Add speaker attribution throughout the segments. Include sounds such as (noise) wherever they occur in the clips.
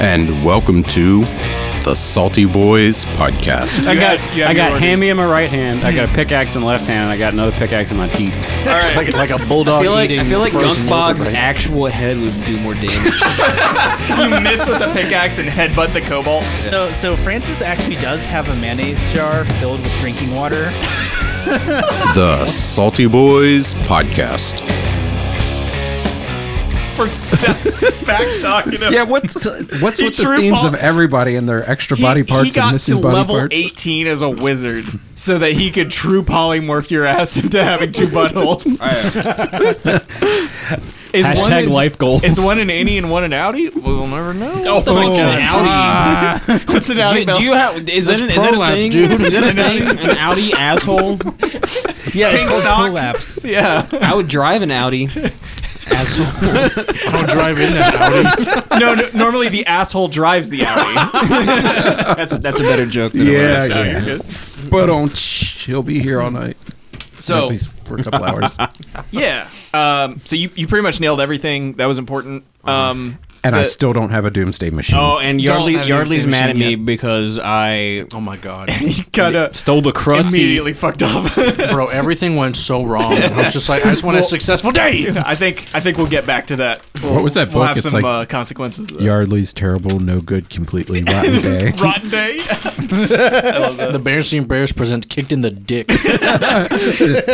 Speaker 1: and welcome to the Salty Boys
Speaker 2: (laughs)
Speaker 1: podcast.
Speaker 2: I
Speaker 3: You
Speaker 2: got
Speaker 3: had- you had
Speaker 2: I got
Speaker 3: your
Speaker 2: hammy
Speaker 3: orgies.
Speaker 2: in my right hand. I got a pickaxe in the left hand. And I got another pickaxe in my teeth.
Speaker 3: All right.
Speaker 4: like, like a bulldog
Speaker 5: I feel like
Speaker 4: eating
Speaker 5: I feel like
Speaker 4: frozen
Speaker 5: Gunkbog's
Speaker 4: yogurt, right?
Speaker 5: actual head would do more damage.
Speaker 3: you miss with the pickaxe and headbutt the cobalt.
Speaker 6: So, so Francis actually does have a mayonnaise jar filled with drinking water.
Speaker 1: The Salty Boys podcast.
Speaker 3: For (laughs) back talking about (laughs)
Speaker 7: Yeah, what's what's
Speaker 3: He
Speaker 7: with the
Speaker 3: threw
Speaker 7: themes
Speaker 3: Paul-
Speaker 7: of everybody and their extra
Speaker 3: He-
Speaker 7: body parts
Speaker 3: he got
Speaker 7: and missing
Speaker 3: to
Speaker 7: body
Speaker 3: level
Speaker 7: parts?
Speaker 3: 18 as a wizard so that he could true polymorph your ass into having two buttholes. is
Speaker 2: Hashtag
Speaker 3: one
Speaker 2: life goals.
Speaker 3: An,
Speaker 2: (laughs)
Speaker 3: is one an Annie and one an Audi? We'll never know.
Speaker 5: (laughs) oh my god!
Speaker 3: What's an Audi?
Speaker 5: do, do you have? Is that, an, is that a
Speaker 4: prolapse,
Speaker 5: thing?
Speaker 4: dude.
Speaker 5: Is that a thing? An Audi asshole?
Speaker 6: Yeah, it's
Speaker 3: Pink
Speaker 6: called
Speaker 3: sock.
Speaker 6: prolapse.
Speaker 3: yeah.
Speaker 5: I would drive an Audi. Asshole.
Speaker 4: I'll drive in that Audi.
Speaker 3: No, no. Normally the asshole drives the Audi.
Speaker 5: (laughs) That's that's a better joke. Than
Speaker 7: Yeah,
Speaker 3: No,
Speaker 7: yeah.
Speaker 3: you're good.
Speaker 7: But on, he'll be here all night.
Speaker 3: So
Speaker 7: at least for
Speaker 3: (laughs)
Speaker 7: a couple hours.
Speaker 3: yeah. Um, so you, you pretty much nailed everything that was important. Um,
Speaker 7: And I
Speaker 3: the-
Speaker 7: still don't have a doomsday machine.
Speaker 5: Oh, and Yardley
Speaker 4: Yardley- Yardley's
Speaker 5: Yardley's mad at me because I
Speaker 4: Oh my god,
Speaker 3: (laughs) he kind of
Speaker 2: stole the crusty.
Speaker 3: immediately fucked up. (laughs)
Speaker 4: bro! Everything went so wrong. I was just like, I just want a successful day.
Speaker 3: I think I think we'll get back to that. We'll,
Speaker 7: was that
Speaker 3: We'll
Speaker 7: book?
Speaker 3: have
Speaker 7: It's
Speaker 3: some
Speaker 7: like-
Speaker 3: uh, consequences. of that.
Speaker 7: Yardley's terrible, no good, completely rotten day.
Speaker 3: Rotten
Speaker 7: (laughs)
Speaker 3: day.
Speaker 7: uh,
Speaker 4: The Berenstein Bears presents "Kicked in the
Speaker 7: (laughs)
Speaker 4: Dick."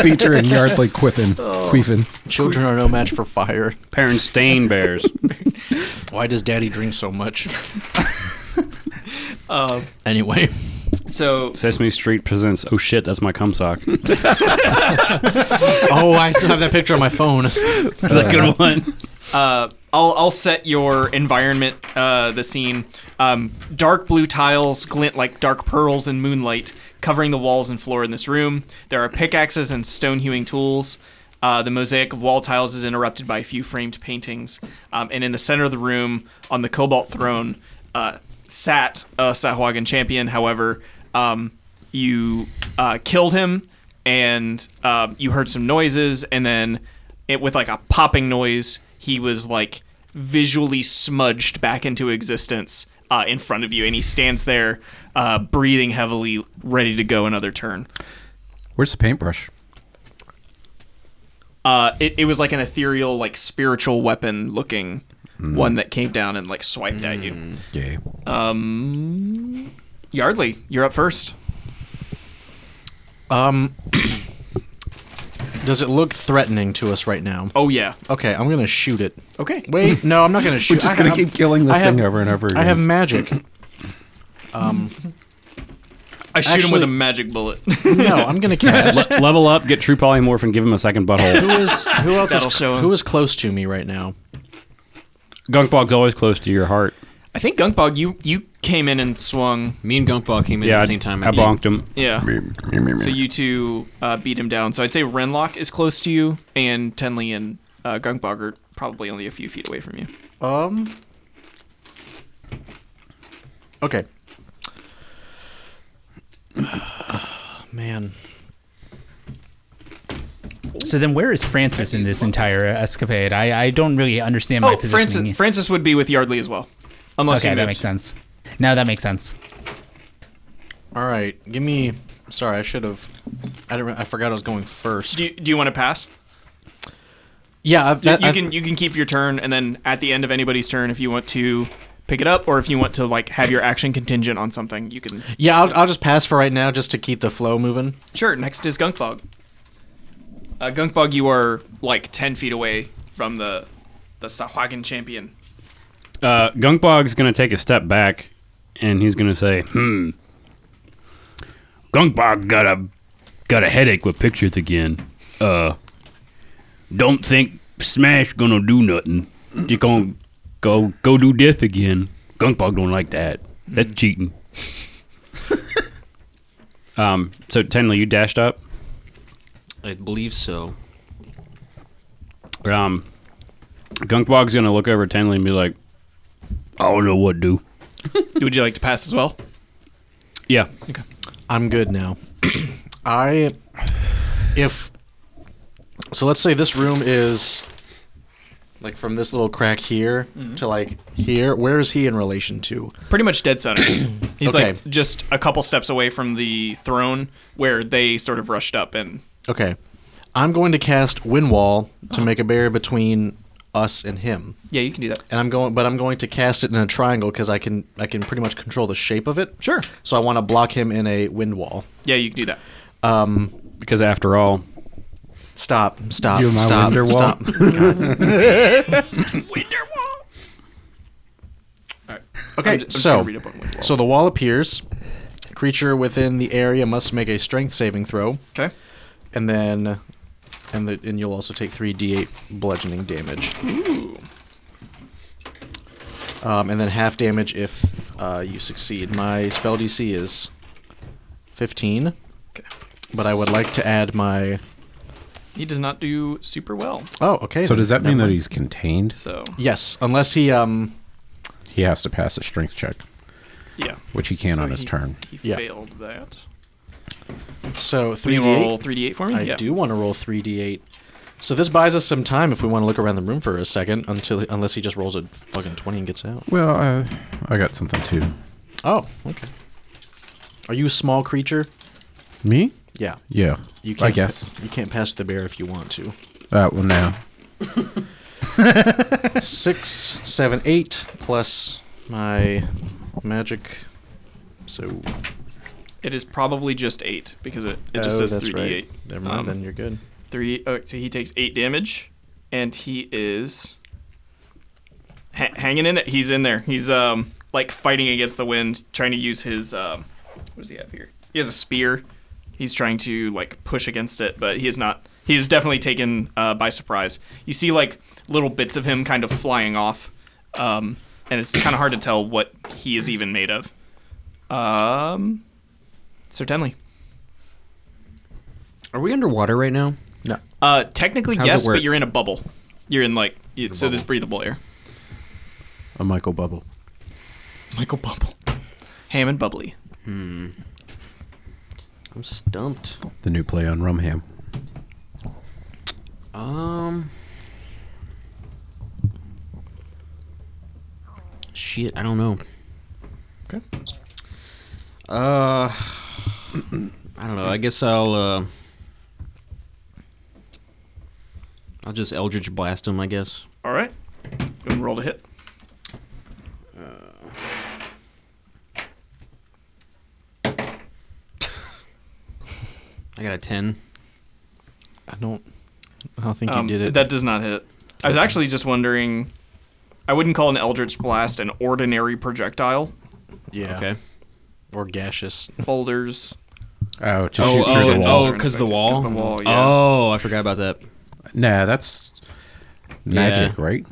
Speaker 7: Featuring Yardley Quiffin. Queefin.
Speaker 4: Children are no match for fire.
Speaker 2: Parent stain bears.
Speaker 4: Why does Daddy drink so
Speaker 7: (laughs)
Speaker 4: much?
Speaker 7: Um,
Speaker 4: anyway,
Speaker 3: so
Speaker 2: Sesame Street presents. Oh shit, that's my cum
Speaker 7: (laughs)
Speaker 2: sock. Is
Speaker 4: oh, I still have that picture on my phone.
Speaker 2: that a good one? (laughs)
Speaker 3: uh, I'll I'll set your environment, uh, the scene. Um, dark blue tiles glint like dark pearls in moonlight, covering the walls and floor in this room. There are pickaxes and stone hewing tools. Uh, the mosaic of wall tiles is interrupted by a few framed paintings, um, and in the center of the room, on the cobalt throne, uh, sat a Sahuagin champion. However, um, you uh, killed him, and um, you heard some noises, and then it with like a popping noise, he was like visually smudged back into existence uh, in front of you, and he stands there, uh, breathing heavily, ready to go another turn.
Speaker 7: Where's the paintbrush?
Speaker 3: Uh, it, it was like an ethereal, like spiritual weapon looking one that came down and like swiped at you.
Speaker 7: Yeah.
Speaker 3: Yardley, you're up first.
Speaker 4: Um, does it look threatening to us right now?
Speaker 3: Oh yeah.
Speaker 4: Okay, I'm gonna shoot it.
Speaker 3: Okay.
Speaker 4: Wait, no, I'm not gonna shoot.
Speaker 7: We're just
Speaker 4: I
Speaker 7: going to
Speaker 4: have-
Speaker 7: keep killing this
Speaker 4: I
Speaker 7: thing
Speaker 4: have-
Speaker 7: over and over again.
Speaker 4: I have
Speaker 7: (laughs)
Speaker 4: magic.
Speaker 3: I shoot him with
Speaker 4: Actually-
Speaker 3: a magic bullet. (laughs)
Speaker 4: No, I'm gonna (laughs) cast.
Speaker 2: Le- level up, get true polymorph, and give him a second
Speaker 4: (laughs)
Speaker 2: butthole.
Speaker 4: Who is who else
Speaker 3: That'll
Speaker 4: is,
Speaker 3: show him.
Speaker 4: who is close to me right now?
Speaker 2: Gunkbog's always close to your heart.
Speaker 3: I think Gunkbog, you you came in and swung.
Speaker 5: me and Gunkball came in
Speaker 2: Yeah,
Speaker 5: at
Speaker 2: I,
Speaker 5: the same time.
Speaker 2: I bonked him.
Speaker 3: Yeah. So you two uh, beat him down. So I'd say Renlock is close to you, and Tenley and uh, Gunkbog are probably only a few feet away from you.
Speaker 4: Um. Okay. (sighs) Man,
Speaker 6: So then, where is Francis in this entire escapade? I, I don't really understand my
Speaker 3: Oh,
Speaker 6: position.
Speaker 3: Francis, Francis would be with Yardley as well, unless
Speaker 6: okay,
Speaker 3: he
Speaker 6: that
Speaker 3: moved.
Speaker 6: makes sense. No, that makes sense.
Speaker 4: all right. Give me. Sorry, I should have. I didn't. re- I forgot I was going first.
Speaker 3: Do you, do you want to pass?
Speaker 4: Yeah, I've,
Speaker 3: You,
Speaker 4: that,
Speaker 3: you
Speaker 4: I've-
Speaker 3: can you can keep your turn, and then at the end of anybody's turn, if you want to pick it up, or if you want to like have your action contingent on something, you can.
Speaker 4: yeah. I'll, I'll just pass for right now, just to keep the flow moving.
Speaker 3: Sure. Next is Gunkbog. Uh, Gunkbog, you are like ten feet away from the the Sahuagin champion.
Speaker 2: Uh, Gunkbog's gonna take a step back, and he's gonna say, "Hmm, Gunkbog got a got a headache with pictures again. Uh, don't think Smash gonna do nothing. You gonna go go do death again. Gunkbog don't like that. That's cheating." (laughs) um. So Tenley, you dashed up.
Speaker 5: I believe so.
Speaker 2: Um, Gunkbog's gonna look over at Tenley and be like, "I don't know what to do."
Speaker 3: (laughs) Would you like to pass as well?
Speaker 2: Yeah.
Speaker 4: I'm good now. (clears throat) I if so let's say this room is Like from this little crack here
Speaker 3: Mm-hmm.
Speaker 4: to like here. Where is he in relation to?
Speaker 3: Pretty much dead (clears throat) center. He's
Speaker 4: Okay.
Speaker 3: like just a couple steps away from the throne where they sort of rushed up and
Speaker 4: Okay. I'm going to cast Wind Wall to
Speaker 3: Uh-huh.
Speaker 4: make a barrier between us and him.
Speaker 3: yeah, you can do that.
Speaker 4: and I'm going, but I'm going to cast it in a triangle because I can I can pretty much control the shape of it.
Speaker 3: Sure.
Speaker 4: So I want to block him in a wind wall.
Speaker 3: Yeah, you can do that.
Speaker 8: Because after all,
Speaker 4: Stop! Stop!
Speaker 1: You and my
Speaker 4: stop!
Speaker 1: winder wall.
Speaker 4: Stop!
Speaker 1: (laughs)
Speaker 4: Okay,
Speaker 3: I'm ju- I'm just
Speaker 4: so
Speaker 3: gonna read up on wind wall.
Speaker 4: so the wall appears. Creature within the area must make a strength saving throw,
Speaker 3: Okay.
Speaker 4: and then and the and you'll also take three d8 bludgeoning damage. Um, and then half damage if uh, you succeed. My spell DC is 15, but I would like to add my.
Speaker 3: He does not do super well.
Speaker 4: Oh, okay.
Speaker 1: So does that mean that
Speaker 4: he?
Speaker 1: he's contained?
Speaker 3: So
Speaker 4: Yes, unless he um
Speaker 1: He has to pass a strength check,
Speaker 3: yeah.
Speaker 1: which he can
Speaker 3: So
Speaker 1: on his
Speaker 3: he-
Speaker 1: turn.
Speaker 3: He
Speaker 4: Yeah.
Speaker 3: failed that.
Speaker 4: so
Speaker 3: Will
Speaker 4: three
Speaker 3: you
Speaker 4: d
Speaker 3: roll
Speaker 4: eight.
Speaker 3: 3d8 for me?
Speaker 4: I
Speaker 3: yeah.
Speaker 4: do want to roll three d eight. So this buys us some time if we want to look around the room for a second until unless he just rolls a fucking twenty and gets out.
Speaker 1: Well, uh, I got something too.
Speaker 4: Oh, okay. Are you a small creature?
Speaker 1: Me?
Speaker 4: Yeah.
Speaker 1: Yeah.
Speaker 4: You
Speaker 1: I
Speaker 4: can't,
Speaker 1: guess.
Speaker 4: You can't pass the bear if you want to.
Speaker 1: Uh, well, now.
Speaker 4: Six, seven, eight, plus my magic. So
Speaker 3: It is probably just 8 because it, it just
Speaker 4: Oh,
Speaker 3: says
Speaker 4: that's
Speaker 3: 3d8.
Speaker 4: right. Never mind,
Speaker 3: Um,
Speaker 4: then you're good.
Speaker 3: Three. Oh, so he takes eight damage, and he is ha- hanging in there. He's in there. He's um like fighting against the wind, trying to use his um. What does he have here? He has a spear. He's trying to like push against it, but he is not. He is definitely taken uh, by surprise. You see like little bits of him kind of flying off, um, and it's kind of hard to tell what he is even made of. Um, Sir Tenley.
Speaker 8: are we underwater right now?
Speaker 4: No.
Speaker 3: Uh, technically,
Speaker 8: How's it
Speaker 3: yes,
Speaker 8: work?
Speaker 3: but you're in a bubble. You're in like you, so there's breathable air.
Speaker 1: A Michael Bubble.
Speaker 3: Michael Bubble, ham and bubbly.
Speaker 8: I'm stumped.
Speaker 1: The new play on Rumham.
Speaker 8: Um. Shit, I don't know.
Speaker 4: Okay.
Speaker 8: Uh, I don't know. I guess I'll uh, I'll just Eldritch blast him. I guess.
Speaker 3: All right, Go ahead and roll to hit.
Speaker 8: I got a ten.
Speaker 4: I don't. I don't think
Speaker 3: Um,
Speaker 4: you did it.
Speaker 3: That does not hit. I was actually just wondering. I wouldn't call an eldritch blast an ordinary projectile.
Speaker 4: yeah.
Speaker 8: Okay.
Speaker 4: Or gaseous.
Speaker 3: Boulders.
Speaker 1: Oh, just
Speaker 8: Oh,
Speaker 1: shoot through the
Speaker 8: oh,
Speaker 1: walls.
Speaker 8: oh, 'cause the wall?
Speaker 3: Because the wall. Yeah.
Speaker 8: Oh, I forgot about that.
Speaker 1: Nah, that's magic, right?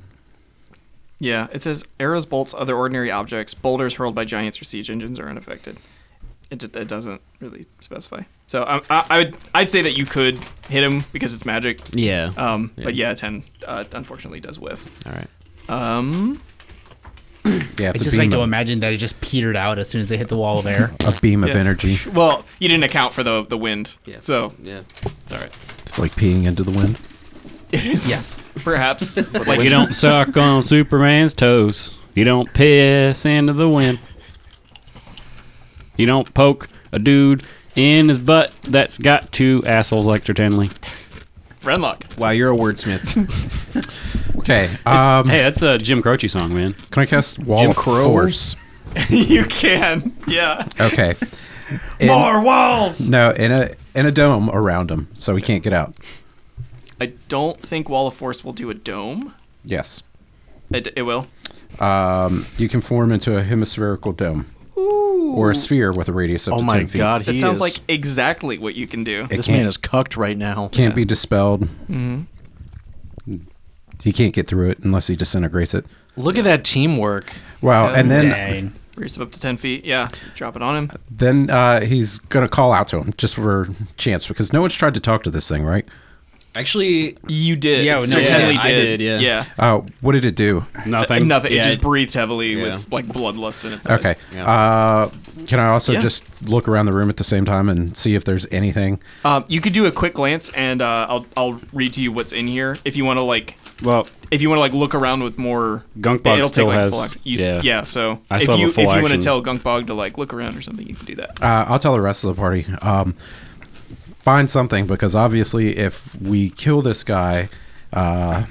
Speaker 3: Yeah. It says arrows, bolts, other ordinary objects, boulders hurled by giants or siege engines are unaffected. It, d- it doesn't really specify. So I, I, I would I'd say that you could hit him because it's magic.
Speaker 8: Yeah.
Speaker 3: Um, But
Speaker 8: Yeah.
Speaker 3: yeah, ten uh, unfortunately does whiff.
Speaker 8: All right.
Speaker 3: Um,
Speaker 1: Yeah,
Speaker 6: I
Speaker 1: it's a
Speaker 6: just
Speaker 1: beam,
Speaker 6: like to
Speaker 1: of,
Speaker 6: imagine that it just petered out as soon as they hit the wall of air.
Speaker 1: a beam of
Speaker 3: Yeah.
Speaker 1: energy.
Speaker 3: well, you didn't account for the the wind,
Speaker 8: Yeah.
Speaker 3: so
Speaker 8: Yeah.
Speaker 3: it's all right. (laughs)
Speaker 1: It's like peeing into the wind.
Speaker 3: It is
Speaker 6: Yes.
Speaker 3: (laughs) perhaps like
Speaker 2: You don't suck on Superman's toes. You don't piss into the wind. You don't poke a dude in his butt that's got two assholes like Sir Tenley.
Speaker 3: Renlock.
Speaker 8: Wow, you're a wordsmith.
Speaker 1: (laughs) Okay. Um,
Speaker 2: Hey, that's a Jim Croce song, man.
Speaker 1: Can I cast Wall
Speaker 8: Jim
Speaker 1: of
Speaker 8: Crow?
Speaker 1: Force?
Speaker 3: (laughs) you can, yeah.
Speaker 1: Okay. In-
Speaker 3: More walls.
Speaker 1: No, in a in a dome around him, so he can't get out.
Speaker 3: I don't think Wall of Force will do a dome.
Speaker 1: Yes.
Speaker 3: It, it will.
Speaker 1: You can form into a hemispherical dome. Or a sphere with a radius up
Speaker 4: Oh
Speaker 1: to
Speaker 4: my
Speaker 1: 10 feet.
Speaker 4: god, he
Speaker 3: That sounds
Speaker 4: is-
Speaker 3: like exactly what you can do.
Speaker 1: It
Speaker 4: this
Speaker 1: can't,
Speaker 4: man is cucked right now.
Speaker 1: can't be dispelled. Mm-hmm. He can't get through it unless he disintegrates it.
Speaker 4: Look at that teamwork.
Speaker 1: Wow, and then
Speaker 6: Dang.
Speaker 3: Rears up to ten feet. Yeah, drop it on him.
Speaker 1: then uh, he's gonna call out to him just for chance because no one's tried to talk to this thing, right?
Speaker 8: Actually,
Speaker 3: You did.
Speaker 6: Yeah, no,
Speaker 3: Sir
Speaker 6: yeah,
Speaker 3: Tenley
Speaker 8: I
Speaker 3: did.
Speaker 8: did, yeah.
Speaker 3: Yeah.
Speaker 1: Uh, what did it do?
Speaker 2: Nothing.
Speaker 3: (laughs) Nothing.
Speaker 8: Yeah,
Speaker 3: it just
Speaker 8: it-
Speaker 3: breathed heavily
Speaker 8: yeah.
Speaker 3: with like bloodlust in its eyes.
Speaker 1: Okay,
Speaker 8: Yeah.
Speaker 1: uh,
Speaker 7: Can I also
Speaker 3: Yeah.
Speaker 7: just look around the room at the same time and see if there's anything?
Speaker 3: Um, you could do a quick glance, and uh, I'll I'll read to you what's in here if you want to like
Speaker 2: Well,
Speaker 3: if you want to like look around with more
Speaker 2: Gunkbog
Speaker 3: it'll
Speaker 2: still
Speaker 3: take like
Speaker 2: has-
Speaker 3: a full action. You,
Speaker 2: yeah.
Speaker 3: yeah. yeah, so
Speaker 2: I
Speaker 3: if
Speaker 2: still have a
Speaker 3: you if
Speaker 2: full
Speaker 3: you want to
Speaker 2: action.
Speaker 3: tell Gunkbog to like look around or something, you can do that.
Speaker 7: Uh, I'll tell the rest of the party. Um, find something because obviously, if we kill this guy, uh,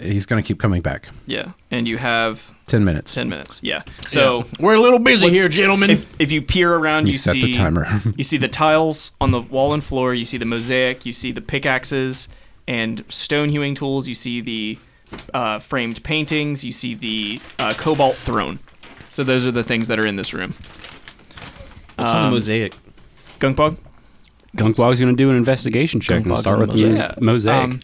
Speaker 7: he's going to keep coming back.
Speaker 3: Yeah, and you have
Speaker 7: Ten minutes.
Speaker 3: ten minutes. Yeah, so
Speaker 5: We're a little busy
Speaker 3: Let's-
Speaker 5: here, gentlemen.
Speaker 3: If, if you peer around,
Speaker 7: me
Speaker 3: you
Speaker 7: set
Speaker 3: see
Speaker 7: the timer.
Speaker 3: you see the tiles on the wall and floor. You see the mosaic. You see the pickaxes and stone hewing tools. You see the uh, framed paintings. You see the uh, cobalt throne. So those are the things that are in this room.
Speaker 5: What's on the mosaic?
Speaker 3: Gunkbog.
Speaker 2: Gunkbog's going to do an investigation check and
Speaker 5: Gunkbog's
Speaker 2: start
Speaker 5: on
Speaker 2: with the
Speaker 5: mosaic.
Speaker 2: mos- mosaic.
Speaker 3: Um,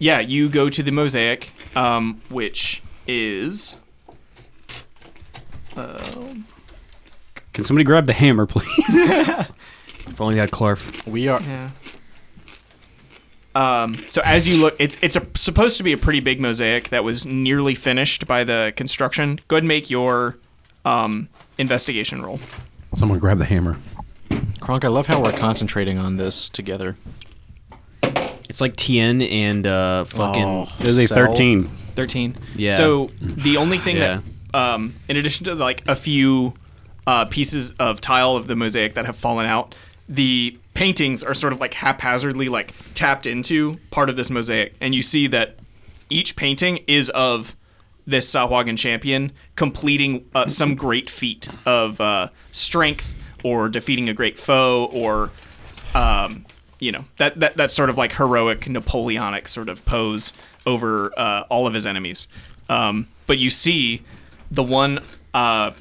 Speaker 3: yeah, you go to the mosaic, um, which is
Speaker 2: Can somebody grab the hammer, (laughs) please?
Speaker 5: If only we had Clarf.
Speaker 4: We are.
Speaker 3: Yeah. Um, so as you look, it's it's a, supposed to be a pretty big mosaic that was nearly finished by the construction. Go ahead and make your um, investigation roll.
Speaker 7: Someone grab the hammer.
Speaker 4: Kronk, I love how we're concentrating on this together.
Speaker 5: It's like TN and uh, fucking.
Speaker 3: Oh,
Speaker 2: There's a
Speaker 4: Cell.
Speaker 2: 13.
Speaker 3: Thirteen.
Speaker 5: Yeah.
Speaker 3: So the only thing
Speaker 5: Yeah.
Speaker 3: that, um, in addition to like a few uh, pieces of tile of the mosaic that have fallen out, the paintings are sort of like haphazardly like tapped into part of this mosaic, and you see that each painting is of this Sahuagin champion completing uh, some great feat of uh, strength or defeating a great foe or um, you know that, that that sort of like heroic Napoleonic sort of pose over uh, all of his enemies. Um, but you see, the one uh,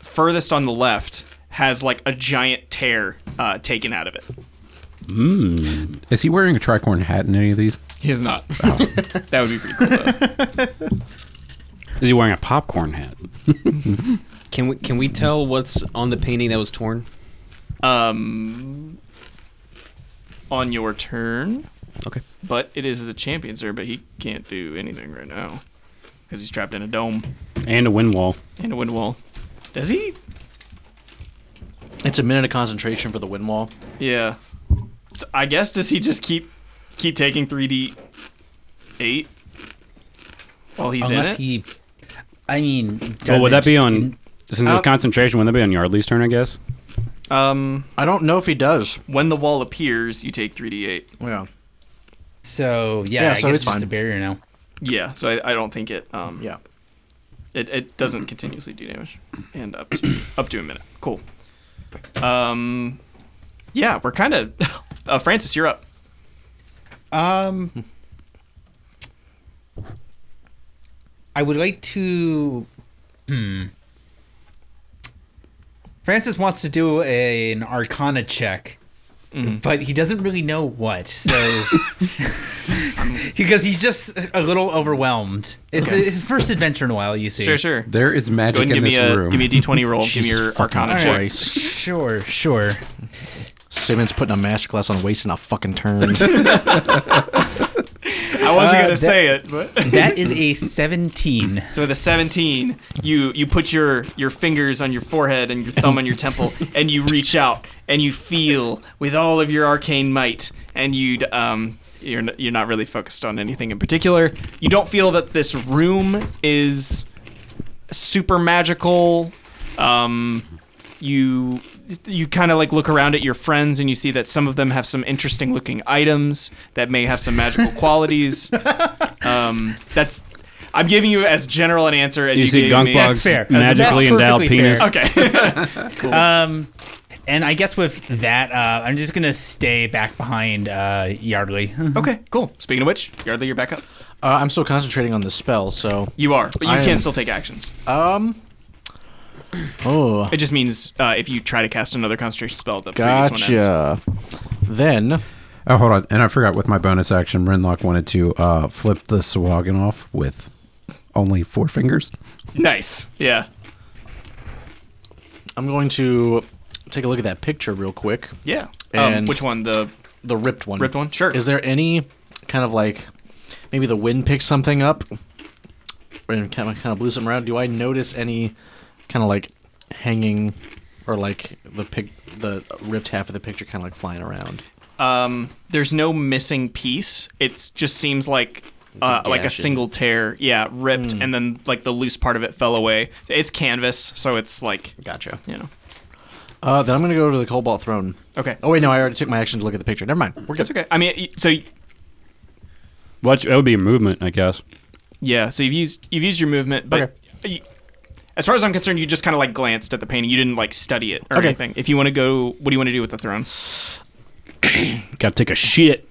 Speaker 3: furthest on the left has like a giant tear uh, taken out of it.
Speaker 7: Is he wearing a tricorn hat in any of these?
Speaker 3: He is not. that would be pretty cool. Though.
Speaker 2: Is he wearing a popcorn hat?
Speaker 5: can we can we tell what's on the painting that was torn?
Speaker 3: (laughs) on your turn,
Speaker 5: Okay.
Speaker 3: but it is the champion, sir. But he can't do anything right now because he's trapped in a dome
Speaker 2: And a wind wall.
Speaker 3: and a wind wall. Does he?
Speaker 4: It's a minute of concentration for the wind wall.
Speaker 3: Yeah. So I guess does he just keep keep taking 3d eight while he's
Speaker 6: Unless
Speaker 3: in it?
Speaker 6: he, I mean,
Speaker 2: Well,
Speaker 6: does
Speaker 2: Oh, would
Speaker 6: it
Speaker 2: that be
Speaker 6: just
Speaker 2: on.
Speaker 6: in-
Speaker 2: since
Speaker 3: Uh,
Speaker 2: it's concentration, wouldn't that be on Yardley's turn, I guess?
Speaker 3: um,
Speaker 4: I don't know if he does.
Speaker 3: when the wall appears, you take 3d8.
Speaker 4: Yeah.
Speaker 6: So yeah,
Speaker 4: Yeah,
Speaker 6: I guess
Speaker 4: so it's
Speaker 6: it's just
Speaker 4: fine.
Speaker 6: a barrier now.
Speaker 3: Yeah, so I, I don't think it um
Speaker 4: Yeah.
Speaker 3: it, it doesn't continuously do damage and up
Speaker 6: (coughs)
Speaker 3: to, up to a minute. Cool. Um, yeah, we're kind of (laughs) uh, Francis, you're up.
Speaker 6: Um, I would like to. Hmm. Francis wants to do a, an Arcana check,
Speaker 3: Mm-hmm.
Speaker 6: but he doesn't really know what.
Speaker 3: (laughs)
Speaker 6: So (laughs) because he's just a little overwhelmed. It's his first adventure in a while. You see.
Speaker 3: Sure, sure.
Speaker 7: There is
Speaker 3: Go ahead
Speaker 7: magic
Speaker 3: and
Speaker 7: in
Speaker 3: give me
Speaker 7: this
Speaker 3: a
Speaker 7: room.
Speaker 3: give me a d20
Speaker 7: (laughs)
Speaker 3: roll. give me
Speaker 7: Jesus
Speaker 3: your
Speaker 7: fucking
Speaker 3: Arcana
Speaker 6: All
Speaker 3: check.
Speaker 6: right. Sure. Sure.
Speaker 4: Simmons putting a masterclass on wasting a fucking turn. Uh,
Speaker 3: I wasn't
Speaker 6: Uh,
Speaker 3: gonna
Speaker 6: that-
Speaker 3: say it, but
Speaker 6: That is a seventeen.
Speaker 3: So with a 17, you you put your your fingers on your forehead and your thumb on your temple, and you reach out and you feel with all of your arcane might, and you would um you're n- you're not really focused on anything in particular. You don't feel that this room is super magical. Um, you you kind of like look around at your friends and you see that some of them have some interesting looking items that may have some
Speaker 4: (laughs)
Speaker 3: magical qualities. Um, that's I'm giving you as general an answer as
Speaker 2: You
Speaker 3: you,
Speaker 2: see
Speaker 3: gave me.
Speaker 6: That's
Speaker 2: Gunkbog's
Speaker 6: fair. That's-
Speaker 2: magically
Speaker 6: that's
Speaker 2: endowed
Speaker 6: perfectly
Speaker 2: penis.
Speaker 6: fair.
Speaker 3: Okay. (laughs)
Speaker 4: (laughs)
Speaker 6: Um, and I guess with that, uh, I'm just gonna stay back behind uh, Yardley. (laughs)
Speaker 3: okay. Cool. Speaking of which, Yardley, you're back up.
Speaker 4: Uh, I'm still concentrating on the spell, so
Speaker 3: You are, but you
Speaker 4: I
Speaker 3: can
Speaker 4: am-
Speaker 3: still take actions.
Speaker 4: um. Oh,
Speaker 3: It just means uh, if you try to cast another concentration spell, the previous one ends.
Speaker 4: gotcha. Then
Speaker 7: oh, hold on. And I forgot with my bonus action, Renlock wanted to uh, flip the Swaggin off with only four fingers.
Speaker 3: Nice. Yeah.
Speaker 4: I'm going to take a look at that picture real quick,
Speaker 3: Yeah. Um,
Speaker 4: And-
Speaker 3: which one? The
Speaker 4: the ripped one.
Speaker 3: ripped one. Sure.
Speaker 4: Is there any kind of like maybe the wind picks something up and kind of kind of blew something around? Do I notice any kind of like hanging or like the pic, the ripped half of the picture, kind of like flying around?
Speaker 3: Um, there's no missing piece. It just seems like uh,
Speaker 5: a
Speaker 3: like a Hmm.
Speaker 5: gash in
Speaker 3: single tear. Yeah, ripped, and then like the loose part of it fell away. It's canvas, so it's like
Speaker 4: Gotcha.
Speaker 3: you know.
Speaker 4: Uh, then I'm gonna go to the Cobalt Throne.
Speaker 3: Okay,
Speaker 4: Oh wait, no, I already took my action to look at the picture. Never mind. We're good.
Speaker 3: it's okay. I mean, y- so
Speaker 2: Watch, that would be a movement, I guess.
Speaker 3: yeah, so you've used you've used your movement, but. y- as far as I'm concerned, you just kind of like glanced at the painting. You didn't like study it or
Speaker 4: Okay.
Speaker 3: anything. If you want to go, what do you want to do with the throne?
Speaker 2: Gotta take a shit.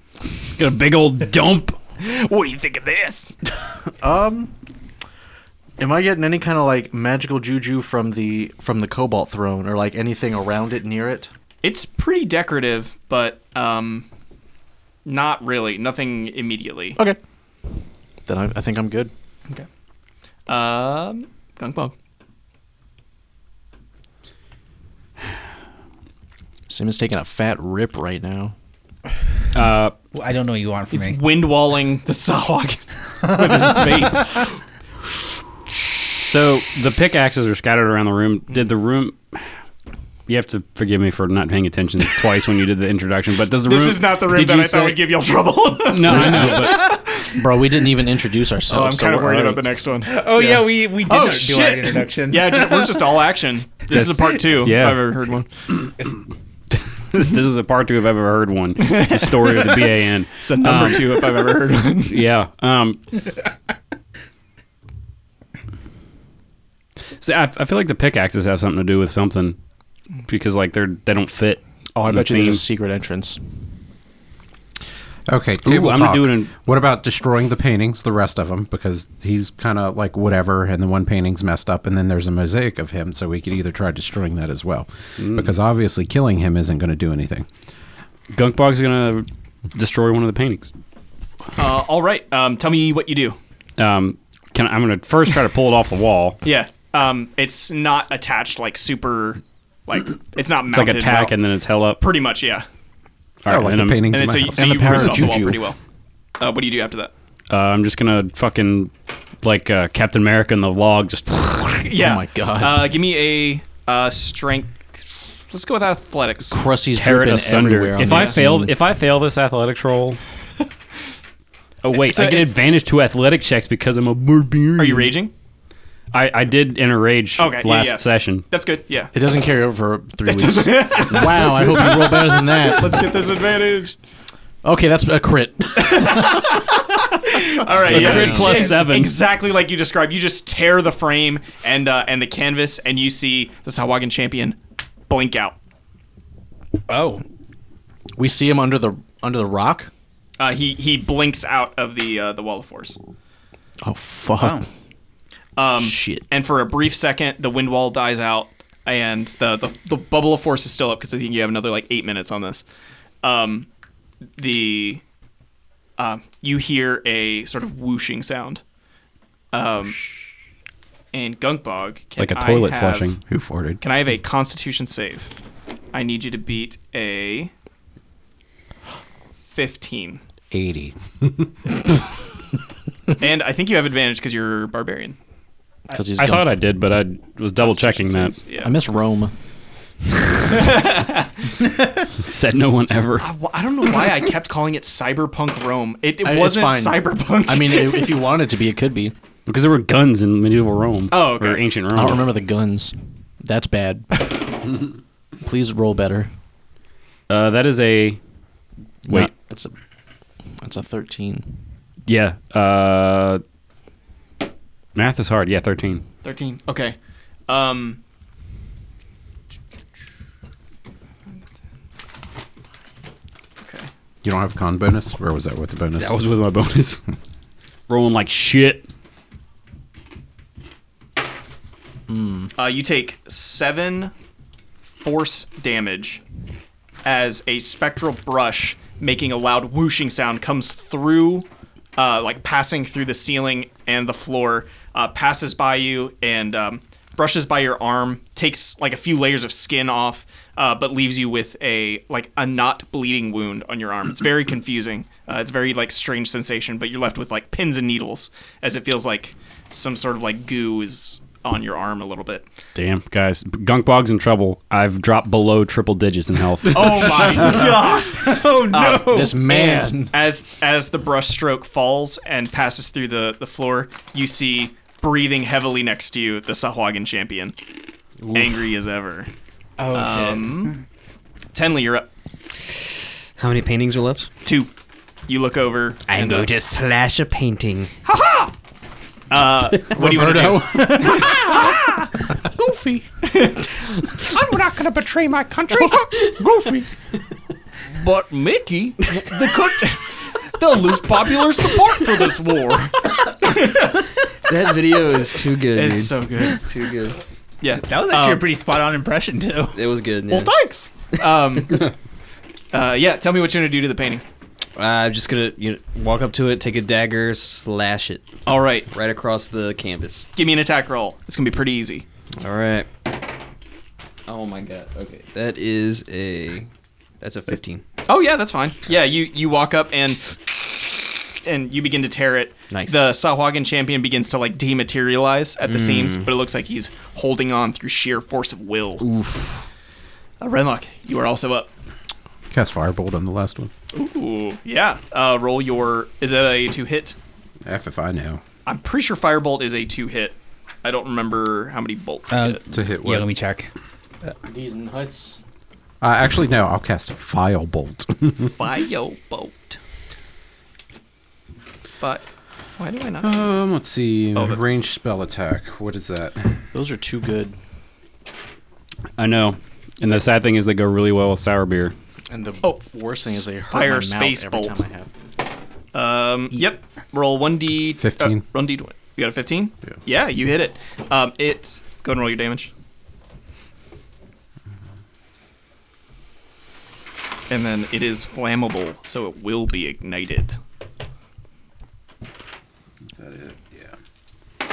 Speaker 2: Got a big old dump.
Speaker 3: What do you think of this?
Speaker 4: Am I getting any kind of like magical juju from the from the Cobalt Throne, or like anything around it, near it?
Speaker 3: It's pretty decorative, but um, not really. Nothing immediately.
Speaker 4: Okay. Then I, I think I'm good.
Speaker 3: Okay. Um, Gunk Bug.
Speaker 4: Sim is taking a fat rip right now.
Speaker 6: Well, I don't know what you want from
Speaker 3: He's
Speaker 6: me.
Speaker 3: windwalling the Sawhawk. (laughs)
Speaker 2: So the pickaxes are scattered around the room. Did the room? You have to forgive me for not paying attention twice when you did the introduction. But does the
Speaker 3: This
Speaker 2: room?
Speaker 3: is not the room
Speaker 2: did
Speaker 3: that
Speaker 2: you
Speaker 3: I thought
Speaker 2: say-
Speaker 3: would give y'all (laughs) trouble. oh,
Speaker 2: (laughs) No, I know. But
Speaker 5: Bro, we didn't even introduce ourselves.
Speaker 3: I'm
Speaker 5: so
Speaker 3: kind of
Speaker 5: we're
Speaker 3: worried about
Speaker 5: already-
Speaker 3: the next one.
Speaker 6: Oh yeah, we we did
Speaker 3: Oh,
Speaker 6: not do our
Speaker 3: shit.
Speaker 6: introductions.
Speaker 3: Yeah, just, we're just all action. This is a part two.
Speaker 2: yeah.
Speaker 3: If I've ever heard one.
Speaker 2: (laughs) this is a part two if I've ever heard one. The story of the BAN.
Speaker 3: It's a number
Speaker 2: Um,
Speaker 3: two if I've ever heard one.
Speaker 2: Yeah. Um, so I, I feel like the pickaxes have something to do with something because like they're they don't fit.
Speaker 4: Oh, I
Speaker 2: in
Speaker 4: bet
Speaker 2: the
Speaker 4: you
Speaker 2: theme.
Speaker 4: there's a secret entrance.
Speaker 7: Okay, table
Speaker 2: I'm
Speaker 7: I'm
Speaker 2: gonna
Speaker 7: talk.
Speaker 2: do it in-
Speaker 7: what about destroying the paintings, the rest of them? Because he's kind of like whatever, and the one painting's messed up, and then there's a mosaic of him, so we could either try destroying that as well.
Speaker 3: Mm.
Speaker 7: Because obviously, killing him isn't going to do anything.
Speaker 2: Gunkbog's gonna destroy one of the paintings.
Speaker 3: (laughs) Uh, all right. Um, tell me what you do.
Speaker 2: Um, can I, I'm gonna first try to pull it off the
Speaker 3: (laughs)
Speaker 2: wall.
Speaker 3: Yeah. Um, it's not attached like super, like it's not
Speaker 2: It's like
Speaker 3: mounted.
Speaker 2: attack
Speaker 3: well.
Speaker 2: and then it's held up.
Speaker 3: pretty much yeah.
Speaker 2: All right,
Speaker 7: oh, like
Speaker 2: and
Speaker 7: the
Speaker 2: I'm-
Speaker 7: paintings
Speaker 3: And then,
Speaker 7: in my
Speaker 3: so you,
Speaker 7: house.
Speaker 3: so
Speaker 7: And
Speaker 3: you
Speaker 7: the power
Speaker 3: rip
Speaker 7: of
Speaker 3: off the wall
Speaker 7: juju.
Speaker 3: pretty well. Uh, what do you do after that?
Speaker 2: Uh, I'm just gonna fucking like uh, Captain America in the
Speaker 5: (laughs)
Speaker 2: log. Just
Speaker 3: Yeah.
Speaker 5: my God.
Speaker 3: Uh, give me a uh, strength. Let's go with athletics.
Speaker 5: Krusty's
Speaker 2: tear it
Speaker 5: dripping
Speaker 2: asunder.
Speaker 5: everywhere. on
Speaker 2: If
Speaker 5: the
Speaker 2: I fail,
Speaker 5: scene.
Speaker 2: if I fail this athletics
Speaker 3: (laughs)
Speaker 2: roll. Oh wait,
Speaker 3: So
Speaker 2: I get
Speaker 3: it's-
Speaker 2: advantage to athletic checks because I'm a barbarian.
Speaker 3: Are you raging?
Speaker 2: I, I did enter rage
Speaker 3: Okay, yeah,
Speaker 2: last
Speaker 3: yeah.
Speaker 2: session.
Speaker 3: That's good. Yeah. (laughs)
Speaker 4: It doesn't carry
Speaker 5: (laughs)
Speaker 4: over for three weeks. wow, I hope you roll better than that.
Speaker 3: Let's get this advantage.
Speaker 4: Okay, that's a crit.
Speaker 3: All right, yeah.
Speaker 2: crit plus
Speaker 3: It's
Speaker 2: seven.
Speaker 3: Exactly like you described. You just tear the frame and uh, and the canvas, and you see the Sawagan champion blink out.
Speaker 6: Oh,
Speaker 4: We see him under the under the rock.
Speaker 3: Uh, he he blinks out of the uh, the wall of force.
Speaker 4: Oh fuck!
Speaker 3: Um,
Speaker 5: Shit.
Speaker 3: And for a brief second, the wind wall dies out, and the the, the bubble of force is still up because I think you have another like eight minutes on this. Um, the uh, you hear a sort of whooshing sound. Um, and Gunkbog can
Speaker 2: Like a
Speaker 3: I
Speaker 2: toilet
Speaker 3: have-
Speaker 2: flushing.
Speaker 7: Who farted?
Speaker 3: Can I have a Constitution save? I need you to beat a fifteen,
Speaker 7: Eighty.
Speaker 3: and I think you have advantage because you're barbarian.
Speaker 5: Because he's
Speaker 2: I
Speaker 5: gone.
Speaker 2: thought I did, but I was double checking that.
Speaker 3: Saves, Yeah.
Speaker 5: I miss Rome.
Speaker 2: (laughs) Said no one ever.
Speaker 3: Well, I don't know why I kept calling it Cyberpunk Rome. It, it
Speaker 4: I- it's
Speaker 3: wasn't
Speaker 4: fine.
Speaker 3: Cyberpunk.
Speaker 5: I mean,
Speaker 3: (laughs)
Speaker 5: i- if you wanted to be, it could be.
Speaker 2: Because there were guns in medieval Rome.
Speaker 3: Oh, okay.
Speaker 2: Or ancient Rome.
Speaker 5: I don't remember the guns. That's (laughs) bad. Please roll better.
Speaker 2: Uh, that is a. Wait.
Speaker 5: Not- that's a that's a thirteen.
Speaker 2: Yeah. Uh, math is hard. Yeah, 13.
Speaker 3: 13. Okay. Um, okay.
Speaker 7: You don't have con bonus? Where was that with the bonus?
Speaker 2: That was with my bonus. Rolling like shit.
Speaker 3: Uh, you take seven force damage as a spectral brush making a loud whooshing sound comes through, uh, like passing through the ceiling and the floor, uh, passes by you and um, brushes by your arm, takes like a few layers of skin off, uh, but leaves you with a like a not bleeding wound on your arm. It's very confusing. Uh, it's very like strange sensation, but you're left with like pins and needles as it feels like some sort of like goo is on your arm a little bit.
Speaker 2: Damn, guys, Gunkbog's in trouble. I've dropped below triple digits in
Speaker 8: (laughs)
Speaker 2: health.
Speaker 3: Oh my (laughs) god!
Speaker 5: This Oh, man.
Speaker 3: (laughs) And as as the brush stroke falls and passes through the, the floor, you see breathing heavily next to you the Sahuagin champion, angry as ever.
Speaker 6: Oh
Speaker 3: Um, Tenley, you're up
Speaker 8: How many paintings are left?
Speaker 3: two. You look over. uh,
Speaker 8: I'm
Speaker 6: uh,
Speaker 8: going to slash a painting.
Speaker 3: What do you want to do?
Speaker 8: Goofy. (laughs) I'm not going to betray
Speaker 3: (laughs)
Speaker 8: my country. Goofy.
Speaker 3: But Mickey, the cook, they'll lose popular support for this war.
Speaker 8: That video is too good,
Speaker 3: (laughs)
Speaker 8: dude.
Speaker 3: It's so good.
Speaker 8: It's too good.
Speaker 3: Yeah,
Speaker 6: That was actually a pretty spot on impression (laughs) too.
Speaker 8: It was good.
Speaker 3: Well,
Speaker 8: Yeah.
Speaker 3: thanks. (laughs) Um, uh, yeah, tell me what you're gonna do to the painting.
Speaker 8: Uh, I'm just gonna you know, walk up to it, take a dagger, slash it
Speaker 3: All right,
Speaker 8: right across the canvas.
Speaker 3: give me an attack roll. It's gonna be pretty easy.
Speaker 8: All right. Oh my god. Okay, that is a that's a 15.
Speaker 3: Oh yeah, that's fine. Yeah, you you walk up and and you begin to tear it.
Speaker 8: Nice.
Speaker 3: The Sahuagin champion begins to like dematerialize at the seams, but it looks like he's holding on through sheer force of will. Oof. Uh, Renlock, you are also up.
Speaker 7: Cast Firebolt on the last one.
Speaker 3: Ooh, yeah. Uh, roll your. Is that a two hit?
Speaker 7: FFI now.
Speaker 3: I'm pretty sure Firebolt is a two hit. I don't remember how many bolts. we did.
Speaker 7: To hit
Speaker 6: Yeah,
Speaker 7: what?
Speaker 6: let me check.
Speaker 5: These nuts.
Speaker 7: Uh, actually, no, I'll cast
Speaker 3: (laughs)
Speaker 7: File Bolt.
Speaker 3: Firebolt. But why do I not? see
Speaker 7: um, let's see.
Speaker 3: Oh,
Speaker 7: Range
Speaker 3: that's-
Speaker 7: Ranged spell attack. What is that?
Speaker 5: Those are too good.
Speaker 2: I know. And the sad thing is they go really well with sour beer.
Speaker 5: And the
Speaker 3: Oh,
Speaker 5: worst thing is they hurt
Speaker 3: fire
Speaker 5: my mouth
Speaker 3: space
Speaker 5: every
Speaker 3: bolt.
Speaker 5: time I have.
Speaker 3: Um. Yep. Roll one d.
Speaker 7: 15.
Speaker 3: Uh, run d twenty. You got a fifteen. Yeah. You hit it. Um. It. Go and roll your damage. And then it is flammable, so it will be ignited.
Speaker 7: Is that it? Yeah.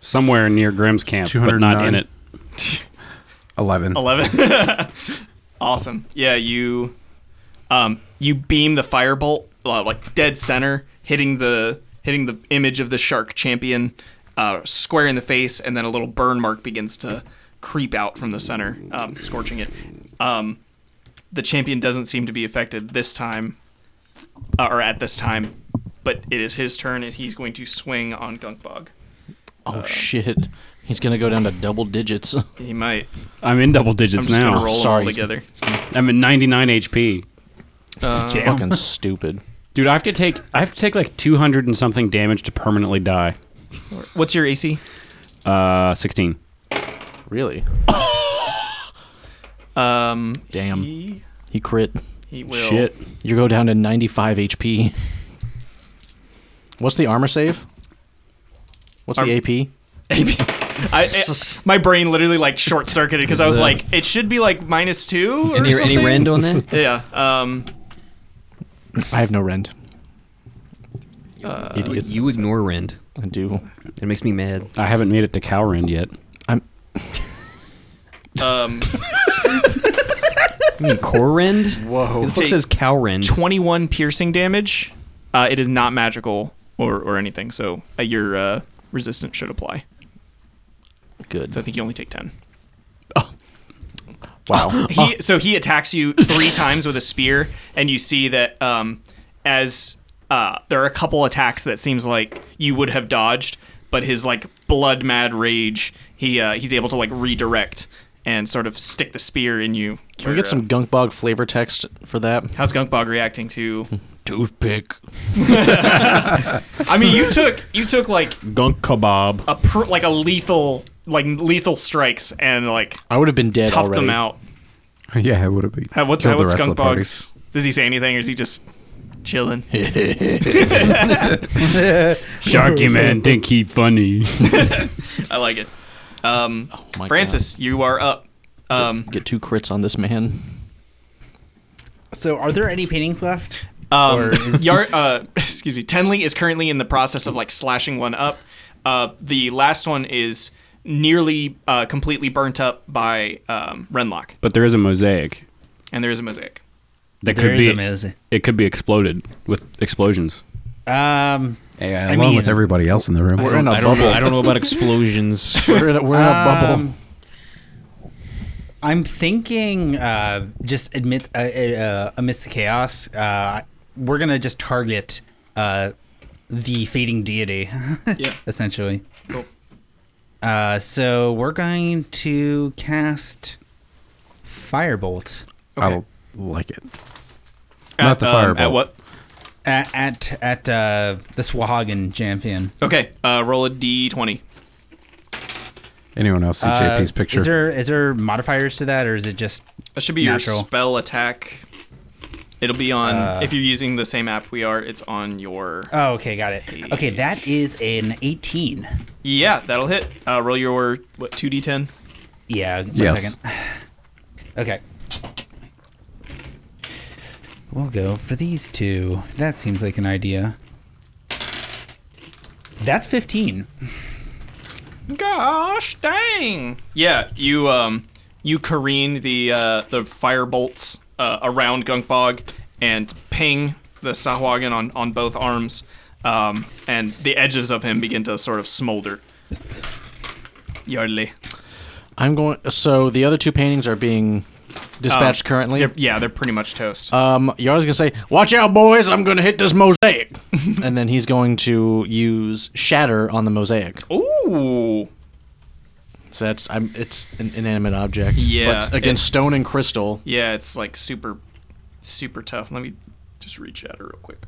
Speaker 2: Somewhere near Grimm's camp, but not in
Speaker 7: 209.
Speaker 2: it.
Speaker 7: 11.
Speaker 3: 11 (laughs) awesome yeah you um you beam the firebolt uh, like dead center hitting the hitting the image of the shark champion uh, square in the face and then a little burn mark begins to creep out from the center um, scorching it um, the champion doesn't seem to be affected this time uh, or at this time but it is his turn and he's going to swing on gunkbog
Speaker 5: Oh shit. He's gonna go down to double digits. (laughs)
Speaker 3: he might
Speaker 2: I'm in double
Speaker 3: i'm
Speaker 2: digits
Speaker 3: just
Speaker 2: now.
Speaker 3: gonna roll them all
Speaker 5: Sorry.
Speaker 3: together
Speaker 2: I'm at 99 HP.
Speaker 5: Fucking stupid.
Speaker 2: Dude, I have to take I have to take like 200 and something damage to permanently die.
Speaker 3: what's your ac
Speaker 2: Uh, 16.
Speaker 5: Really?
Speaker 3: (coughs) um
Speaker 5: Damn.
Speaker 3: he,
Speaker 5: He crit.
Speaker 3: he will
Speaker 2: Shit.
Speaker 5: You go down to 95 HP. What's the armor save? What's the AP?
Speaker 3: I, I- my brain literally like short circuited because I was like, it should be like minus two or
Speaker 8: Any
Speaker 3: something.
Speaker 8: any rend on (laughs) that?
Speaker 3: Yeah. Um.
Speaker 5: I have no rend. Idiot.
Speaker 8: you ignore rend.
Speaker 5: I do.
Speaker 8: It makes me mad.
Speaker 2: I haven't made it to Calrend yet.
Speaker 5: I'm.
Speaker 3: Um.
Speaker 8: You mean core rend? Whoa. It
Speaker 3: Take-
Speaker 8: says cow rend.
Speaker 3: Twenty-one piercing damage. Uh, it is not magical or or anything, so uh, your uh, resistance should apply.
Speaker 5: Good.
Speaker 3: So I think you only take ten.
Speaker 5: Oh. Wow.
Speaker 3: (laughs) He so he attacks you
Speaker 5: (laughs)
Speaker 3: three times with a spear, and you see that um, as uh, there are a couple attacks that seems like you would have dodged, but his like blood mad rage, he uh, he's able to like redirect and sort of stick the spear in you. uh,
Speaker 5: Can we get some gunk bog flavor text for that?
Speaker 3: How's Gunkbog reacting to?
Speaker 5: (laughs) Toothpick.
Speaker 3: I mean, you took you took like
Speaker 2: Gunk kebab.
Speaker 3: a pr- like a lethal like lethal strikes and like
Speaker 5: I would have been dead
Speaker 3: tough
Speaker 5: already.
Speaker 3: them out.
Speaker 7: (laughs) yeah, it would have been.
Speaker 3: How, what's
Speaker 7: Kill
Speaker 3: how,
Speaker 7: the
Speaker 3: what's
Speaker 7: rest of the
Speaker 3: Gunkbog's? Does he say anything, or is he just chilling?
Speaker 6: (laughs)
Speaker 2: Sharky man think he funny. (laughs)
Speaker 3: I like it. Um,
Speaker 5: my
Speaker 3: Francis, you are up.
Speaker 7: (laughs)
Speaker 3: Um,
Speaker 5: Get two crits on this man.
Speaker 6: So, are there any paintings left?
Speaker 3: um,
Speaker 6: Or (laughs) is-
Speaker 3: Yar- uh, (laughs) excuse me. Tenley is currently in the process of like slashing one up. Uh, the last one is nearly uh, completely burnt up by um, Renlock,
Speaker 2: But there is a mosaic
Speaker 3: and there is a mosaic.
Speaker 2: that
Speaker 6: There
Speaker 2: could
Speaker 6: is
Speaker 2: be
Speaker 6: a Miz.
Speaker 2: it could be exploded with explosions.
Speaker 6: Um,
Speaker 7: Yeah, along with everybody else in the room.
Speaker 5: We're in a
Speaker 9: I don't
Speaker 5: bubble.
Speaker 9: know. I don't know about explosions.
Speaker 5: We're in a, we're in a bubble.
Speaker 6: Um, I'm thinking uh, just admit uh, uh, amidst the chaos, uh, we're gonna just target uh, the fading deity, (laughs)
Speaker 3: Yeah.
Speaker 6: essentially.
Speaker 3: Cool.
Speaker 6: Uh, so we're going to cast firebolt
Speaker 7: I like it. Oh, Not
Speaker 3: um,
Speaker 7: the fireball.
Speaker 9: At what?
Speaker 6: at at, at uh, the Swahagan champion.
Speaker 3: Okay, uh, roll a d20.
Speaker 7: Anyone else see JP's
Speaker 6: Uh,
Speaker 7: picture?
Speaker 6: Is there is there modifiers to that, or is it just
Speaker 3: That should be
Speaker 6: Natural.
Speaker 3: your spell attack. It'll be on
Speaker 7: Uh.
Speaker 3: if you're using the same app we are. It's on your
Speaker 6: Oh, okay, got it. Okay, that is an 18.
Speaker 3: yeah. That'll hit. Uh, roll your what two d10.
Speaker 6: Yeah, one
Speaker 7: Yes.
Speaker 6: second. (sighs) Okay. We'll go for these two. That seems like an idea. That's 15.
Speaker 3: Gosh dang! Yeah, you um, you careen the uh, the fire bolts uh, around Gunkbog and ping the Sahwagan on on both arms, um, and the edges of him begin to sort of smolder. Yardley.
Speaker 4: I'm going. So the other two paintings are being dispatched currently.
Speaker 3: Um, They're, yeah, they're pretty much toast.
Speaker 4: Um, Yar's gonna say, "Watch out, boys! I'm gonna hit
Speaker 8: (laughs)
Speaker 4: this mosaic," and then he's going to use shatter on the mosaic.
Speaker 3: Ooh.
Speaker 4: So that's I'm, it's an inanimate object.
Speaker 3: Yeah,
Speaker 4: but against
Speaker 3: it-
Speaker 4: stone and crystal,
Speaker 3: Yeah, it's like super, super tough. Let me just read Shatter real quick.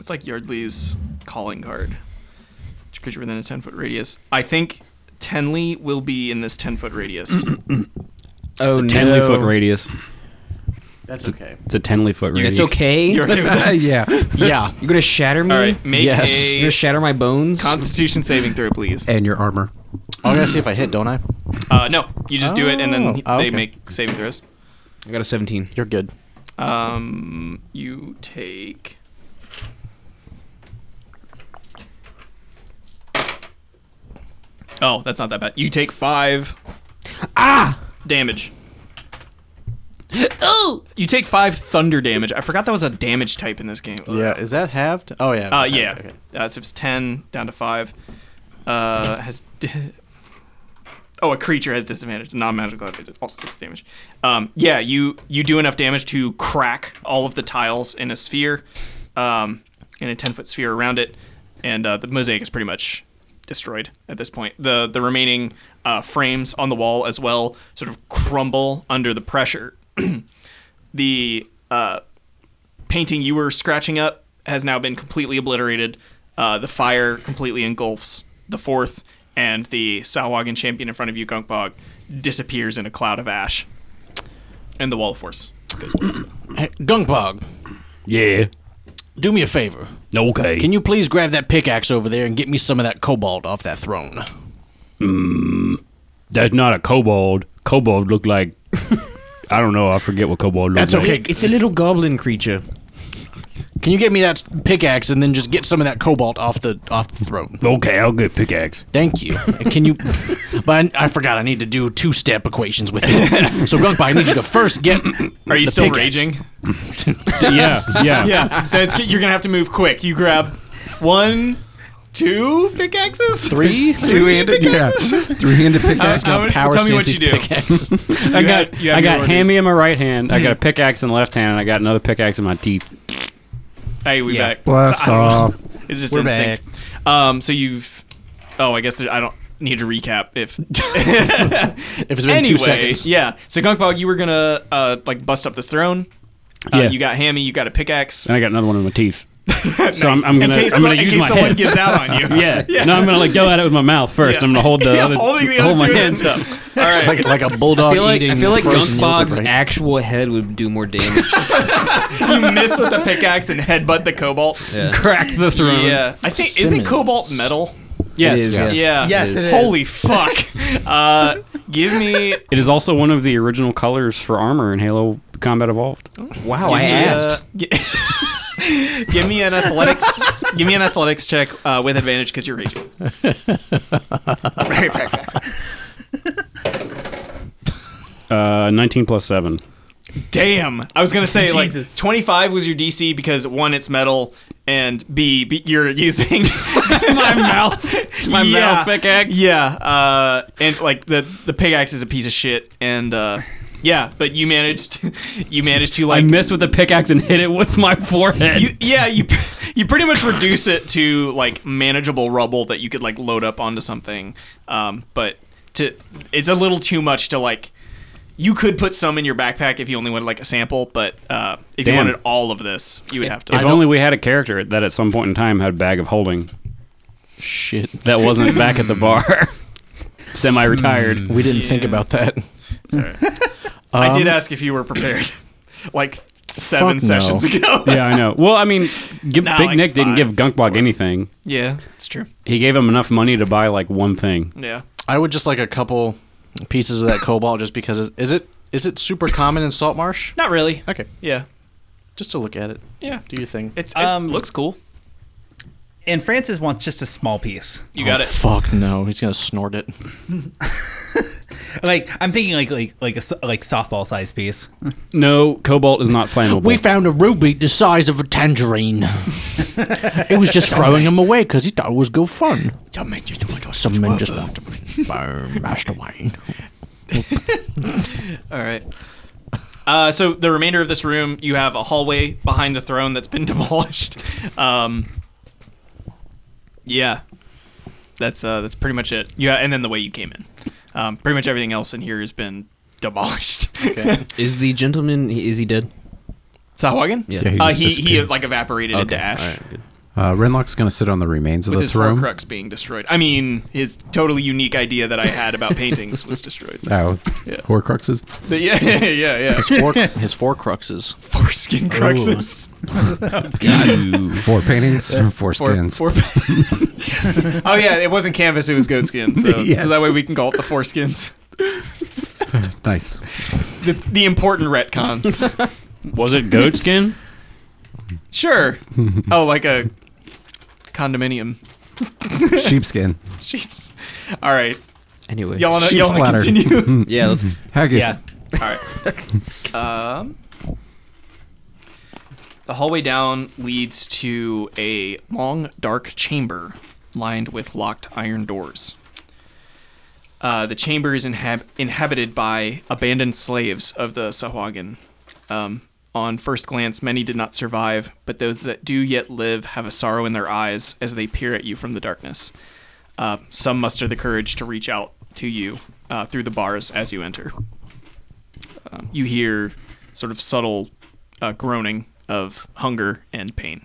Speaker 3: It's like Yardley's calling card. Each creature within a 10 foot radius. I think Tenley will be in this 10 foot
Speaker 4: (clears throat)
Speaker 3: radius.
Speaker 8: Oh, no.
Speaker 2: Tenly foot radius.
Speaker 4: that's okay.
Speaker 2: It's a tenly foot radius.
Speaker 8: It's okay.
Speaker 3: You're
Speaker 8: You're
Speaker 3: okay with that?
Speaker 7: yeah.
Speaker 4: yeah,
Speaker 8: gonna shatter me.
Speaker 3: All right, make
Speaker 4: Yes.
Speaker 8: You're gonna
Speaker 3: a
Speaker 8: shatter my bones.
Speaker 3: Constitution saving throw, please.
Speaker 7: And your armor.
Speaker 4: I'm gonna see if I hit, don't I?
Speaker 3: Uh, no, you just do it, and then he-
Speaker 4: Oh,
Speaker 3: they
Speaker 4: okay.
Speaker 3: make saving throws.
Speaker 8: I got a 17.
Speaker 4: You're good.
Speaker 3: Um, you take. Oh, that's not that bad. You take five. Ah! Damage. oh! You take five thunder damage. I forgot that was a damage type in this game.
Speaker 4: Yeah, is that halved? Oh yeah.
Speaker 3: Uh,
Speaker 4: it's halved,
Speaker 3: yeah.
Speaker 4: okay.
Speaker 3: Uh, so it's 10 down to 5. Uh, has. D- (laughs) oh, a creature has disadvantage. Non magical it also takes damage. Um, yeah, you, you do enough damage to crack all of the tiles in a sphere, um, in a 10 foot sphere around it, and uh, the mosaic is pretty much destroyed at this point. The, the remaining uh, frames on the wall as well sort of crumble under the pressure. (clears throat) the. Uh, painting you were scratching up has now been completely obliterated. Uh, the fire completely engulfs the fourth, and the Salwagon champion in front of you, Gunkbog, disappears in a cloud of ash. And the wall of force goes away.
Speaker 4: Hey, Gunkbog,
Speaker 2: Yeah.
Speaker 4: do me a favor.
Speaker 2: Okay.
Speaker 4: Can you please grab that pickaxe over there and get me some of that cobalt off that throne?
Speaker 2: That's not a kobold. Kobold look
Speaker 3: (laughs)
Speaker 2: like I don't know. I forget what kobold looks
Speaker 4: That's
Speaker 2: like.
Speaker 4: okay.
Speaker 8: It's a little goblin creature.
Speaker 4: Can you get me that pickaxe and then just get some of that cobalt off the off the throne?
Speaker 2: Okay, I'll get pickaxe.
Speaker 4: Thank you. And
Speaker 5: (laughs)
Speaker 4: Can you? But I, I forgot. I need to do two-step equations with you. So Gunkbot, I need you to first
Speaker 3: (laughs)
Speaker 4: get.
Speaker 3: Are you
Speaker 4: the
Speaker 3: still
Speaker 4: pickaxe. (laughs)
Speaker 3: raging?
Speaker 2: yeah,
Speaker 3: (laughs)
Speaker 2: yeah.
Speaker 3: yeah. So it's, you're going to have to move quick. You grab one, two pickaxes?
Speaker 4: Three,
Speaker 7: Two-handed yeah. Three-handed pickaxe.
Speaker 3: How many-
Speaker 4: power
Speaker 3: tell me what you
Speaker 4: stance
Speaker 3: do.
Speaker 8: (laughs)
Speaker 4: pickaxe.
Speaker 2: I
Speaker 3: You
Speaker 2: got
Speaker 3: have- you have
Speaker 2: I got
Speaker 3: your
Speaker 2: hammy
Speaker 3: orders. Hmm.
Speaker 2: in my right hand. I got a pickaxe in the left hand. And I got another pickaxe in my teeth.
Speaker 3: Hey, we
Speaker 6: Yeah.
Speaker 3: back. So
Speaker 7: Blast
Speaker 3: I don't know.
Speaker 7: off.
Speaker 3: (laughs) It's just
Speaker 6: We're
Speaker 3: instinct. Um, so you've. Oh, I guess there, I don't need to recap if (laughs)
Speaker 4: If it's been two
Speaker 3: anyway,
Speaker 4: seconds,
Speaker 3: yeah. So Gunkbog, you were gonna uh, like bust up this throne. Uh,
Speaker 2: Yeah.
Speaker 3: You got hammy. You got a pickaxe.
Speaker 2: And I got another one in my
Speaker 3: (laughs)
Speaker 2: teeth. So I'm,
Speaker 3: Nice.
Speaker 2: I'm gonna
Speaker 3: in case
Speaker 2: I'm gonna
Speaker 3: the,
Speaker 2: use
Speaker 3: in
Speaker 2: my
Speaker 3: case the
Speaker 2: head.
Speaker 3: one
Speaker 2: (laughs)
Speaker 3: gives out on you.
Speaker 2: yeah. No, I'm gonna like go at it with my mouth first.
Speaker 3: Yeah.
Speaker 2: I'm gonna hold the
Speaker 3: (laughs) Yeah,
Speaker 2: other,
Speaker 3: holding the
Speaker 2: hold
Speaker 3: other
Speaker 2: my
Speaker 3: two
Speaker 2: hands
Speaker 3: ends
Speaker 2: (laughs)
Speaker 3: up. All right.
Speaker 4: like like a bulldog
Speaker 8: I feel like,
Speaker 4: eating.
Speaker 8: I feel like
Speaker 4: frozen yogurt,
Speaker 8: Gunkbog's
Speaker 4: right?
Speaker 8: actual head would do more damage.
Speaker 3: you miss with the pickaxe and headbutt the cobalt. Yeah.
Speaker 2: Crack the throne.
Speaker 3: I think isn't
Speaker 4: Simmons.
Speaker 3: cobalt metal?
Speaker 2: Yes.
Speaker 8: It is,
Speaker 7: yes.
Speaker 3: Yeah.
Speaker 6: Yes, it is.
Speaker 3: Holy fuck.
Speaker 2: (laughs)
Speaker 3: uh, give me.
Speaker 2: It is also one of the original colors for armor in Halo Combat Evolved.
Speaker 8: Wow, I
Speaker 3: uh,
Speaker 8: asked.
Speaker 3: gi- give me an athletics. give me an athletics check uh, with advantage because you're raging. (laughs)
Speaker 2: Uh, 19 plus seven.
Speaker 3: Damn. I was gonna say like
Speaker 6: Jesus.
Speaker 3: 25 was your DC because one, it's metal, and B, b you're using
Speaker 2: my mouth. (laughs) My mouth pickaxe.
Speaker 3: Yeah, uh, and like the the pickaxe is a piece of shit, and uh, yeah, but you managed (laughs) you managed to
Speaker 2: I
Speaker 3: like
Speaker 2: missed with the pickaxe and hit it with my forehead.
Speaker 3: you, yeah you (laughs) you pretty much reduce it to like manageable rubble that you could like load up onto something, um, but to it's a little too much to like. You could put some in your backpack if you only wanted like a sample, but uh, if you
Speaker 2: Damn.
Speaker 3: wanted all of this, you would have to.
Speaker 2: if only we had a character that at some point in time had bag of holding
Speaker 5: Shit.
Speaker 2: that
Speaker 3: (laughs)
Speaker 2: wasn't back at the bar, semi-retired.
Speaker 4: Hmm.
Speaker 5: We didn't think about that. (laughs) Um,
Speaker 3: I did ask if you were prepared, (laughs) like seven
Speaker 5: Fuck no.
Speaker 3: sessions ago. (laughs)
Speaker 2: yeah, I know. Well, I mean, give,
Speaker 3: Nah,
Speaker 2: Big
Speaker 3: like
Speaker 2: Nick didn't
Speaker 3: five,
Speaker 2: give Gunkbog anything.
Speaker 3: yeah, it's true.
Speaker 2: He gave him enough money to buy like one thing.
Speaker 3: Yeah.
Speaker 5: I would just like a couple pieces of that cobalt just because it- is it is it super common in salt marsh?
Speaker 3: Not really.
Speaker 5: Okay,
Speaker 3: Yeah.
Speaker 5: just to look at it.
Speaker 3: Yeah.
Speaker 5: Do your thing.
Speaker 3: It's, it
Speaker 6: Um,
Speaker 3: looks cool.
Speaker 6: And Francis wants just a small piece.
Speaker 3: You got
Speaker 5: Oh,
Speaker 3: it.
Speaker 5: Fuck no, he's gonna snort it.
Speaker 6: Like I'm thinking, like like like a s- like softball size piece.
Speaker 2: No, cobalt is not flammable.
Speaker 5: We found a ruby the size of a tangerine. it was just throwing him away because he thought it was good fun. Some men just want to burn Master Wayne.
Speaker 3: All right. Uh, so the remainder of this room, you have a hallway behind the throne that's been (laughs) demolished. Um, yeah, that's uh, that's pretty much it. Yeah, and then the way you came in. Um, pretty much everything else in here has been demolished. (laughs) Okay.
Speaker 8: Is the gentleman? Is he dead?
Speaker 3: Sawagan?
Speaker 8: Yeah.
Speaker 7: Yeah,
Speaker 3: uh,
Speaker 7: just
Speaker 3: he he
Speaker 7: disappeared.
Speaker 3: like evaporated into ash
Speaker 7: Uh, Renlock's going to sit on the remains of
Speaker 3: with
Speaker 7: the
Speaker 3: his
Speaker 7: throne.
Speaker 3: Horcrux being destroyed. I mean, his totally unique idea that I had
Speaker 7: (laughs)
Speaker 3: about paintings was destroyed.
Speaker 7: Oh, Horcruxes.
Speaker 3: But yeah, (laughs) yeah, yeah, yeah.
Speaker 5: His four, his four cruxes.
Speaker 3: Foreskin cruxes. (laughs)
Speaker 7: Four paintings, four
Speaker 3: Four-
Speaker 7: skins.
Speaker 3: four- oh yeah, it wasn't canvas; it was goat skin. So,
Speaker 7: Yes.
Speaker 3: so that way we can call it the foreskins. (laughs)
Speaker 7: Nice.
Speaker 3: The, the important retcons. (laughs)
Speaker 2: Was it goat skin?
Speaker 3: sure. Oh, like a condominium. (laughs)
Speaker 7: Sheepskin.
Speaker 3: Sheeps. All right,
Speaker 8: Anyway.
Speaker 3: y'all want to
Speaker 7: Sheep
Speaker 3: y'all want
Speaker 7: splatter.
Speaker 3: to
Speaker 7: (laughs)
Speaker 3: continue?
Speaker 8: yeah. Let's.
Speaker 7: Haggis.
Speaker 6: Yeah.
Speaker 3: All right. Um, the hallway down leads to a long, dark chamber lined with locked iron doors. Uh, the chamber is inhab- inhabited by abandoned slaves of the Sahuagin. Um, on first glance, many did not survive, but those that do yet live have a sorrow in their eyes as they peer at you from the darkness. Uh, some muster the courage to reach out to you uh, through the bars as you enter. Um, you hear sort of subtle uh, groaning of hunger and pain.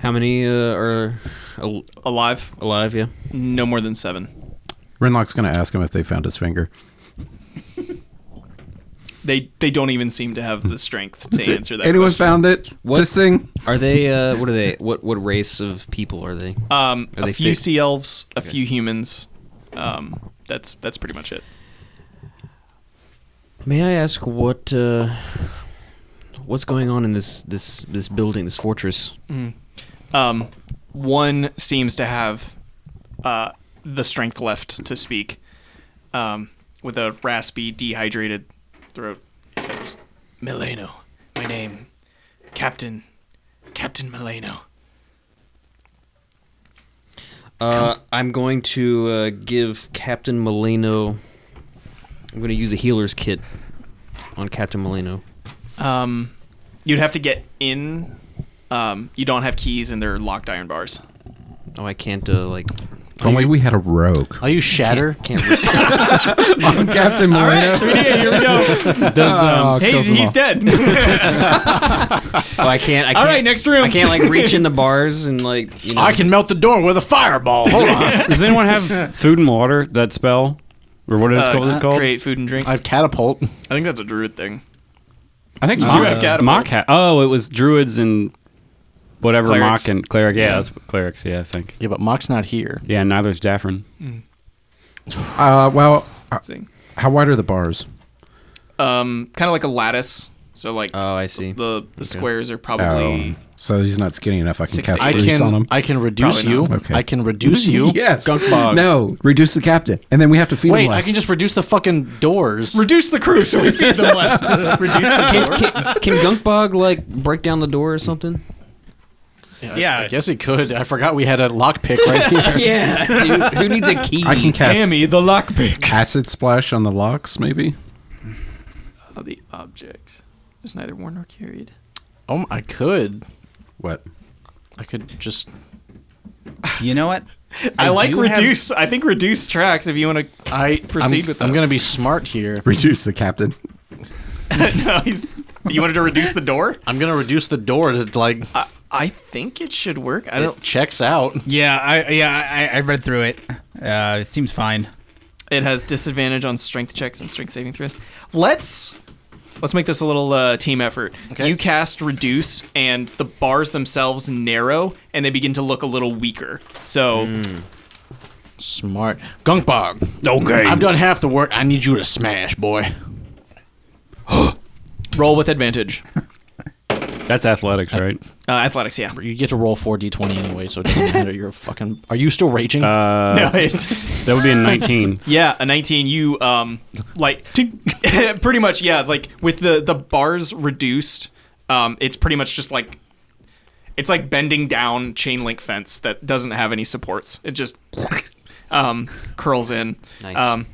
Speaker 8: How many uh, are al-
Speaker 3: Alive,
Speaker 8: alive? Yeah.
Speaker 3: no more than seven.
Speaker 7: Renlock's going to ask him if they found his finger.
Speaker 3: They they don't even seem to have the strength to answer that.
Speaker 7: Hmm. Anyone found it?
Speaker 8: What-
Speaker 7: This thing?
Speaker 8: Are they? Uh, what are they? What what race of people are they?
Speaker 3: question. Um,
Speaker 8: Are
Speaker 3: a
Speaker 8: they
Speaker 3: few
Speaker 8: fake?
Speaker 3: sea elves, a few humans. Um, that's that's pretty much it.
Speaker 8: May I ask what uh, what's going on in this this this building, this fortress?
Speaker 3: Um, one seems to have uh, the strength left to speak um, with a raspy, dehydrated throat. He says, Mileno, my name, Captain, Captain Mileno.
Speaker 8: Uh, I'm going to uh, give Captain Molino. I'm going to use a healer's kit on Captain Molino.
Speaker 3: Um, you'd have to get in. Um, you don't have keys, and they're locked iron bars. (laughs)
Speaker 8: Oh, I can't uh, like
Speaker 7: If only we had a rogue.
Speaker 5: I'll use shatter.
Speaker 8: can't. re-
Speaker 7: Captain Marino.
Speaker 3: here we (laughs) go.
Speaker 2: Does
Speaker 7: (laughs)
Speaker 2: um,
Speaker 3: He's, he's dead.
Speaker 8: oh, I can't. I can't
Speaker 3: All right, next room.
Speaker 8: I can't like reach in the bars and like you know.
Speaker 5: I can melt the door with a fireball. Hold
Speaker 4: (laughs)
Speaker 5: on.
Speaker 2: does anyone have food and water? That spell, or what is it
Speaker 3: Uh,
Speaker 2: called? called?
Speaker 3: Create food and drink.
Speaker 5: I have catapult.
Speaker 3: I think that's a druid thing.
Speaker 2: I think
Speaker 3: do have catapult.
Speaker 2: Mock ha- oh, it was druids and whatever
Speaker 3: Clerics.
Speaker 2: Mock and cleric. Yeah,
Speaker 3: Yeah.
Speaker 2: that's what clerics. Yeah, I think.
Speaker 5: Yeah, but Mock's not here.
Speaker 2: Yeah, neither's Daffrin.
Speaker 7: Uh, well, uh,
Speaker 3: Thing.
Speaker 7: how wide are the bars?
Speaker 3: Um, kind of like a lattice. So like
Speaker 8: Oh, I see.
Speaker 3: the the squares are probably
Speaker 7: Oh, so he's not skinny enough. I can
Speaker 3: Six
Speaker 7: cast
Speaker 3: to
Speaker 4: I
Speaker 3: eight.
Speaker 7: Bruce on
Speaker 4: can
Speaker 7: him.
Speaker 4: I can reduce
Speaker 3: Probably
Speaker 4: you.
Speaker 3: not.
Speaker 7: Okay.
Speaker 4: I can reduce you.
Speaker 7: (laughs) yes.
Speaker 4: Gunkbog.
Speaker 7: No, reduce the captain, and then we have to feed
Speaker 4: Wait,
Speaker 7: him
Speaker 4: I
Speaker 7: less.
Speaker 4: can just reduce the fucking doors.
Speaker 3: reduce the crew so we feed them less. (laughs) reduce the
Speaker 8: can, can Gunkbog like break down the door or something?
Speaker 6: yeah,
Speaker 4: I guess he could. I forgot we had a lockpick right here.
Speaker 8: Yeah. who needs
Speaker 6: (laughs)
Speaker 8: a key?
Speaker 7: I can cast
Speaker 3: Hammy the lockpick.
Speaker 7: acid splash on the locks, maybe.
Speaker 3: Uh, the object is neither worn nor carried.
Speaker 4: Oh, I could.
Speaker 7: What?
Speaker 4: I could just.
Speaker 6: you know what?
Speaker 3: I, like
Speaker 6: do have-
Speaker 3: reduce. I think reduce tracks if you want to.
Speaker 4: I
Speaker 3: Proceed
Speaker 4: I'm,
Speaker 3: with
Speaker 4: I'm
Speaker 3: that.
Speaker 4: gonna be smart here.
Speaker 7: Reduce the captain.
Speaker 3: no, he's, (laughs) you wanted to reduce the door.
Speaker 4: I'm gonna reduce the door to like
Speaker 3: I, I think it should work. I don't.
Speaker 4: it checks out.
Speaker 6: Yeah, I yeah I, I read through it. Uh, it seems fine.
Speaker 3: It has disadvantage on strength checks and strength saving throws. Let's let's make this a little uh, team effort. You cast reduce, and the bars themselves narrow, and they begin to look a little weaker. So
Speaker 4: Smart Gunkbog.
Speaker 2: Okay.
Speaker 4: I've done half the work. I need you to smash, boy.
Speaker 3: roll with advantage. Uh,
Speaker 2: That's athletics, right?
Speaker 3: athletics, yeah.
Speaker 4: You get to roll four d20 anyway, so
Speaker 3: (laughs)
Speaker 4: it doesn't matter. You're a fucking. Are you still raging?
Speaker 3: no, it's
Speaker 2: That would be a 19.
Speaker 3: Yeah, a 19. You um, like (laughs) pretty much yeah, like with the the bars reduced, um, it's pretty much just like it's like bending down chain link fence that doesn't have any supports. It just (laughs) um, curls in.
Speaker 8: Nice.
Speaker 3: Um,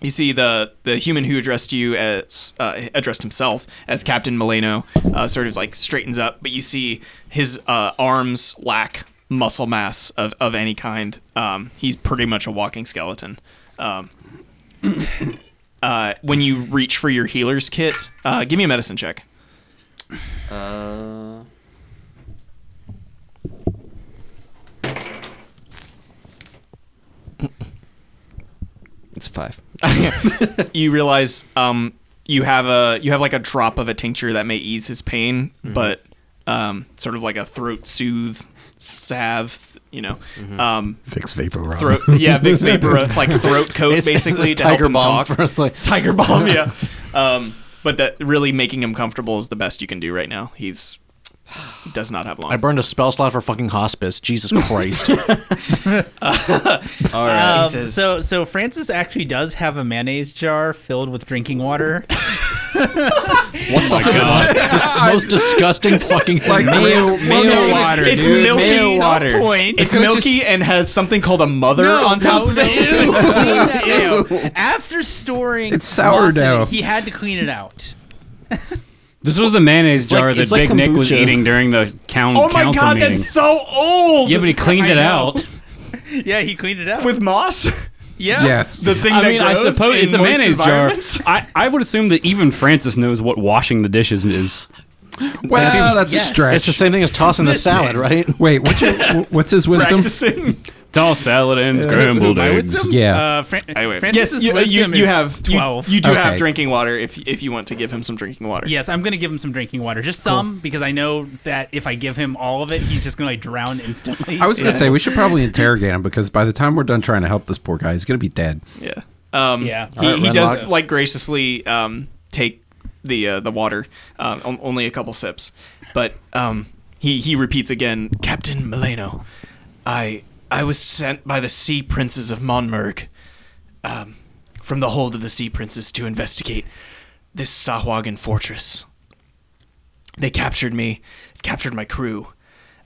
Speaker 3: you see the the human who addressed you as uh, addressed himself as Captain Milano uh, sort of like straightens up, but you see his uh, arms lack muscle mass of, of any kind. Um, he's pretty much a walking skeleton. Um, uh, when you reach for your healer's kit, uh, give me a medicine check.
Speaker 8: Uh, it's five.
Speaker 3: (laughs) you realize um, you have a you have like a drop of a tincture that may ease his pain,
Speaker 4: Mm-hmm.
Speaker 3: but um, sort of like a throat soothe salve, you know,
Speaker 4: Mm-hmm.
Speaker 3: um,
Speaker 7: Fix vapor rub.
Speaker 3: throat yeah, Vicks Vapor like throat coat
Speaker 4: It's-
Speaker 3: basically
Speaker 4: (laughs) it's
Speaker 3: to help
Speaker 4: Tiger
Speaker 3: him
Speaker 4: Balm
Speaker 3: talk.
Speaker 4: for, like-
Speaker 3: (laughs) tiger bomb, yeah. Um, but that really making him comfortable is the best you can do right now. He's he does not have long.
Speaker 4: I burned a spell slot for fucking hospice. Jesus
Speaker 3: (laughs)
Speaker 6: (laughs)
Speaker 4: Christ.
Speaker 8: All right.
Speaker 6: Um, so so Francis actually does have a mayonnaise jar filled with drinking (laughs) water.
Speaker 4: What the fuck? Dis- most disgusting
Speaker 3: (laughs)
Speaker 4: fucking thing.
Speaker 7: Mayo,
Speaker 3: It's-
Speaker 7: water,
Speaker 3: it's
Speaker 7: dude.
Speaker 3: milky.
Speaker 7: Mayo water.
Speaker 3: It's milky and has something called a mother on
Speaker 6: Oh,
Speaker 3: top
Speaker 6: (laughs)
Speaker 3: of it.
Speaker 6: it. After storing,
Speaker 7: It's sourdough.
Speaker 6: Lawson, he had to clean it out.
Speaker 2: This was the mayonnaise
Speaker 4: like-
Speaker 2: jar that
Speaker 4: it's like
Speaker 2: Big Nick was
Speaker 4: kombucha.
Speaker 2: eating during the town
Speaker 3: Oh my
Speaker 2: council
Speaker 3: god,
Speaker 2: meeting.
Speaker 3: that's so old.
Speaker 2: yeah, but he cleaned
Speaker 6: I
Speaker 2: it
Speaker 6: know.
Speaker 2: out.
Speaker 6: Yeah, he cleaned it out
Speaker 3: with moss. (laughs)
Speaker 6: yeah.
Speaker 7: Yes.
Speaker 3: The thing that
Speaker 2: I mean, I
Speaker 3: grows
Speaker 2: suppose
Speaker 3: in
Speaker 2: it's a
Speaker 3: moist
Speaker 2: mayonnaise jar. (laughs)
Speaker 3: environments? (laughs)
Speaker 2: I, I would assume that even Francis knows what washing the dishes is.
Speaker 7: well, that's
Speaker 6: Yes.
Speaker 7: a stretch.
Speaker 4: It's the same thing as tossing the salad, right?
Speaker 7: Wait, what's, your, what's his wisdom?
Speaker 3: Practicing.
Speaker 2: It's all salad and scrambled
Speaker 6: My
Speaker 2: eggs.
Speaker 6: wisdom?
Speaker 7: Yeah.
Speaker 6: Uh, Fran-
Speaker 2: Anyway.
Speaker 3: Yes,
Speaker 6: Francis's
Speaker 3: you, you,
Speaker 6: wisdom
Speaker 3: you
Speaker 6: is
Speaker 3: have you-
Speaker 6: twelve.
Speaker 3: You, do have
Speaker 7: Okay.
Speaker 3: drinking water if if you want to give him some drinking water.
Speaker 6: (laughs) yes, I'm gonna give him some drinking water, just some, because I know that if I give him all of it, he's just gonna like, drown instantly.
Speaker 7: I was gonna say we should probably interrogate him because by the time we're done trying to help this poor guy, he's gonna be dead.
Speaker 3: Yeah. Um,
Speaker 6: Yeah.
Speaker 3: He,
Speaker 6: Alright,
Speaker 3: he
Speaker 7: Renlock.
Speaker 3: does like graciously um, take the uh, the water, um, on- only a couple sips, but um, he he repeats again, Captain Milano, I I was sent by the Sea Princes of Monmerg, um, from the hold of the Sea Princes to investigate this Sahuagin fortress. They captured me, captured my crew,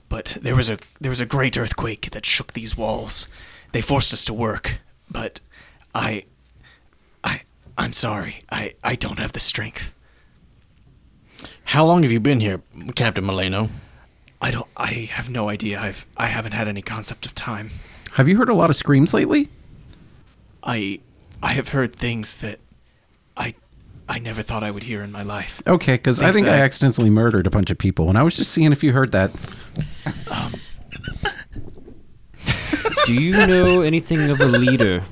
Speaker 3: but there was a there was a great earthquake that shook these walls. They forced us to work, but I I I'm sorry. I I don't have the strength.
Speaker 4: How long have you been here, Captain Milano?
Speaker 3: I don't I have no idea. I've I haven't had any concept of time.
Speaker 7: Have you heard a lot of screams lately?
Speaker 3: I I have heard things that I I never thought I would hear in my life.
Speaker 7: Okay, because I
Speaker 3: Thanks,
Speaker 7: think I
Speaker 3: Dad.
Speaker 7: accidentally murdered a bunch of people, and I was just seeing if you heard that.
Speaker 8: Do you know anything of a leader?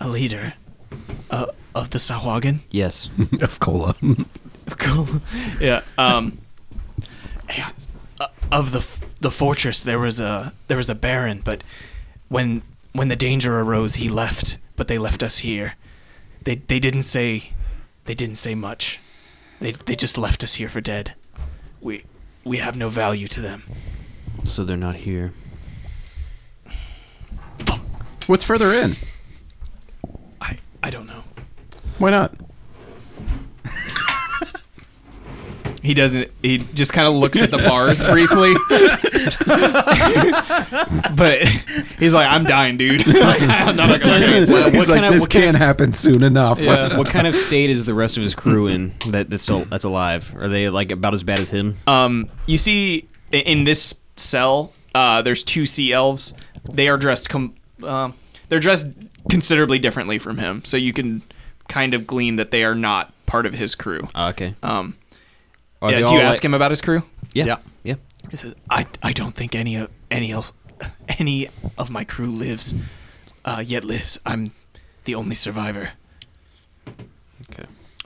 Speaker 3: A leader uh, of the Sahuagin?
Speaker 8: Yes.
Speaker 7: of cola.
Speaker 3: (laughs) yeah. Um s- uh, of the f- the fortress there was a there was a baron, but when when the danger arose, he left, but they left us here. They they didn't say they didn't say much. They they just left us here for dead. We we have no value to them.
Speaker 8: So they're not here.
Speaker 7: What's further in?
Speaker 3: I I don't know.
Speaker 7: Why not?
Speaker 3: (laughs) He doesn't. He just kind of looks at the bars briefly, (laughs) but he's like, "I'm dying, dude. (laughs) Like, I'm not gonna look at it.
Speaker 8: What- what
Speaker 7: He's like,
Speaker 8: kind of-
Speaker 7: this
Speaker 8: what kind
Speaker 7: can't happen soon enough.
Speaker 3: Yeah.
Speaker 9: What kind of state is the rest of his crew in that that's al- that's alive? Are they like about as bad as him?
Speaker 3: Um, you see, i- in this cell, uh, there's two sea elves. They are dressed com- um, they're dressed considerably differently from him, so you can kind of glean that they are not part of his crew.
Speaker 9: Ah, okay.
Speaker 3: Um,
Speaker 8: Uh, Are
Speaker 3: yeah,
Speaker 8: they
Speaker 3: do you
Speaker 8: all
Speaker 3: ask
Speaker 8: like-
Speaker 3: him about his crew?
Speaker 8: Yeah.
Speaker 4: Yeah.
Speaker 8: Yeah.
Speaker 3: He says, I, I don't think any of any of (laughs) any of my crew lives uh, yet lives. I'm the only survivor.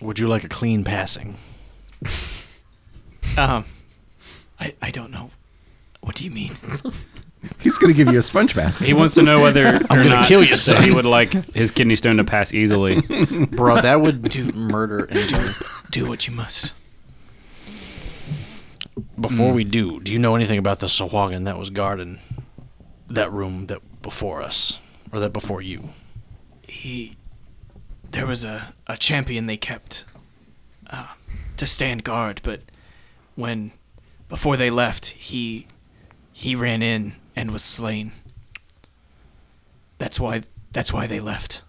Speaker 4: Would you like a clean passing?
Speaker 3: Um, I, I don't know. What do you mean?
Speaker 7: He's going to give you a sponge bath.
Speaker 2: He wants to know whether I'm
Speaker 5: gonna kill you, son.
Speaker 2: He would like his kidney stone to pass easily.
Speaker 4: Bro, that would (laughs) do murder
Speaker 3: (laughs)
Speaker 4: anyone.
Speaker 3: Do what you must.
Speaker 4: Mm.
Speaker 5: Before we do, do you know anything about the Sahuagin that was guarding that room that before us? Or that before you?
Speaker 3: he there was a, a champion they kept uh, to stand guard but when before they left he he ran in and was slain that's why that's why they left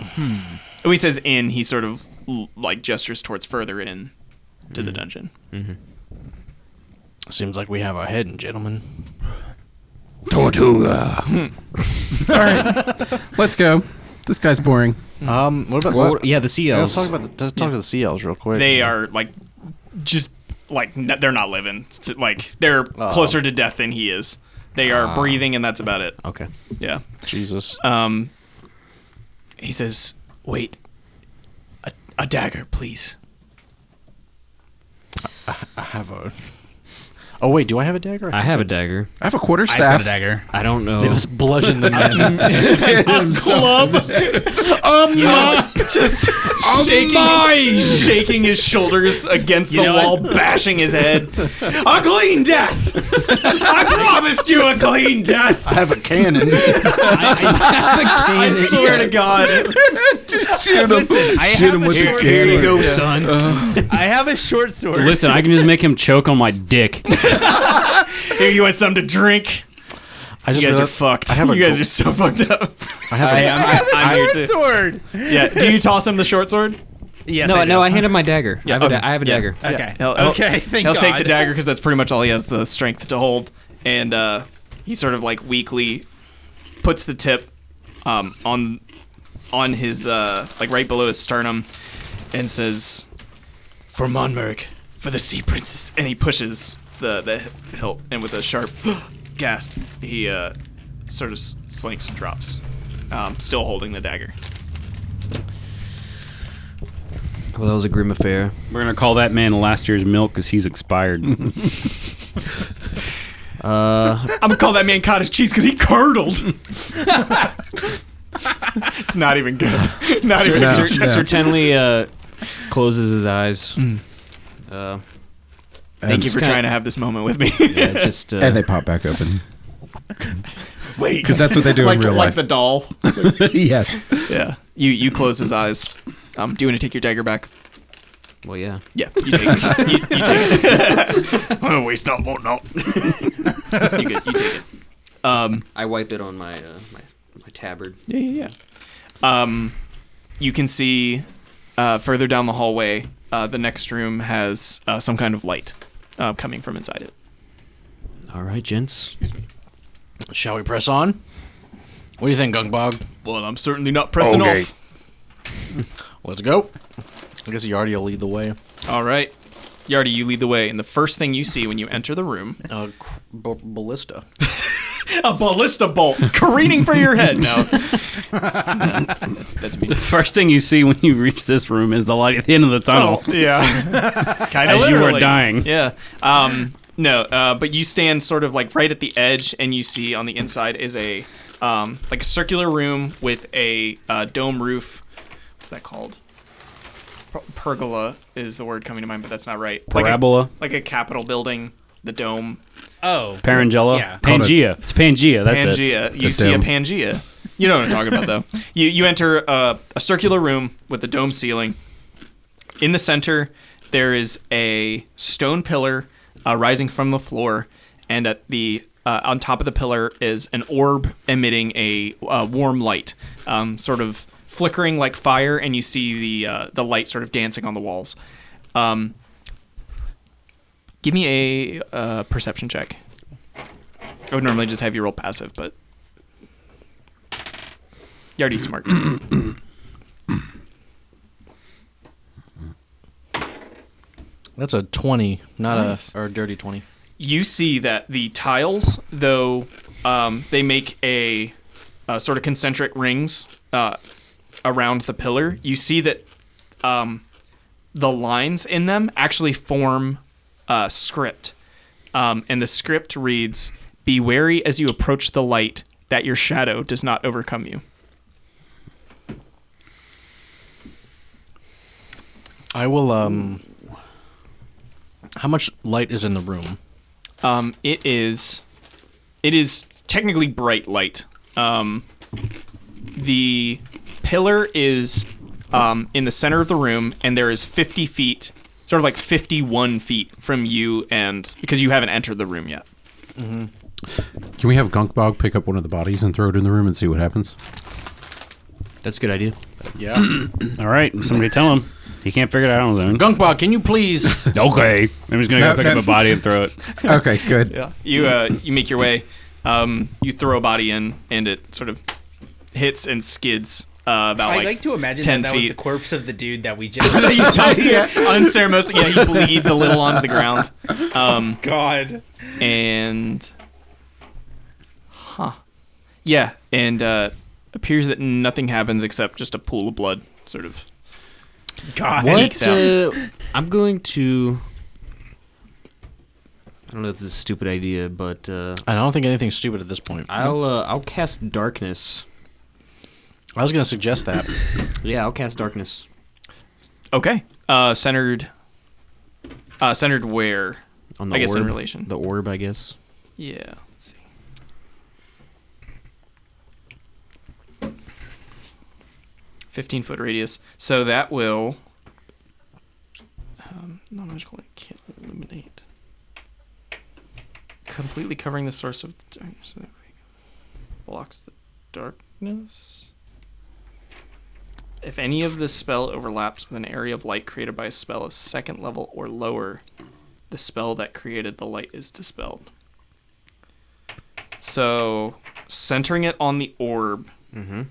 Speaker 3: hmm. when he says in he sort of like gestures towards further in to the dungeon
Speaker 5: Seems like we have our head in, gentlemen.
Speaker 7: Tortuga. All right. Let's go. This guy's boring.
Speaker 4: Um, what about
Speaker 8: Well,
Speaker 4: what-
Speaker 8: yeah, the E sea
Speaker 4: yeah, let's
Speaker 8: elves.
Speaker 4: talk about the, let's talk to the sea elves real quick.
Speaker 3: are like just like n- they're not living S- like they're closer to death than he is they are breathing and that's about it
Speaker 8: Okay.
Speaker 3: yeah
Speaker 4: Oh, Jesus.
Speaker 3: um he says wait a, a dagger please
Speaker 4: I have a. Oh wait, do I have a dagger?
Speaker 8: I have a dagger.
Speaker 7: I have a quarter
Speaker 6: I've got
Speaker 7: staff.
Speaker 6: a dagger.
Speaker 8: I don't know.
Speaker 5: bludgeon the man.
Speaker 7: (laughs)
Speaker 3: just shaking shaking his shoulders against the wall bashing his head a clean death i promised you a clean death
Speaker 7: I have a cannon.
Speaker 3: i swear to god
Speaker 6: Listen, I
Speaker 7: Shoot
Speaker 6: have
Speaker 7: him
Speaker 6: a
Speaker 7: with the
Speaker 6: short
Speaker 7: cannon.
Speaker 6: sword.
Speaker 7: go,
Speaker 9: son.
Speaker 6: I have a short sword. (laughs)
Speaker 2: Listen, I can just make him choke on my dick.
Speaker 3: here you want some to drink
Speaker 4: (laughs) I just
Speaker 3: you guys are
Speaker 4: realized-
Speaker 3: fucked
Speaker 4: I have a
Speaker 3: you guys
Speaker 4: gl-
Speaker 3: are so fucked up
Speaker 4: I have a-
Speaker 3: I am, I'm here
Speaker 6: Short
Speaker 3: too.
Speaker 6: sword.
Speaker 3: Yeah. Do you toss him the short sword?
Speaker 6: Yes,
Speaker 8: no,
Speaker 6: I
Speaker 8: no,
Speaker 6: do.
Speaker 8: I hand him my dagger. I have a,
Speaker 3: okay.
Speaker 8: da- I have a
Speaker 3: Yeah.
Speaker 8: dagger.
Speaker 6: Okay.
Speaker 3: He'll- he'll-
Speaker 6: okay. Thank
Speaker 3: He'll
Speaker 6: God.
Speaker 3: take the dagger because that's pretty much all he has the strength to hold, and uh, he sort of like weakly puts the tip um, on on his uh, like right below his sternum, and says, "For Monmerg, for the sea princess," and he pushes the the hilt, and with a sharp (gasps) gasp, he uh, sort of s- slinks and drops, um, still holding the dagger.
Speaker 8: Well, that was a grim affair.
Speaker 2: We're gonna call that man last year's milk because he's expired.
Speaker 3: I'm gonna call that man cottage cheese because he curdled. it's not even good. Not even
Speaker 7: No,
Speaker 9: Sir,
Speaker 7: no.
Speaker 9: Sir Tenley uh, closes his eyes.
Speaker 3: Hmm.
Speaker 9: Uh,
Speaker 3: Thank you for
Speaker 9: kinda-
Speaker 3: trying to have this moment with me.
Speaker 9: yeah, just uh,
Speaker 7: And they pop back (laughs) open.
Speaker 3: (laughs) Wait,
Speaker 7: Because that's what they do
Speaker 3: like,
Speaker 7: in real
Speaker 3: like
Speaker 7: life.
Speaker 3: the doll.
Speaker 7: (laughs) yes.
Speaker 3: Yeah, you you close his eyes. Um, do you want to take your dagger back?
Speaker 8: Well, yeah.
Speaker 3: Yeah, you take it. you, you take it. (laughs) oh, waste not, won't not. (laughs) you good? You take it. Um,
Speaker 8: I wiped it on my uh, my, my tabard.
Speaker 3: Yeah, yeah, yeah. Um, you can see uh, further down the hallway, uh, the next room has uh, some kind of light uh, coming from inside it.
Speaker 8: All right, gents.
Speaker 5: Shall we press on? What do you think, Gungbog?
Speaker 3: Well, I'm certainly not pressing off.
Speaker 4: Let's go. I guess Yardi will lead the way.
Speaker 3: All right. Yardi, you lead the way, and the first thing you see when you enter the room
Speaker 4: Uh, cr- b- ballista.
Speaker 3: (laughs) a ballista bolt careening for your head. (laughs) No. that's, that's me.
Speaker 2: First thing you see when you reach this room is the light at the end of the tunnel.
Speaker 3: yeah. kind
Speaker 2: As you were dying.
Speaker 3: Yeah. Um, no, uh, but you stand sort of like right at the edge, and you see on the inside is a um, like a circular room with a uh, dome roof. What's that called? per- pergola is the word coming to mind, but that's not right.
Speaker 2: Parabola.
Speaker 3: Like a, like a Capitol building, the dome.
Speaker 6: Oh,
Speaker 2: Parangella.
Speaker 6: Yeah.
Speaker 2: Pangea. It's Pangea. That's it.
Speaker 3: Pangea. You see a
Speaker 7: dome.
Speaker 3: Pangea. You know what I'm talking about, though. (laughs) You you enter uh, a circular room with a dome ceiling. In the center, there is a stone pillar uh, rising from the floor, and at the uh, on top of the pillar is an orb emitting a uh, warm light, um, sort of flickering like fire, and you see the uh, the light sort of dancing on the walls. Um, give me a uh, perception check. I would normally just have you roll passive, but you're already smart. (clears throat)
Speaker 4: That's a 20, not
Speaker 3: Nice.
Speaker 4: a or a dirty 20.
Speaker 3: you see that the tiles, though um, they make a, uh sort of concentric rings uh, around the pillar, you see that um, the lines in them actually form a script. Um, and the script reads Be wary as you approach the light that your shadow does not overcome you.
Speaker 4: I will um How much light is in the room?
Speaker 3: Um, it is, it is technically bright light. Um, the pillar is um, in the center of the room, and there is 50 feet, sort of like 51 feet from you, and because you haven't entered the room yet.
Speaker 7: Can we have Gunkbog pick up one of the bodies and throw it in the room and see what happens?
Speaker 8: That's a good idea.
Speaker 4: Yeah.
Speaker 2: All right. Somebody tell him. He can't figure it out on his own.
Speaker 4: Gunkbog, can you please
Speaker 2: (laughs) Okay. I'm just going to go
Speaker 7: No,
Speaker 2: pick
Speaker 7: no.
Speaker 2: up a body and throw it.
Speaker 7: okay, good.
Speaker 3: You uh, you make your way, um, you throw a body in, and it sort of hits and skids uh, about
Speaker 6: I
Speaker 3: like,
Speaker 6: like to imagine
Speaker 3: 10
Speaker 6: that, that was
Speaker 3: feet.
Speaker 6: the corpse of the dude that we just.
Speaker 3: (laughs) you
Speaker 6: (laughs)
Speaker 3: don't unceremoniously. Yeah, he bleeds a little onto the ground. Um,
Speaker 6: God.
Speaker 3: and huh yeah and uh appears that nothing happens except just a pool of blood sort of
Speaker 6: God.
Speaker 3: leaks (laughs) out.
Speaker 8: Uh, I'm going to. I don't know if this is a stupid idea, but uh,
Speaker 4: I don't think anything's stupid at this point.
Speaker 8: I'll uh, I'll cast darkness.
Speaker 4: I was going to suggest that.
Speaker 8: Yeah, I'll cast darkness.
Speaker 3: okay uh centered uh centered where
Speaker 8: On the
Speaker 3: I guess in
Speaker 8: orb.
Speaker 3: relation.
Speaker 8: The orb, I guess.
Speaker 3: yeah let's see Fifteen foot radius, so that will um, non-magical light can't illuminate, completely covering the source of the darkness. There we go. Blocks the darkness. If any of the spell overlaps with an area of light created by a spell of second level or lower, the spell that created the light is dispelled. So, centering it on the orb
Speaker 8: Mm-hmm.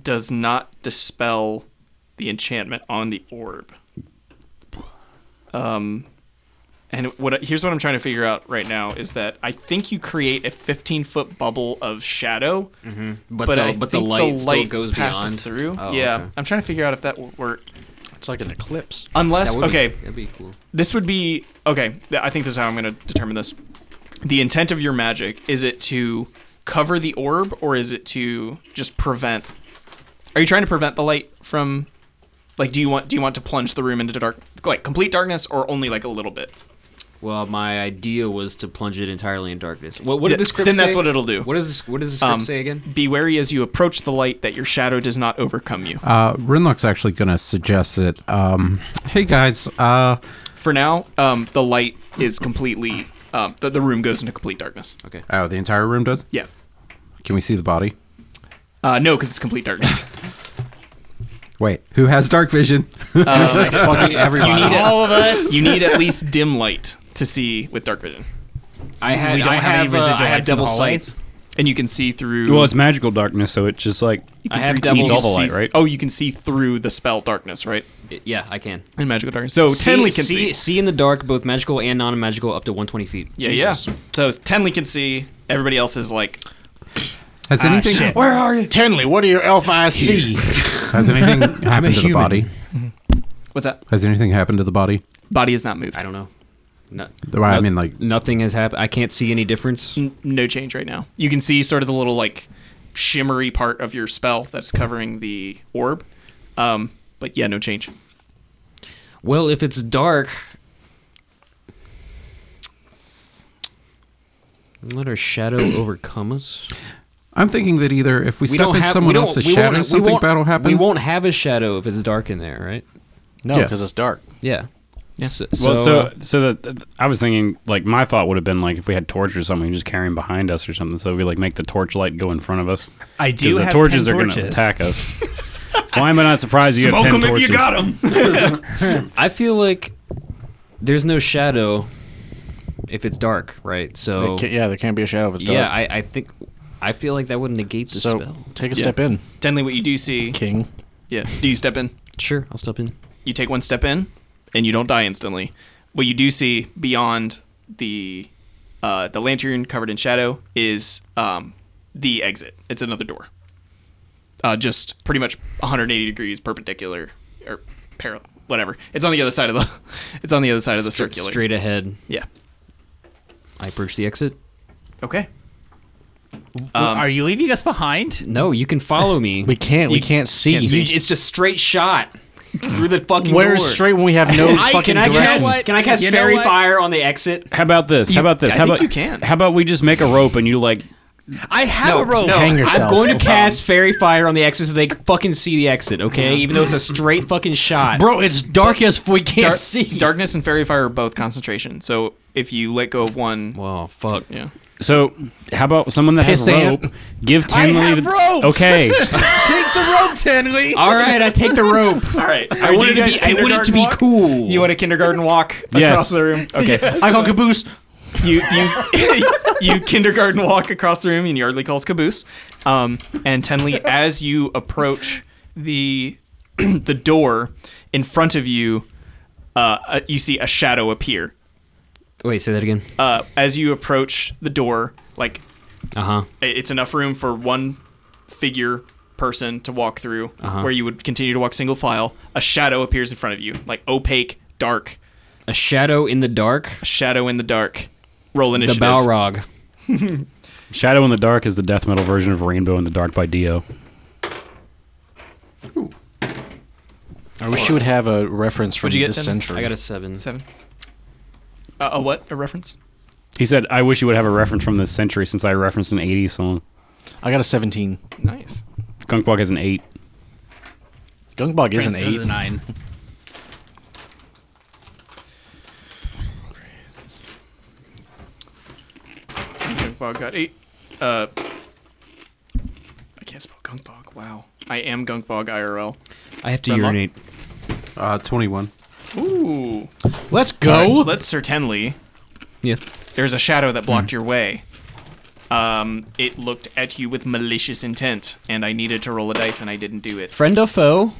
Speaker 3: does not dispel the enchantment on the orb. Um, and what I- here's what I'm trying to figure out right now is that I think you create a 15 foot bubble of shadow,
Speaker 8: But,
Speaker 3: but,
Speaker 8: the,
Speaker 3: I think
Speaker 8: but the light,
Speaker 3: light
Speaker 8: still goes
Speaker 3: passes
Speaker 8: beyond.
Speaker 3: through.
Speaker 8: Oh,
Speaker 3: yeah,
Speaker 8: okay.
Speaker 3: I'm trying to figure out if that will work.
Speaker 4: It's like an eclipse.
Speaker 3: Unless
Speaker 8: That would
Speaker 3: okay,
Speaker 8: Be, that'd be cool.
Speaker 3: this would be okay. th- I think this is how I'm going to determine this. The intent of your magic is it to cover the orb, or is it to just prevent? Are you trying to prevent the light from? Like, do you want do you want to plunge the room into dark, like complete darkness, or only like a little bit?
Speaker 8: Well, my idea was to plunge it entirely in darkness. What, what did
Speaker 3: Th-
Speaker 8: the script
Speaker 3: then that's
Speaker 8: say?
Speaker 3: what it'll do.
Speaker 8: What does this, what does the script
Speaker 3: Um,
Speaker 8: say again?
Speaker 3: Be wary as you approach the light that your shadow does not overcome you.
Speaker 8: Ah.
Speaker 7: Uh, Renlock's actually going to suggest that. Um, hey guys, uh,
Speaker 3: For now, um, the light is completely. Um, the, the room goes into complete darkness.
Speaker 8: Okay.
Speaker 7: oh, the entire room does.
Speaker 3: Yeah.
Speaker 7: Can we see the body?
Speaker 3: Uh, no, because it's complete darkness. (laughs)
Speaker 7: Wait, who has dark (laughs) vision?
Speaker 4: Fucking everybody.
Speaker 3: need it.
Speaker 6: All of us.
Speaker 3: you need at least dim light to see with dark vision,
Speaker 8: I had
Speaker 6: we don't
Speaker 8: I
Speaker 6: have any
Speaker 8: have, uh,
Speaker 6: residual
Speaker 8: I
Speaker 6: light
Speaker 8: have
Speaker 6: from the
Speaker 8: devil
Speaker 6: hallways?
Speaker 8: sight.
Speaker 3: and you can see through.
Speaker 2: (laughs) Well, it's magical darkness, so it's just like.
Speaker 3: you can
Speaker 8: I have
Speaker 3: through-
Speaker 8: double
Speaker 3: you can
Speaker 2: double
Speaker 3: see-
Speaker 2: light, right?
Speaker 3: Oh, you can see through the spell darkness, right?
Speaker 8: Yeah, I can.
Speaker 3: In magical darkness, so Tenley Oh, can see.
Speaker 8: see in the dark, both magical and non-magical, up to 120 feet.
Speaker 3: Yeah, yeah. So it's Tenley can see. Everybody else is like,
Speaker 7: Has anything?
Speaker 4: Where are you? Tenley, what do your elf eyes see?
Speaker 7: Has anything happened to the
Speaker 8: human.
Speaker 7: body?
Speaker 3: "What's that?
Speaker 7: Has anything happened to the body?
Speaker 3: Body is not moved.
Speaker 8: I don't know. No,
Speaker 7: The- I mean, like-
Speaker 8: nothing has happened. I can't see any difference.
Speaker 3: N- no change right now. You can see sort of the little like shimmery part of your spell that's covering the orb, um, but yeah, no change.
Speaker 8: Well, if it's dark, let our shadow overcome us.
Speaker 7: I'm thinking that either if we,
Speaker 8: we
Speaker 7: step
Speaker 8: don't
Speaker 7: in
Speaker 8: have
Speaker 7: someone
Speaker 8: we don't,
Speaker 7: else's
Speaker 8: we
Speaker 7: shadow,
Speaker 8: won't, we
Speaker 7: something
Speaker 8: won't,
Speaker 7: bad will happen.
Speaker 8: We won't have a shadow if it's dark in there, right?
Speaker 4: No,
Speaker 7: Yes.
Speaker 4: because it's dark.
Speaker 8: Yeah. Yeah. So,
Speaker 2: Well,
Speaker 8: so,
Speaker 2: so so that I was thinking, like my thought would have been like if we had torches or something, just carry 'em behind us or something, so we like make the torch light go in front of us.
Speaker 6: I
Speaker 2: 'Cause the torches are going to attack
Speaker 3: (laughs)
Speaker 2: us. Why am I not surprised you
Speaker 3: Smoke
Speaker 2: have ten
Speaker 3: them
Speaker 2: torches?
Speaker 3: if you got them.
Speaker 8: I feel like there's no shadow if it's dark, right? So
Speaker 4: It can't- yeah, there can't be a shadow if it's dark.
Speaker 8: yeah, I, I think I feel like that would negate the
Speaker 4: so
Speaker 8: spell.
Speaker 4: take a step in,
Speaker 3: Denley, what you do see?
Speaker 4: King.
Speaker 3: Yeah. Do you step in?
Speaker 8: Sure, I'll step in.
Speaker 3: You take one step in, and you don't die instantly. What you do see beyond the uh, the lantern covered in shadow is um, the exit. It's another door. Uh, just pretty much 180 degrees perpendicular or parallel, whatever. It's on the other side of the. (laughs) It's on the other side of the
Speaker 8: Stra-
Speaker 3: circular.
Speaker 8: Straight ahead.
Speaker 3: Yeah.
Speaker 8: I approach the exit.
Speaker 3: Okay.
Speaker 6: (laughs) are you leaving us behind?
Speaker 8: No, you can follow me.
Speaker 4: We can't. we can't see.
Speaker 8: You- it's just straight shot through the fucking
Speaker 4: Where's
Speaker 8: door.
Speaker 4: straight when we have no
Speaker 8: (laughs) I,
Speaker 4: fucking
Speaker 8: can, I
Speaker 4: direction?
Speaker 8: cast, can I cast
Speaker 6: You know
Speaker 8: fairy
Speaker 6: what?
Speaker 8: fire on the exit?
Speaker 2: How about this? how about this?
Speaker 3: I
Speaker 2: how
Speaker 3: think
Speaker 2: about
Speaker 3: you can.
Speaker 2: How about we just make a rope and you like
Speaker 6: I have a rope.
Speaker 8: No,
Speaker 4: Hang
Speaker 8: I'm
Speaker 4: yourself.
Speaker 8: going to cast fairy fire on the exit so they can fucking see the exit, okay? Even though it's a straight fucking shot. (laughs)
Speaker 5: Bro, it's dark as we can't
Speaker 3: Dar-
Speaker 5: see.
Speaker 3: Darkness and fairy fire are both concentration. So if you let go of one,
Speaker 8: Well, fuck.
Speaker 3: yeah.
Speaker 2: so? How about someone that has
Speaker 4: Pissant.
Speaker 2: rope? Give
Speaker 6: I
Speaker 2: Tinley.
Speaker 6: have
Speaker 2: the-
Speaker 3: (laughs)
Speaker 6: rope!
Speaker 2: Okay,
Speaker 6: Take the rope, Tenley.
Speaker 8: All right, I take the rope.
Speaker 3: All (laughs) right.
Speaker 8: I want it to be, I want it to be cool.
Speaker 3: You want a kindergarten
Speaker 8: (laughs)
Speaker 3: walk
Speaker 2: Yes.
Speaker 3: across the room? (laughs) Okay.
Speaker 4: I call caboose.
Speaker 3: you you (laughs) you kindergarten walk across the room and Yardley calls caboose. Um, and Tenley, as you approach the (clears throat) the door in front of you, uh, uh, you see a shadow appear.
Speaker 8: Wait, say that again.
Speaker 3: Uh, as you approach the door, like
Speaker 8: Uh huh.
Speaker 3: i- it's enough room for one figure person to walk through,
Speaker 8: Uh-huh.
Speaker 3: where you would continue to walk single file. A shadow appears in front of you, like opaque, dark
Speaker 8: A shadow in the dark.
Speaker 3: shadow in the dark. Roll
Speaker 8: The
Speaker 3: initiative.
Speaker 8: Balrog.
Speaker 2: Shadow in the Dark is the death metal version of Rainbow in the Dark by Dio.
Speaker 4: I wish you would have a reference from
Speaker 3: What'd you get, Tim?
Speaker 4: this century.
Speaker 8: I got a seven.
Speaker 3: Seven. Uh, a what? A reference?
Speaker 2: He said, "I wish you would have a reference from this century since I referenced an '80s song."
Speaker 4: I got a 17.
Speaker 3: Nice.
Speaker 2: Gunkbog has an eight.
Speaker 4: Gungbog is an eight.
Speaker 6: nine.
Speaker 3: Gunkbog got eight. Uh, I can't spell Gunkbog. Wow. I am Gunkbog IRL.
Speaker 8: I have to
Speaker 3: Renlock?
Speaker 8: urinate.
Speaker 7: Uh, 21.
Speaker 3: Ooh.
Speaker 4: Let's go.
Speaker 3: Let's certainly.
Speaker 8: Oh. Yeah.
Speaker 3: There's a shadow that blocked your way. Um, it looked at you with malicious intent, and I needed to roll a dice, and I didn't do it.
Speaker 8: Friend or foe?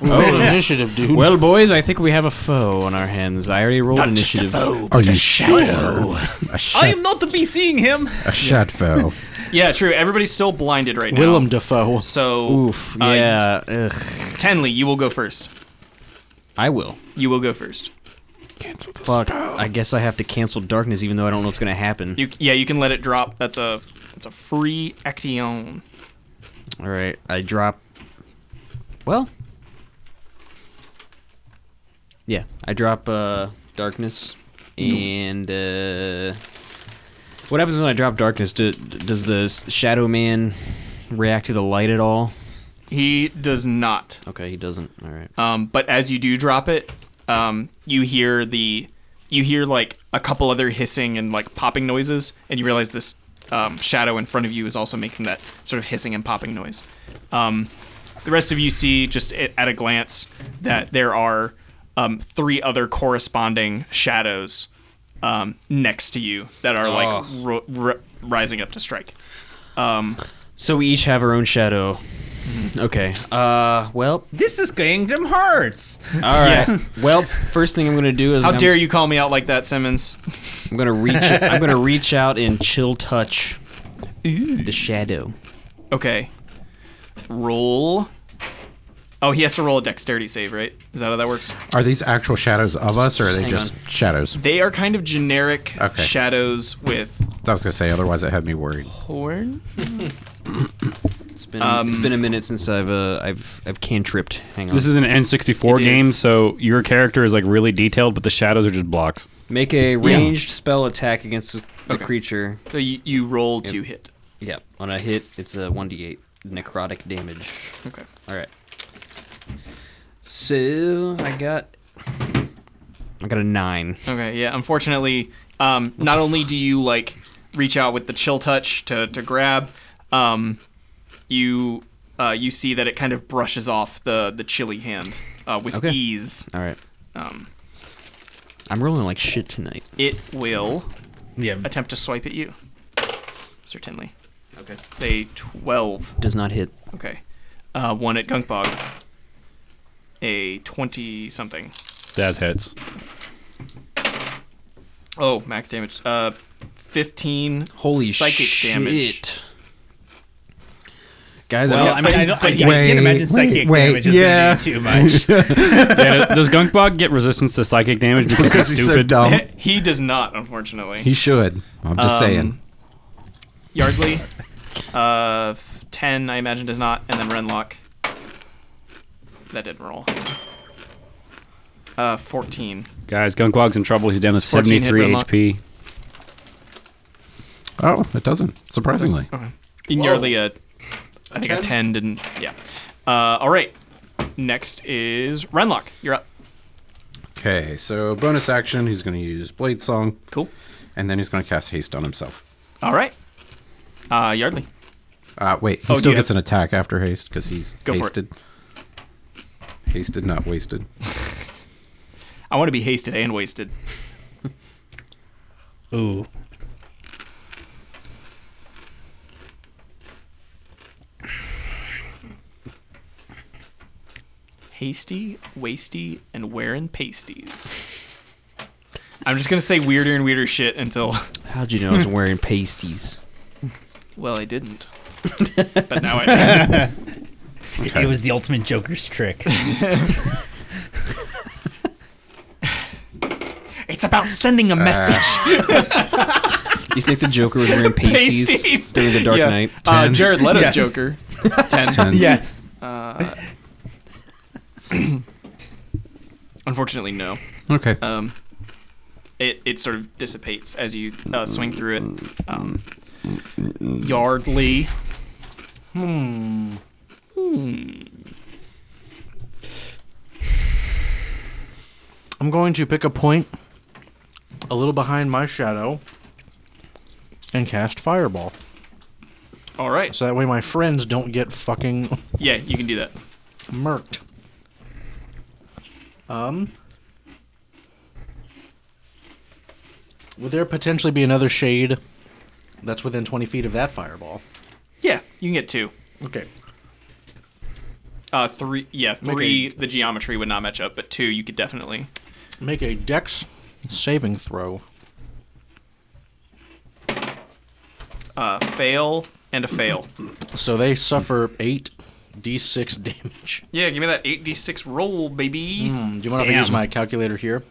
Speaker 4: Roll initiative,
Speaker 8: (laughs)
Speaker 4: dude.
Speaker 9: Well, boys, I think we have a foe on our hands. I already rolled initiative.
Speaker 7: Are you sure? A
Speaker 6: I
Speaker 7: shad,
Speaker 6: am not to be seeing him.
Speaker 7: a shad foe.
Speaker 3: Yeah, true. Everybody's still blinded right now.
Speaker 4: (laughs) Willem Dafoe.
Speaker 3: So,
Speaker 9: Oof.
Speaker 3: uh,
Speaker 9: Yeah. ugh.
Speaker 3: Tenley, you will go first.
Speaker 8: I will.
Speaker 3: You will go first.
Speaker 8: Fuck. I guess I have to cancel darkness even though I don't know what's going to happen.
Speaker 3: You, yeah, you can let it drop. That's a that's a free action.
Speaker 8: All right. I drop. Well. Yeah. I drop uh, darkness. And uh, what happens when I drop darkness? Do, does the shadow man react to the light at all?
Speaker 3: He does not.
Speaker 8: Okay, he doesn't. All right.
Speaker 3: Um, but as you do drop it, um, you hear the you hear like a couple other hissing and like popping noises, and you realize this um, shadow in front of you is also making that sort of hissing and popping noise. Um, the rest of you see just a- at a glance that there are um, three other corresponding shadows um, next to you that are like ro- ri- rising up to strike.
Speaker 8: So we each have our own shadow. Okay. Uh. Well.
Speaker 6: This is Kingdom Hearts.
Speaker 8: All right. (laughs) Well, first thing I'm gonna do is
Speaker 3: How
Speaker 8: I'm,
Speaker 3: dare you call me out like that, Simmons?
Speaker 8: I'm gonna reach. I'm gonna reach out and chill touch the shadow.
Speaker 3: Okay. Roll. Oh, he has to roll a dexterity save, right? Is that how that works?
Speaker 7: Are these actual shadows of us, or are they
Speaker 8: Hang
Speaker 7: just
Speaker 8: on.
Speaker 7: shadows?
Speaker 3: They are kind of generic
Speaker 7: Okay.
Speaker 3: shadows with
Speaker 7: I was gonna say, otherwise it had me worried.
Speaker 3: horn.
Speaker 8: been it's been a minute since I've uh, I've I've cantripped. Hang on.
Speaker 2: This is an N64
Speaker 8: It
Speaker 2: game,
Speaker 8: is.
Speaker 2: so your character is like really detailed, but the shadows are just blocks.
Speaker 8: Make a ranged spell attack against the the
Speaker 3: Okay.
Speaker 8: creature.
Speaker 3: So you, you roll to hit.
Speaker 8: Yep. On a hit, it's a one d eight necrotic damage.
Speaker 3: Okay.
Speaker 8: All right. So I got I got a nine.
Speaker 3: Okay, yeah. Unfortunately, um, not only do you like reach out with the chill touch to, to grab, um, you uh, you see that it kind of brushes off the the chilly hand uh, with
Speaker 8: Okay.
Speaker 3: ease.
Speaker 8: All right.
Speaker 3: Um,
Speaker 8: I'm rolling like shit tonight.
Speaker 3: it will
Speaker 6: Yeah.
Speaker 3: attempt to swipe at you, certainly. Okay. It's a twelve.
Speaker 8: Does not hit.
Speaker 3: Okay. Uh, one at Gunkbog. A twenty something.
Speaker 2: That
Speaker 7: (laughs)
Speaker 2: hits.
Speaker 3: Oh, max damage. Uh, fifteen.
Speaker 8: Holy
Speaker 3: psychic
Speaker 8: shit.
Speaker 3: damage.
Speaker 8: Guys,
Speaker 6: Well, I mean, I, don't, I, I can't imagine psychic
Speaker 7: wait,
Speaker 6: damage is
Speaker 7: yeah.
Speaker 6: going to be
Speaker 8: (laughs)
Speaker 6: too much.
Speaker 2: Yeah, does Gunkbog get resistance to psychic damage
Speaker 7: (laughs)
Speaker 2: because
Speaker 7: Because
Speaker 2: he's
Speaker 7: he's so
Speaker 2: stupid?
Speaker 3: (laughs)
Speaker 7: dumb.
Speaker 3: he does not, unfortunately.
Speaker 7: He should. I'm just saying.
Speaker 3: Yardley, uh, f- ten, I imagine, does not, and then Renlock. That didn't roll. Uh, fourteen.
Speaker 2: Guys, Gunkbog's in trouble. He's down to
Speaker 3: 14 hit
Speaker 2: 73
Speaker 3: Renlock.
Speaker 2: HP.
Speaker 7: Oh, it doesn't. Surprisingly.
Speaker 3: In Yardley, a, I think a ten didn't. Yeah. Uh, all right. Next is Renlock. You're up.
Speaker 7: Okay, so bonus action, he's going to use Blade Song,
Speaker 3: Cool.
Speaker 7: and then he's going to cast haste on himself.
Speaker 3: All right. Uh, Yardley.
Speaker 7: Uh, wait, he
Speaker 3: Oh, do
Speaker 7: still
Speaker 3: you
Speaker 7: gets
Speaker 3: have-
Speaker 7: an attack after haste because he's
Speaker 3: Go for it.
Speaker 7: hasted. Hasted, not wasted.
Speaker 3: I want to be hasted and wasted.
Speaker 6: Ooh.
Speaker 3: Hasty, wasty, and wearing pasties. I'm just gonna say weirder and weirder shit until.
Speaker 8: how'd you know I was wearing pasties?
Speaker 3: Well, I (laughs) didn't. but now I.
Speaker 6: It was the ultimate Joker's trick.
Speaker 3: (laughs) It's about sending
Speaker 8: Uh,
Speaker 3: a
Speaker 8: (laughs)
Speaker 3: message.
Speaker 8: You think the Joker was wearing pasties,
Speaker 3: Pasties.
Speaker 8: during the Dark Knight?
Speaker 3: Uh,
Speaker 7: Ten.
Speaker 3: Jared Leto's
Speaker 8: (laughs)
Speaker 6: Yes.
Speaker 3: Joker. Uh, Ten.
Speaker 6: (laughs)
Speaker 7: Ten.
Speaker 6: yes.
Speaker 3: (clears throat) Unfortunately, no.
Speaker 7: Okay.
Speaker 3: Um, it it sort of dissipates as you uh, swing through it. Um, Yardley. Hmm. Hmm.
Speaker 4: I'm going to pick a point a little behind my shadow and cast Fireball.
Speaker 3: All right.
Speaker 4: So that way my friends don't get fucking (laughs)
Speaker 3: Yeah, you can do that.
Speaker 4: murked. Um. Would there potentially be another shade that's within 20 feet of that fireball?
Speaker 3: Yeah, you can get two.
Speaker 4: Okay.
Speaker 3: Uh, three. Yeah,
Speaker 4: Make
Speaker 3: three.
Speaker 4: a-
Speaker 3: The geometry would not match up, but two, you could definitely.
Speaker 4: Make a dex saving throw.
Speaker 3: Uh, fail and a fail.
Speaker 4: So they suffer 8 d6 (laughs) damage.
Speaker 3: Yeah, give me that eight d six roll, baby.
Speaker 4: Hmm, Do you want to use
Speaker 6: Damn.
Speaker 4: my calculator here?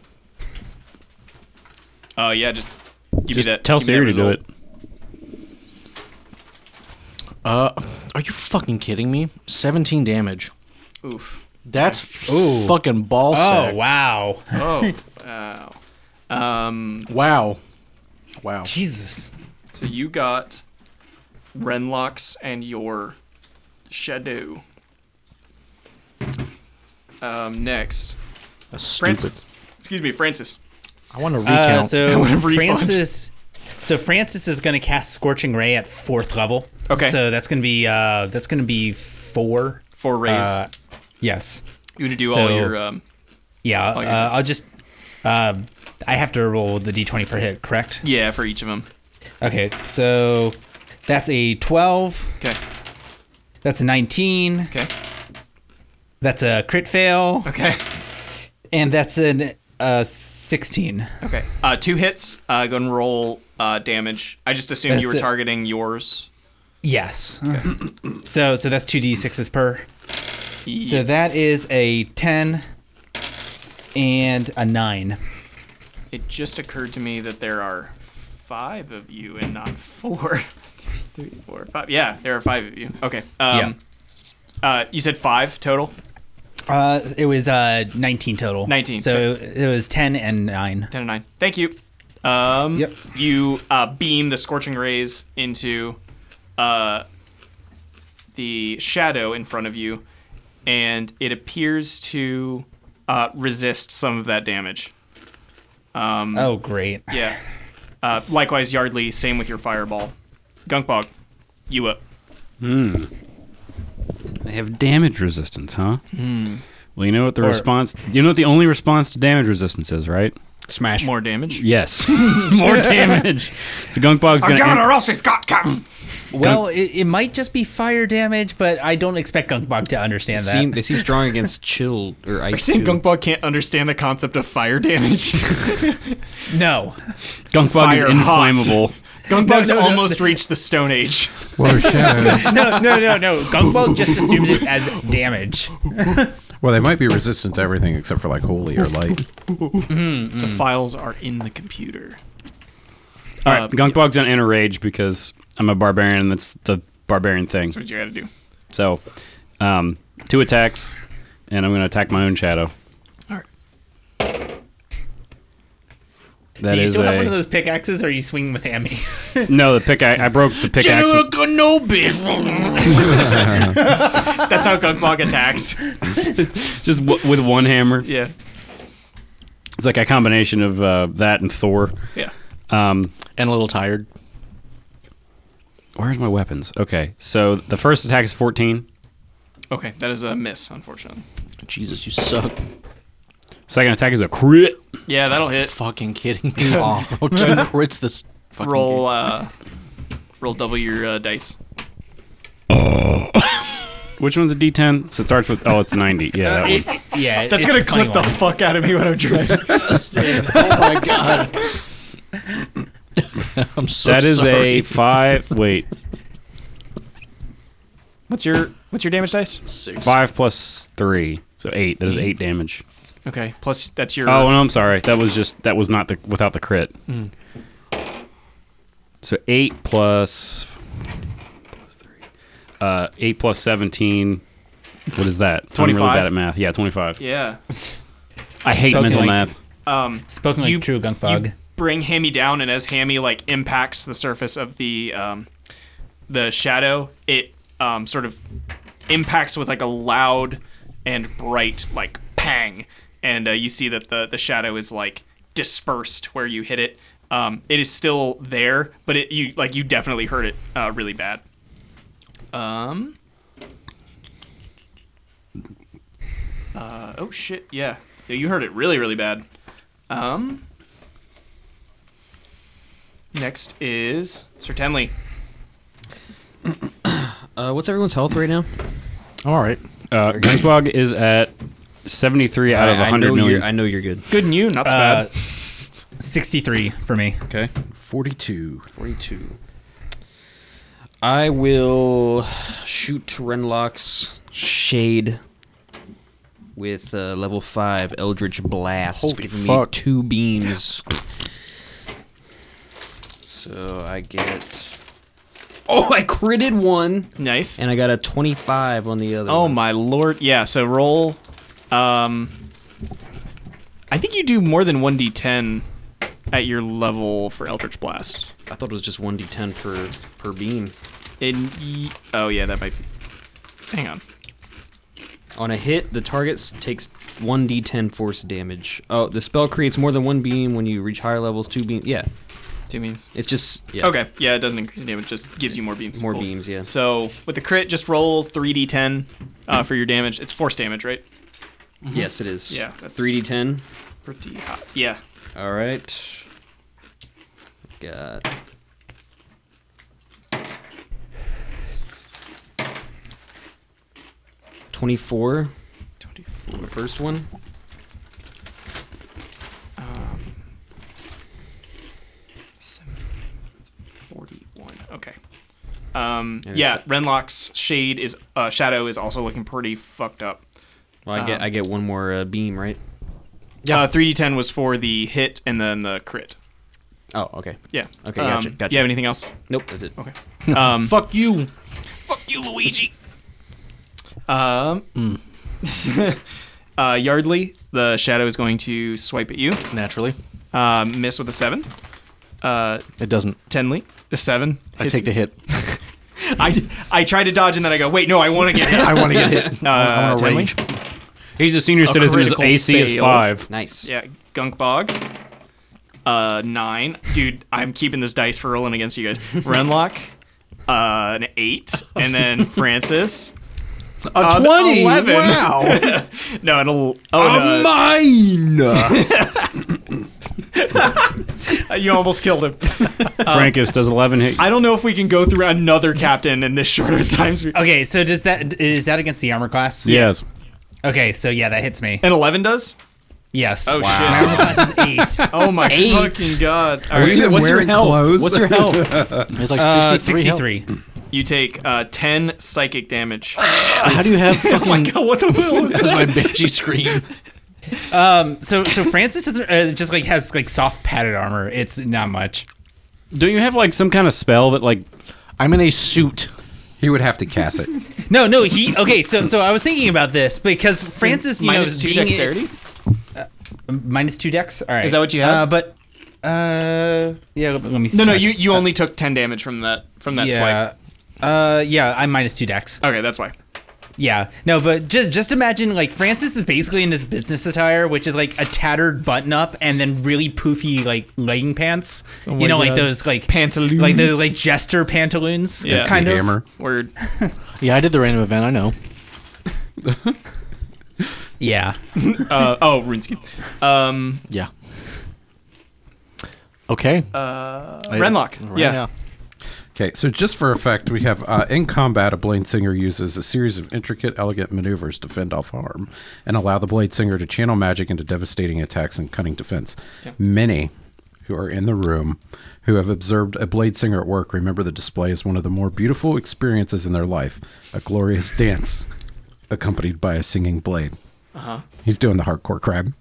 Speaker 3: Uh, yeah, just give
Speaker 2: Just
Speaker 3: me that.
Speaker 2: tell
Speaker 3: give me
Speaker 2: Siri to
Speaker 3: that
Speaker 2: do
Speaker 3: result.
Speaker 2: it.
Speaker 4: Uh, are you fucking kidding me? 17 damage.
Speaker 3: Oof.
Speaker 4: That's
Speaker 6: Ooh.
Speaker 4: fucking ball
Speaker 6: Oh
Speaker 4: sack.
Speaker 6: wow.
Speaker 3: Oh, wow. Um,
Speaker 4: wow.
Speaker 3: (laughs)
Speaker 4: Wow.
Speaker 6: Jesus.
Speaker 3: so you got Renlocks and your Shadow. Um, next,
Speaker 4: That's
Speaker 3: Francis.
Speaker 4: stupid.
Speaker 3: Excuse me, Francis.
Speaker 4: I want to
Speaker 6: Uh,
Speaker 4: recount.
Speaker 3: (laughs)
Speaker 6: so
Speaker 3: want a refund.
Speaker 6: Francis. So Francis is going to cast Scorching Ray at fourth level.
Speaker 3: Okay.
Speaker 6: So that's going to be uh, that's going to be four.
Speaker 3: Four rays.
Speaker 6: Uh, yes.
Speaker 3: you want to do all
Speaker 6: so-
Speaker 3: your? Um,
Speaker 6: Yeah.
Speaker 3: Oh, you're
Speaker 6: uh,
Speaker 3: just-
Speaker 6: I'll just. Uh, I have to roll the d20 for hit, correct?
Speaker 3: yeah, for each of them.
Speaker 6: Okay. So that's a 12.
Speaker 3: Okay.
Speaker 6: That's a 19.
Speaker 3: Okay.
Speaker 6: That's a crit fail,
Speaker 3: Okay.
Speaker 6: and that's an uh, 16.
Speaker 3: Okay. Uh, two hits. Uh, go ahead and roll uh, damage. I just assumed you
Speaker 6: That's
Speaker 3: were
Speaker 6: it.
Speaker 3: targeting yours.
Speaker 6: Yes. so so that's two d6s per. So that is a 10 and a 9.
Speaker 3: It just occurred to me that there are five of you and not four. (laughs) three, four, five. Yeah, there are five of you. Okay. Um, uh, you said five total.
Speaker 6: Uh, it was uh 19 total.
Speaker 3: 19,
Speaker 6: So
Speaker 3: okay.
Speaker 6: it was 10 and 9.
Speaker 3: Ten and nine. Thank you. Um,
Speaker 6: Yep.
Speaker 3: You uh, beam the scorching rays into uh, the shadow in front of you, and it appears to uh, resist some of that damage. Um,
Speaker 6: Oh, great.
Speaker 3: Yeah. Uh, likewise, Yardley. Same with your fireball. Gunkbog, you up?
Speaker 2: They have damage resistance, huh? Well, you know what the
Speaker 6: Or-
Speaker 2: response. You know what the only response to damage resistance is, right?
Speaker 5: Smash.
Speaker 3: More damage.
Speaker 2: Yes, (laughs) more
Speaker 6: (laughs)
Speaker 2: damage. So Gunkbog's gonna. end-
Speaker 3: else it's got come.
Speaker 6: Well, it, it might just be fire damage, but I don't expect Gunkbog to understand that.
Speaker 8: Seem, they seem strong against chill or ice.
Speaker 3: Saying
Speaker 8: too.
Speaker 3: Gunkbog can't understand the concept of fire (laughs) damage.
Speaker 6: no. (laughs)
Speaker 2: Gunkbog is
Speaker 3: Fire hot.
Speaker 2: inflammable.
Speaker 3: Gunkbog's
Speaker 6: No, no, no.
Speaker 3: almost reached the Stone Age.
Speaker 7: Well, shadows.
Speaker 6: No, no, no, no. Gunkbog just assumes it as damage.
Speaker 7: well, they might be resistant to everything except for like holy or light.
Speaker 3: The files are in the computer.
Speaker 2: All
Speaker 6: Uh,
Speaker 2: right, Gunkbog's gonna enter rage because I'm a barbarian. and That's the barbarian thing.
Speaker 3: That's what you gotta do.
Speaker 2: So, um, two attacks, and I'm gonna attack my own shadow.
Speaker 3: All right.
Speaker 2: That
Speaker 6: Do you
Speaker 2: is
Speaker 6: still have one of
Speaker 2: a
Speaker 6: those pickaxes, or are you swinging with hammies?
Speaker 2: no. The pickaxe. I broke the pickaxe. with-
Speaker 3: That's how Gunkbog attacks.
Speaker 2: just w- with one hammer.
Speaker 3: (laughs) Yeah.
Speaker 2: It's like a combination of uh, that and Thor.
Speaker 3: Yeah.
Speaker 2: Um,
Speaker 4: And a little tired.
Speaker 2: where's my weapons? Okay, so the first attack is 14.
Speaker 3: Okay, that is a miss, unfortunately.
Speaker 4: Jesus, you suck.
Speaker 2: Second attack is a crit.
Speaker 3: Yeah, that'll hit.
Speaker 4: Fucking kidding me. oh, (laughs) two crits this fucking
Speaker 3: Roll, uh, roll double your uh, dice.
Speaker 2: Which one's a D10? So it starts with oh, it's 90. Yeah, that one.
Speaker 6: yeah.
Speaker 3: That's
Speaker 6: it's
Speaker 3: gonna
Speaker 6: the
Speaker 3: clip the
Speaker 6: funny one.
Speaker 3: fuck out of me when (laughs) I'm driving.
Speaker 4: I'm so
Speaker 2: That is
Speaker 4: sorry.
Speaker 2: a five. Wait,
Speaker 3: what's your What's your damage dice?
Speaker 4: Six.
Speaker 2: five plus three, so eight. That is eight damage.
Speaker 3: Okay, plus that's your.
Speaker 2: Oh no, I'm sorry. That was just that was not the without the crit. So eight plus uh, eight plus seventeen. What is that? I'm
Speaker 3: 25?
Speaker 2: really bad at math. Yeah, twenty-five.
Speaker 3: Yeah.
Speaker 2: I hate
Speaker 6: Spoken
Speaker 2: mental
Speaker 6: like-
Speaker 2: math.
Speaker 3: Um,
Speaker 6: Spoken like
Speaker 3: You-
Speaker 6: true Gunkbog.
Speaker 3: you bring Hammy down, and as Hammy like impacts the surface of the um, the shadow, it um, sort of impacts with like a loud and bright like pang, and uh, you see that the the shadow is like dispersed where you hit it. Um, it is still there, but it you like you definitely heard it uh, really bad. Um. Uh, oh shit! Yeah, Yeah, you heard it really, really bad. Um. Next is Sir Tenley.
Speaker 8: Uh, what's everyone's health right now?
Speaker 4: All right.
Speaker 2: Uh, Gunkbog is at seventy-three out of
Speaker 8: I- I
Speaker 2: hundred
Speaker 8: know
Speaker 2: million.
Speaker 8: you're- I know you're good.
Speaker 3: Good and you, not so
Speaker 6: Uh,
Speaker 3: bad.
Speaker 6: 63 for me.
Speaker 8: Okay.
Speaker 7: Forty-two.
Speaker 8: 42. I will shoot Renlock's shade with uh, level 5 Eldritch Blast.
Speaker 7: Holy
Speaker 8: giving
Speaker 7: fuck.
Speaker 8: me two beams. So I get. Oh, I critted one!
Speaker 3: Nice.
Speaker 8: And I got a 25 on the other.
Speaker 3: Oh
Speaker 8: one.
Speaker 3: my lord! Yeah. So roll. Um. I think you do more than one d10 at your level for Eldritch Blast.
Speaker 8: I thought it was just 1d10 per, per beam.
Speaker 3: And y- oh yeah, that might. be... Hang on.
Speaker 8: On a hit, the target s- takes 1d10 force damage. Oh, the spell creates more than one beam when you reach higher levels, two beams. Yeah,
Speaker 3: Two beams.
Speaker 8: it's just. Yeah.
Speaker 3: Okay. Yeah, it doesn't increase damage. Just gives you more beams.
Speaker 8: More beams, yeah.
Speaker 3: So with the crit, just roll three d10 uh, for your damage. It's force damage, right?
Speaker 8: Yes, it is.
Speaker 3: Yeah, that's-
Speaker 8: 3d10.
Speaker 3: Pretty hot. Yeah.
Speaker 8: All right. Got. Twenty-four. Twenty-four. the first one.
Speaker 3: Forty-one. Okay. Um,
Speaker 8: And
Speaker 3: yeah,
Speaker 8: it's-
Speaker 3: Renlock's shade is uh, shadow is also looking pretty fucked up.
Speaker 8: Well, I
Speaker 3: Uh-huh.
Speaker 8: get I get one more uh, beam, right?
Speaker 3: Yeah, Uh, three d ten was for the hit and then the crit.
Speaker 8: Oh, okay.
Speaker 3: Yeah.
Speaker 8: Okay, gotcha,
Speaker 3: Um,
Speaker 8: gotcha.
Speaker 3: You have anything else?
Speaker 8: Nope, that's it.
Speaker 3: Okay. Um,
Speaker 5: Fuck you.
Speaker 3: fuck you, Luigi. Um, uh, Yardley, the shadow is going to swipe at you.
Speaker 4: Naturally,
Speaker 3: Um, miss with a seven. Uh,
Speaker 4: it doesn't.
Speaker 3: Tenley, a seven.
Speaker 4: I take
Speaker 3: (laughs)
Speaker 4: the hit.
Speaker 3: I, I try to dodge and then I go, wait, no, I want to
Speaker 8: (laughs)
Speaker 3: get hit.
Speaker 4: I want to get hit.
Speaker 3: Uh,
Speaker 4: I want to
Speaker 3: Tenley?
Speaker 4: rage.
Speaker 2: He's a senior citizen. His
Speaker 3: critical
Speaker 2: AC is
Speaker 3: fail.
Speaker 2: five.
Speaker 8: Nice.
Speaker 3: Yeah, Gunk Bog. Uh, nine. Dude, I'm keeping this dice for rolling against you guys. Renlock, uh, an eight. And then Francis.
Speaker 4: A
Speaker 3: an
Speaker 4: twenty.
Speaker 3: 11.
Speaker 4: Wow.
Speaker 3: (laughs) No, an el- oh,
Speaker 6: Um,
Speaker 3: no.
Speaker 6: (laughs)
Speaker 3: Uh, You almost killed him.
Speaker 2: Frankus does eleven hit.
Speaker 3: I don't know if we can go through another captain in this short of time. sp-
Speaker 6: Okay, so does that is that against the armor class?
Speaker 2: yes.
Speaker 6: Okay, so yeah, that hits me.
Speaker 3: And 11 does?
Speaker 6: Yes.
Speaker 3: Oh, shit.
Speaker 6: My armor class is eight.
Speaker 3: Oh my fucking god. All
Speaker 7: What's
Speaker 3: right.
Speaker 7: your, what's your health?
Speaker 8: What's your health?
Speaker 4: It's like
Speaker 6: Uh,
Speaker 4: 63. health.
Speaker 6: Sixty-three.
Speaker 3: You take uh, 10 psychic damage.
Speaker 4: How do you have fucking
Speaker 3: my god, what the hell is that?
Speaker 4: my banshee scream?
Speaker 6: Um. So so Francis is uh, just like has like soft padded armor. It's not much.
Speaker 2: Don't you have like some kind of spell that like?
Speaker 4: I'm in a suit.
Speaker 7: He would have to cast it.
Speaker 6: No, no. He okay. So so I was thinking about this because Francis you
Speaker 3: Minus
Speaker 6: know,
Speaker 3: two
Speaker 6: being-
Speaker 3: dexterity?
Speaker 6: minus two decks. All right.
Speaker 3: Is that what you
Speaker 6: Uh,
Speaker 3: have?
Speaker 6: but uh, yeah. Let, let me.
Speaker 3: no, no,
Speaker 6: check.
Speaker 3: you, you only took 10 damage from that from that
Speaker 6: yeah.
Speaker 3: swipe.
Speaker 6: Uh, yeah. I'm minus two decks.
Speaker 3: Okay, that's why.
Speaker 6: Yeah. No, but just just imagine like Francis is basically in his business attire, which is like a tattered button up and then really poofy like legging pants. you know, like those like
Speaker 3: Pantaloons.
Speaker 6: like those like jester pantaloons.
Speaker 3: Yeah.
Speaker 7: It's a
Speaker 6: Kind of.
Speaker 7: hammer.
Speaker 3: Word.
Speaker 4: Yeah, I did the random event. I know.
Speaker 6: Yeah.
Speaker 3: Uh, oh, (laughs) RuneScape. Um,
Speaker 4: Yeah. Okay.
Speaker 3: uh,
Speaker 4: I-
Speaker 3: Renlock.
Speaker 4: Ren-
Speaker 3: yeah.
Speaker 7: Okay, so just for effect, we have uh, in combat, a blade singer uses a series of intricate, elegant maneuvers to fend off harm and allow the blade singer to channel magic into devastating attacks and cunning defense. Many who are in the room who have observed a blade singer at work remember the display as one of the more beautiful experiences in their life a glorious dance accompanied by a singing blade.
Speaker 3: Uh-huh.
Speaker 7: He's doing the hardcore crab.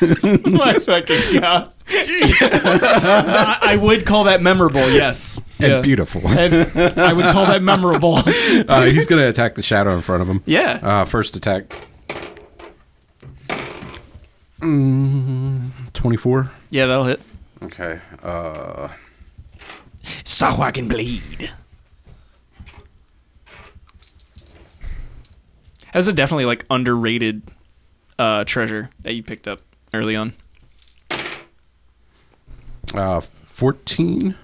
Speaker 3: my fucking god. I, (laughs) I would call that memorable, yes.
Speaker 7: And
Speaker 3: Yeah.
Speaker 7: beautiful.
Speaker 3: (laughs) And I would call that memorable.
Speaker 7: uh, he's going to attack the shadow in front of him.
Speaker 3: Yeah.
Speaker 7: Uh, first attack. Mm, 24.
Speaker 3: (laughs) yeah, that'll hit.
Speaker 7: Okay. Uh,
Speaker 9: So I can bleed.
Speaker 3: That's a definitely like underrated uh, treasure that you picked up early on.
Speaker 7: uh, 14.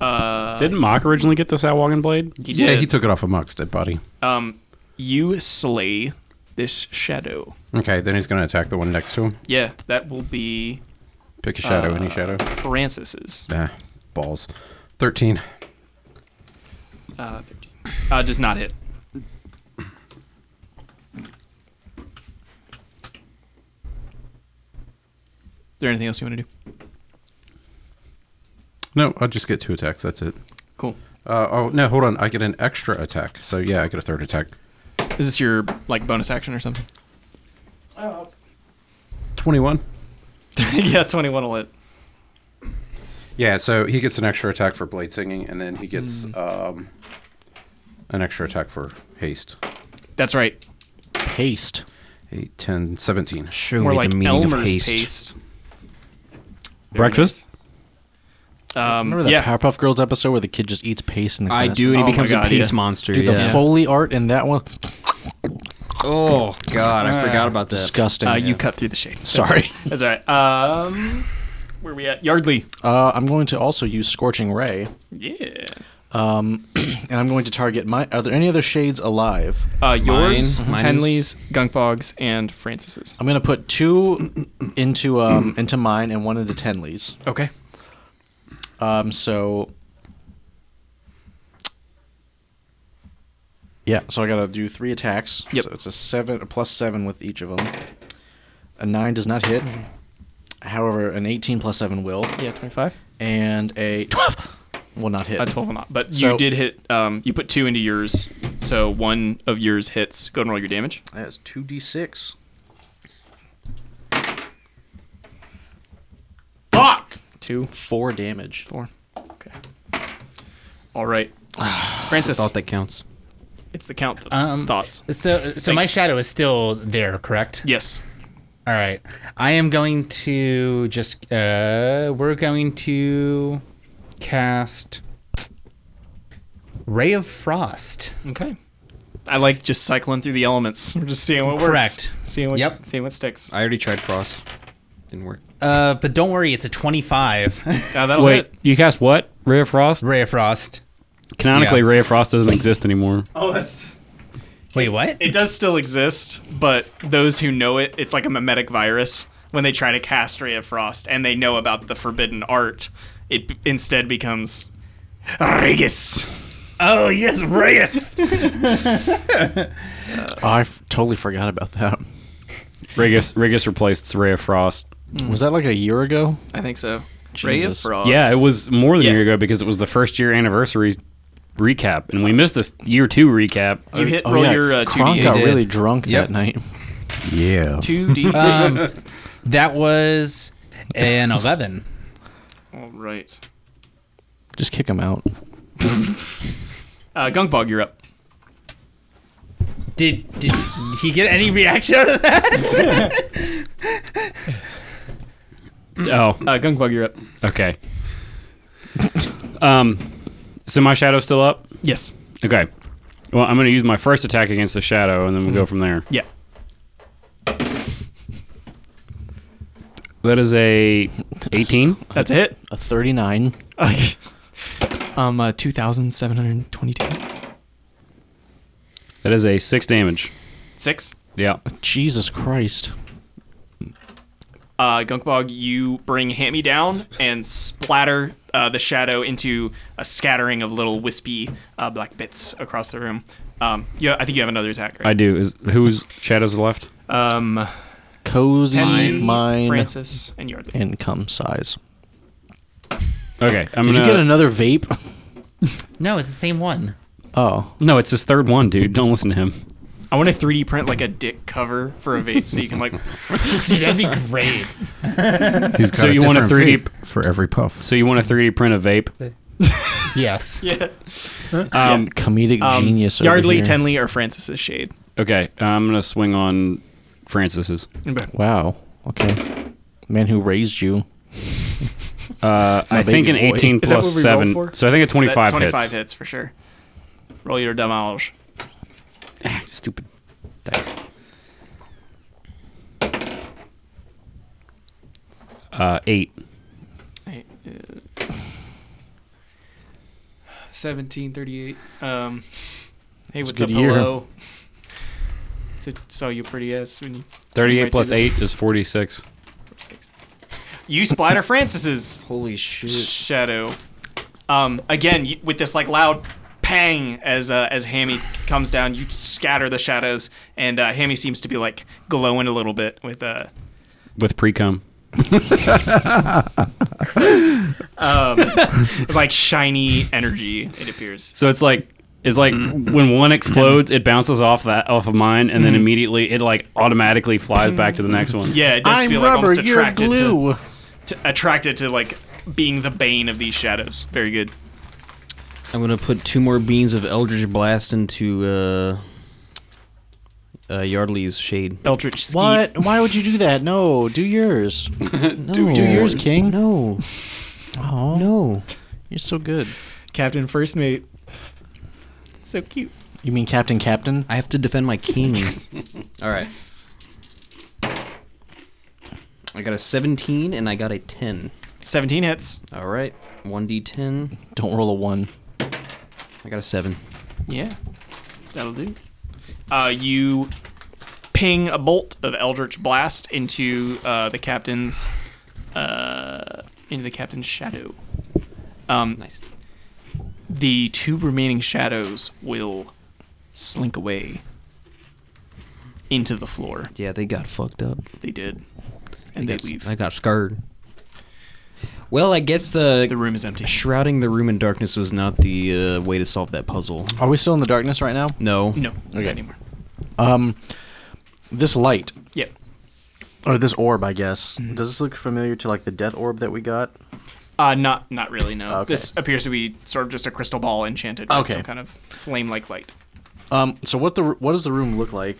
Speaker 3: Uh,
Speaker 2: Didn't Mock originally get the Salwagon blade?
Speaker 3: You
Speaker 7: Yeah, he took it off of Mock's dead body.
Speaker 3: um, you slay this shadow.
Speaker 7: Okay, then he's going to attack the one next to him.
Speaker 3: Yeah, that will be
Speaker 7: Pick a shadow, any shadow.
Speaker 3: Francis's.
Speaker 7: Uh, Nah, balls. 13.
Speaker 3: Uh, 13. uh, does not hit. Is there anything else you want to do?
Speaker 7: No, I'll just get two attacks. That's it.
Speaker 3: Cool.
Speaker 7: Uh, oh, no, hold on. I get an extra attack. So, yeah, I get a third attack.
Speaker 3: Is this your like bonus action or something?
Speaker 7: 21.
Speaker 3: (laughs) yeah, twenty-one will hit.
Speaker 7: Yeah, so he gets an extra attack for blade singing, and then he gets um, an extra attack for haste.
Speaker 3: That's right.
Speaker 4: Haste.
Speaker 7: 8, 10, 17.
Speaker 8: Show
Speaker 3: More
Speaker 8: me
Speaker 3: like
Speaker 8: the meaning of
Speaker 3: Elmer's
Speaker 8: haste.
Speaker 3: paste.
Speaker 2: Breakfast.
Speaker 3: Um,
Speaker 4: Remember that
Speaker 3: yeah.
Speaker 4: Powerpuff Girls episode where the kid just eats paste in the
Speaker 8: I
Speaker 4: class?
Speaker 8: do, and he
Speaker 3: Oh my
Speaker 8: becomes
Speaker 3: God,
Speaker 8: a peace
Speaker 3: yeah.
Speaker 8: monster.
Speaker 4: Dude, the
Speaker 8: yeah.
Speaker 4: Foley art in that one,
Speaker 8: oh God, I forgot about that.
Speaker 4: disgusting.
Speaker 3: Uh, You cut through the shade. That's
Speaker 4: Sorry.
Speaker 3: all right. That's all right. Um, where we at? Yardley.
Speaker 4: (laughs) Uh, I'm going to also use Scorching Ray,
Speaker 3: Yeah.
Speaker 4: and I'm going to target my. Are there any other shades alive?
Speaker 3: Uh, yours,
Speaker 8: Mine- mine
Speaker 3: Tenley's, Gunkbog's, and Francis's.
Speaker 4: I'm going to put two into
Speaker 3: (clears throat)
Speaker 4: um into mine and one into Tenley's.
Speaker 3: Okay.
Speaker 4: Um, so. Yeah, so I gotta do three attacks.
Speaker 3: Yep.
Speaker 4: So it's a seven, a plus seven with each of them. A nine does not hit. However, an eighteen plus seven will,
Speaker 3: Mm-hmm. Yeah, twenty-five.
Speaker 4: and a twelve will not hit.
Speaker 3: Uh, twelve will not. But you
Speaker 4: So-
Speaker 3: did hit. Um, you put two into yours, so one of yours hits. Go and roll your damage.
Speaker 4: That's two d six.
Speaker 3: Two.
Speaker 4: Four damage.
Speaker 3: Four. Okay. All right, Francis,
Speaker 9: Thought that counts.
Speaker 3: it's the count. Th-
Speaker 6: Um,
Speaker 3: thoughts?
Speaker 6: So, so my
Speaker 3: Thanks.
Speaker 6: shadow is still there, correct?
Speaker 3: Yes.
Speaker 6: All right. I am going to just. Uh, we're going to cast Ray of Frost.
Speaker 3: Okay. I like just cycling through the elements. We're just seeing what works.
Speaker 6: Correct.
Speaker 3: Seeing what.
Speaker 6: Yep.
Speaker 3: Seeing what sticks.
Speaker 9: I already tried frost. Didn't work.
Speaker 6: Uh, but don't worry, it's a twenty-five. (laughs)
Speaker 3: Now Uh, that'll
Speaker 2: Wait,
Speaker 3: hit.
Speaker 2: you cast what? Ray of Frost?
Speaker 6: Ray of Frost.
Speaker 2: Canonically,
Speaker 6: Yeah.
Speaker 2: Ray of Frost doesn't exist anymore.
Speaker 3: Oh, that's.
Speaker 6: Wait, what?
Speaker 3: It does still exist, but those who know it, it's like a mimetic virus. When they try to cast Ray of Frost and they know about the forbidden art, it b- instead becomes Regis.
Speaker 6: Oh yes, Reyes.
Speaker 4: Oh, I f- totally forgot about that.
Speaker 3: Mm-hmm.
Speaker 2: Rigus Rigus replaced Ray of Frost.
Speaker 4: Was that like a year ago?
Speaker 3: I think so. Ray of
Speaker 4: Jesus.
Speaker 3: Frost.
Speaker 2: Yeah, it was more than
Speaker 3: Yeah.
Speaker 2: a year ago because it was the first year anniversary recap, and we missed this year two recap.
Speaker 3: You hit roll your uh, two
Speaker 4: Oh, Kronk
Speaker 3: d
Speaker 4: got
Speaker 6: did.
Speaker 4: really drunk
Speaker 6: Yep.
Speaker 4: that night.
Speaker 7: Yeah.
Speaker 3: two
Speaker 4: (laughs)
Speaker 3: d.
Speaker 4: Uh,
Speaker 6: um, (laughs) that was (laughs) an eleven.
Speaker 3: All right.
Speaker 4: Just kick him out.
Speaker 3: Uh, Gunkbog, you're up.
Speaker 6: Did did he get any reaction out of that?
Speaker 2: Oh,
Speaker 3: Uh, Gunkbog, you're up.
Speaker 2: okay. um, so my shadow's still up.
Speaker 3: Yes.
Speaker 2: Okay. Well, I'm going to use my first attack against the shadow, and then we'll go
Speaker 3: Mm-hmm.
Speaker 2: from there.
Speaker 3: Yeah.
Speaker 2: That is a 18.
Speaker 3: That's a hit. (laughs)
Speaker 4: A 39.
Speaker 3: um, uh, 2,722.
Speaker 2: That is a six damage.
Speaker 3: Six.
Speaker 2: Yeah.
Speaker 4: Jesus Christ.
Speaker 3: Uh, Gunkbog, you bring Hammy down and splatter uh, the shadow into a scattering of little wispy uh, black bits across the room. Um, yeah, I think you have another attack,
Speaker 2: I
Speaker 3: right?
Speaker 2: do. Is whose shadows are left?
Speaker 3: um,
Speaker 4: Cozy,
Speaker 3: Henry,
Speaker 4: mine,
Speaker 3: Francis, and Yardley.
Speaker 4: income size.
Speaker 2: Okay. I'm
Speaker 4: Did
Speaker 2: gonna,
Speaker 4: you get another vape?
Speaker 6: No, it's the same one.
Speaker 4: Oh.
Speaker 2: No, it's his third one, dude. Don't listen to him.
Speaker 3: I want to 3D print like a dick cover for a vape, so you
Speaker 4: (laughs)
Speaker 3: can like.
Speaker 6: Dude, that'd be great.
Speaker 7: He's got
Speaker 2: So you want a
Speaker 7: different
Speaker 2: 3D
Speaker 7: vape for every puff.
Speaker 2: So you want to 3D print a vape?
Speaker 6: Yes.
Speaker 3: yeah.
Speaker 2: Um,
Speaker 4: Comedic
Speaker 3: Um,
Speaker 4: genius. over
Speaker 3: Yardley,
Speaker 4: here.
Speaker 3: Tenley, or Francis's shade.
Speaker 2: Okay. I'm gonna swing on Francis's.
Speaker 3: Okay.
Speaker 4: Wow. Okay. Man who raised you.
Speaker 2: Uh, I
Speaker 4: baby
Speaker 2: think an
Speaker 4: boy.
Speaker 2: 18
Speaker 3: Is that
Speaker 2: plus
Speaker 3: what we rolled
Speaker 2: seven.
Speaker 3: for?
Speaker 2: So I think a
Speaker 3: That
Speaker 2: 25,
Speaker 3: 25
Speaker 2: hits.
Speaker 3: for sure. Roll your damage.
Speaker 2: Ah, stupid dice. Uh, eight.
Speaker 3: uh, 1738. Um, hey, what's
Speaker 4: a
Speaker 3: up,
Speaker 4: good year.
Speaker 3: hello? So, so you pretty ass when you
Speaker 2: 38
Speaker 3: Right,
Speaker 2: plus
Speaker 3: dude.
Speaker 2: 8 is 46.
Speaker 3: you splatter Francis's
Speaker 9: Holy shit.
Speaker 3: shadow. Um, again you, with this like loud pang as uh, as Hammy comes down, you scatter the shadows, and uh, Hammy seems to be like glowing a little bit with uh,
Speaker 2: With pre-cum.
Speaker 3: like shiny energy. It appears.
Speaker 2: So it's like it's like when one explodes, it bounces off that off of mine, and then immediately it like automatically flies back to the next one.
Speaker 3: Yeah, it does
Speaker 4: I'm
Speaker 3: feel
Speaker 4: rubber,
Speaker 3: like almost
Speaker 4: you're
Speaker 3: attracted to,
Speaker 4: glue.
Speaker 3: to attracted to like being the bane of these shadows. Very good.
Speaker 9: I'm gonna put two more beans of Eldritch Blast into uh, uh, Yardley's shade.
Speaker 3: Eldritch Skeet.
Speaker 4: What? Why would you do that? No,
Speaker 3: (laughs)
Speaker 4: do yours. no. Do
Speaker 9: yours.
Speaker 4: yours, King.
Speaker 9: No,
Speaker 4: Oh,
Speaker 9: no.
Speaker 4: you're so good.
Speaker 3: Captain First Mate. So cute.
Speaker 4: You mean Captain Captain?
Speaker 9: I have to defend my king. All right. I got a 17 and I got a 10.
Speaker 3: 17 hits.
Speaker 9: All right. 1d10.
Speaker 4: Don't roll a one.
Speaker 9: I got a 7.
Speaker 3: Yeah. That'll do. Uh, you ping a bolt of Eldritch Blast into uh, the captain's uh, into the captain's shadow. Um,
Speaker 9: Nice.
Speaker 3: the two remaining shadows will slink away into the floor.
Speaker 9: Yeah, they got fucked up.
Speaker 3: They did,
Speaker 9: I
Speaker 3: and they
Speaker 9: got-
Speaker 3: leave.
Speaker 9: I got scarred. Well, I guess the,
Speaker 3: The room is empty.
Speaker 9: shrouding the room in darkness was not the uh, way to solve that puzzle.
Speaker 4: Are we still in the darkness right now?
Speaker 9: No.
Speaker 3: No, not anymore.
Speaker 4: Um, this light
Speaker 3: Yep.
Speaker 4: or this orb, I guess. Does this look familiar to like the death orb that we got?
Speaker 3: Uh, not not really. No.
Speaker 4: Okay.
Speaker 3: This appears to be sort of just a crystal ball enchanted with
Speaker 4: Okay.
Speaker 3: some kind of flame-like light.
Speaker 4: Um, so what the what does the room look like?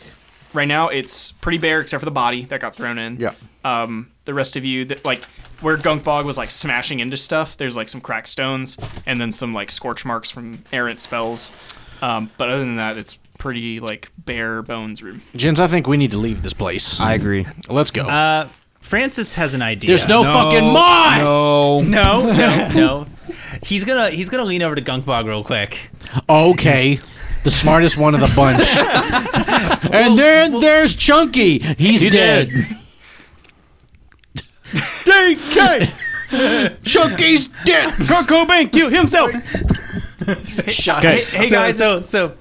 Speaker 3: Right now, it's pretty bare except for the body that got thrown in. Um, the rest of you that like where Gunkbog was like smashing into stuff. There's like some cracked stones and then some like scorch marks from errant spells. Um, but other than that, it's pretty like bare bones room.
Speaker 4: Jens, I think we need to leave this place.
Speaker 8: I agree.
Speaker 4: Let's go.
Speaker 6: Uh, Francis has an idea.
Speaker 5: There's no, fucking moss.
Speaker 6: (laughs)
Speaker 4: (laughs)
Speaker 6: No, no, (laughs) no. He's gonna he's gonna lean over to Gunkbog real quick.
Speaker 5: Okay. The smartest one of the bunch. and then there's Chunky. He's dead. (laughs) DK! Chunky's dead. Kurt Cobain killed himself. Shut
Speaker 6: Okay,
Speaker 5: up.
Speaker 6: hey
Speaker 3: so-
Speaker 6: guys. So so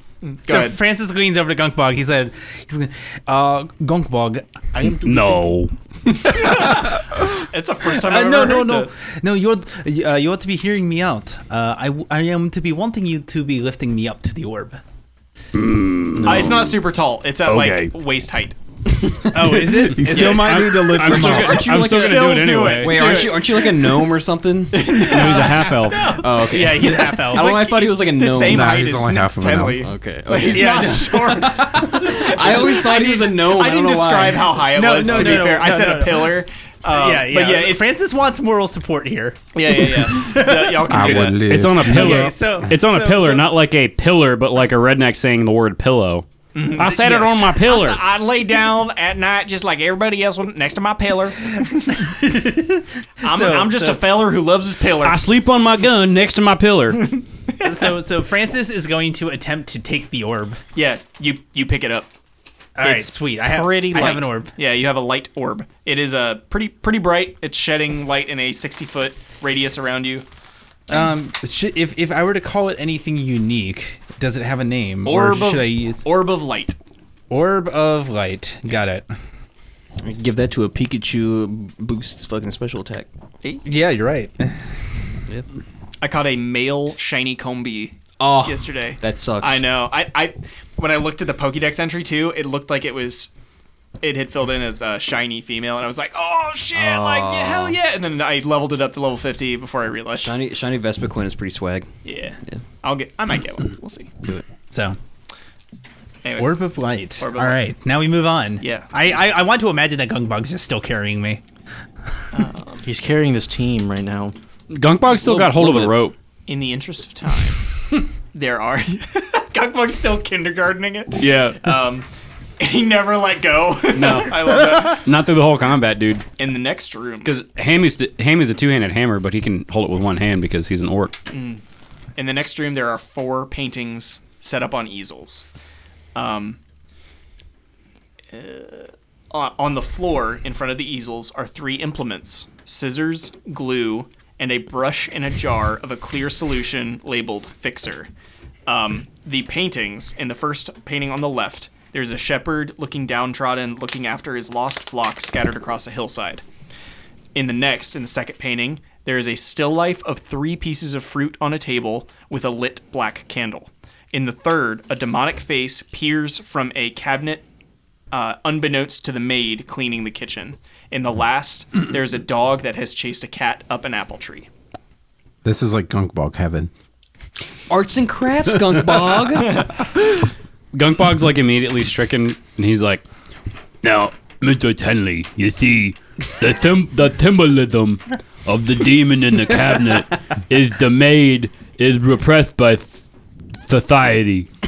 Speaker 6: so
Speaker 3: ahead.
Speaker 6: Francis leans over to Gunkbog. He said, he's gonna, uh, Gunkbog, I am too
Speaker 2: No.
Speaker 3: It's the first time
Speaker 6: (laughs) Uh,
Speaker 3: I've
Speaker 6: no,
Speaker 3: ever
Speaker 6: no,
Speaker 3: heard
Speaker 6: no,
Speaker 3: that.
Speaker 6: (laughs) no! You're uh, you ought to be hearing me out. Uh, I, w- I am to be wanting you to be lifting me up to the orb.
Speaker 3: Uh, it's not super tall. It's at
Speaker 2: Okay.
Speaker 3: like waist height.
Speaker 4: (laughs)
Speaker 6: Oh, is it? Is it
Speaker 7: might need to lift
Speaker 2: I'm still, gonna- I'm still gonna do it anyway.
Speaker 8: Wait, aren't you, aren't you like a gnome or something?
Speaker 3: (laughs)
Speaker 2: No, he's a half elf.
Speaker 8: Oh, okay.
Speaker 6: yeah, he's half elf.
Speaker 8: I, don't know, I thought he was like a
Speaker 3: The
Speaker 8: gnome.
Speaker 3: same
Speaker 7: Nah,
Speaker 3: height
Speaker 7: he's
Speaker 3: as
Speaker 7: only half of an elf.
Speaker 3: Tenley.
Speaker 8: Okay.
Speaker 3: Like, he's
Speaker 6: Yeah, (laughs)
Speaker 3: not
Speaker 6: I know.
Speaker 3: short.
Speaker 8: I always thought he was a gnome.
Speaker 3: I
Speaker 8: don't
Speaker 3: didn't
Speaker 8: know why.
Speaker 3: describe how high it
Speaker 6: No,
Speaker 3: was.
Speaker 6: no,
Speaker 3: to be
Speaker 6: no,
Speaker 3: fair, I
Speaker 6: no,
Speaker 3: said
Speaker 6: no,
Speaker 3: a
Speaker 6: no.
Speaker 3: pillar. Um,
Speaker 6: (laughs) yeah, yeah.
Speaker 3: But yeah, it's,
Speaker 6: Francis wants moral support here.
Speaker 3: yeah, yeah, yeah.
Speaker 6: (laughs)
Speaker 3: Yeah, Y'all can
Speaker 7: I
Speaker 3: do
Speaker 7: would
Speaker 3: that.
Speaker 7: live.
Speaker 2: It's on a pillow.
Speaker 6: Okay, so-
Speaker 2: it's on
Speaker 6: so-
Speaker 2: a pillar,
Speaker 6: so-
Speaker 2: not like a pillar, but like a redneck saying the word pillow. I said it on my pillar.
Speaker 3: So I lay down at night just like everybody else would- next to my pillar. I'm,
Speaker 6: (laughs) So-
Speaker 3: I'm just
Speaker 6: so-
Speaker 3: a feller who loves his pillar.
Speaker 2: I sleep on my gun next to my pillar.
Speaker 6: so so Francis is going to attempt to take the orb.
Speaker 3: yeah, you you pick it up.
Speaker 6: All right,
Speaker 3: It's
Speaker 6: sweet. I have,
Speaker 3: pretty
Speaker 6: I
Speaker 3: light.
Speaker 6: have an orb.
Speaker 3: Yeah, you have a light orb. It is uh, pretty pretty bright. It's shedding light in a 60 foot radius around you.
Speaker 6: Um, should, if if I were to call it anything unique, does it have a name,
Speaker 3: Orb
Speaker 6: or
Speaker 3: of
Speaker 6: should I use
Speaker 3: orb of light.
Speaker 6: orb of light? Got it.
Speaker 8: Give that to a Pikachu boosts fucking special attack.
Speaker 6: Yeah, you're right.
Speaker 3: I caught a male shiny combi
Speaker 8: Oh,
Speaker 3: yesterday.
Speaker 8: that sucks.
Speaker 3: I know. I, I when I looked at the Pokédex entry too, it looked like it was it had filled in as a shiny female, and I was like, oh shit, like yeah, hell yeah. And then I leveled it up to level fifty before I realized.
Speaker 8: Shiny Shiny Vespa Quinn is pretty swag.
Speaker 3: Yeah. I'll get. I might get one. We'll see.
Speaker 6: So
Speaker 3: Anyway.
Speaker 6: orb of light.
Speaker 3: Orb of
Speaker 6: All
Speaker 3: light.
Speaker 6: right, now we move on.
Speaker 3: Yeah.
Speaker 6: I I, I want to imagine that Gungbug's just still carrying me.
Speaker 4: He's carrying this team right now.
Speaker 2: Gunkbog still got hold of the
Speaker 8: little
Speaker 2: rope.
Speaker 3: in the interest of time, (laughs) there are. Gunkbug's still kindergartening it. (laughs)
Speaker 2: Yeah,
Speaker 3: Um, he never let go.
Speaker 2: No.
Speaker 3: (laughs) I love that.
Speaker 2: not through the whole combat, dude.
Speaker 3: In the next room,
Speaker 2: Because Hammy's Hammy's a two-handed hammer, but he can hold it with one hand because he's an orc.
Speaker 3: In the next room, there are four paintings set up on easels. Um, uh, on the floor in front of the easels are three implements scissors, glue, and a brush in a jar of a clear solution labeled fixer. Um, the paintings, in the first painting on the left, there's a shepherd looking downtrodden, looking after his lost flock scattered across a hillside. In the next, in the second painting, there is a still life of three pieces of fruit on a table with a lit black candle. In the third, a demonic face peers from a cabinet, uh, unbeknownst to the maid cleaning the kitchen. In the last, there's a dog that has chased a cat up an apple tree.
Speaker 7: This is like Gunkbog heaven.
Speaker 8: Arts
Speaker 3: (laughs)
Speaker 8: and crafts, Gunk Bog.
Speaker 2: Gunkbog's like immediately stricken, and he's like, "Now, Mister Tenley, you see, the tim- the timbalism of the demon in the cabinet is the maid is repressed by s- society." (laughs)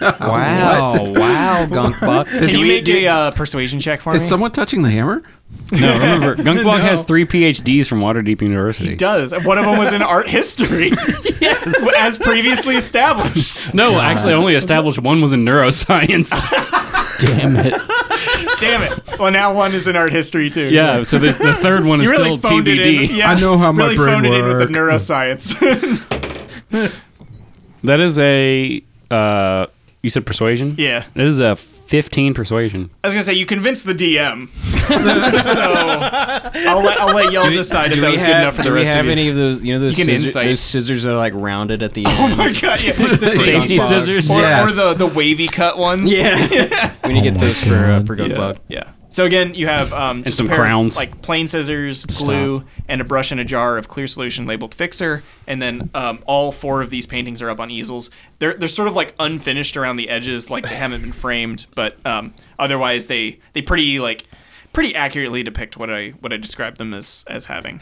Speaker 8: wow, wow,
Speaker 7: (laughs)
Speaker 8: Gunk Bog.
Speaker 3: Can you make a uh, persuasion check for me?
Speaker 7: Is someone touching the hammer?
Speaker 2: No, remember, Gunkbog has three PhDs from Waterdeep University.
Speaker 3: does. One of them was in art history, yes. (laughs) as previously established.
Speaker 2: No, actually, I only established one was in
Speaker 3: (laughs)
Speaker 2: neuroscience.
Speaker 3: Damn it. Well, now one is in art history too.
Speaker 2: yeah, so the, the third one is
Speaker 3: You really
Speaker 2: still
Speaker 3: phoned it in.
Speaker 2: TBD.
Speaker 3: Yeah,
Speaker 7: (laughs) I know how my
Speaker 3: really
Speaker 7: brain
Speaker 3: phoned it in with the
Speaker 7: work.
Speaker 3: neuroscience. (laughs)
Speaker 2: That is a. Uh, you said persuasion.
Speaker 3: Yeah.
Speaker 2: that is a fifteen persuasion.
Speaker 3: I was gonna say you convinced the
Speaker 7: (laughs)
Speaker 3: DM, so I'll let, I'll let y'all decide if that was good enough for the
Speaker 8: do we
Speaker 3: rest
Speaker 8: have
Speaker 3: of you.
Speaker 8: any of those? You know those
Speaker 3: You can
Speaker 8: scissors,
Speaker 3: insight.
Speaker 8: those scissors that are like rounded at the
Speaker 3: (laughs)
Speaker 8: end.
Speaker 3: Oh my god! Yeah, the
Speaker 8: (laughs)
Speaker 2: Safety
Speaker 3: safety scissors
Speaker 2: scissors.
Speaker 3: or,
Speaker 7: Yes.
Speaker 3: or the the wavy cut ones. Yeah,
Speaker 9: Oh
Speaker 8: We need to get those for uh, for Gunk
Speaker 3: yeah.
Speaker 8: Bog.
Speaker 3: yeah. So again, you have um, just a
Speaker 2: some
Speaker 3: pair of,
Speaker 2: crowns.
Speaker 3: like plain scissors, glue, and a brush and a jar of clear solution labeled fixer. And then um, all four of these paintings are up on easels. They're they're sort of like unfinished around the edges, like they haven't been framed, but um, otherwise they they pretty like pretty accurately depict what I what I described them as as having.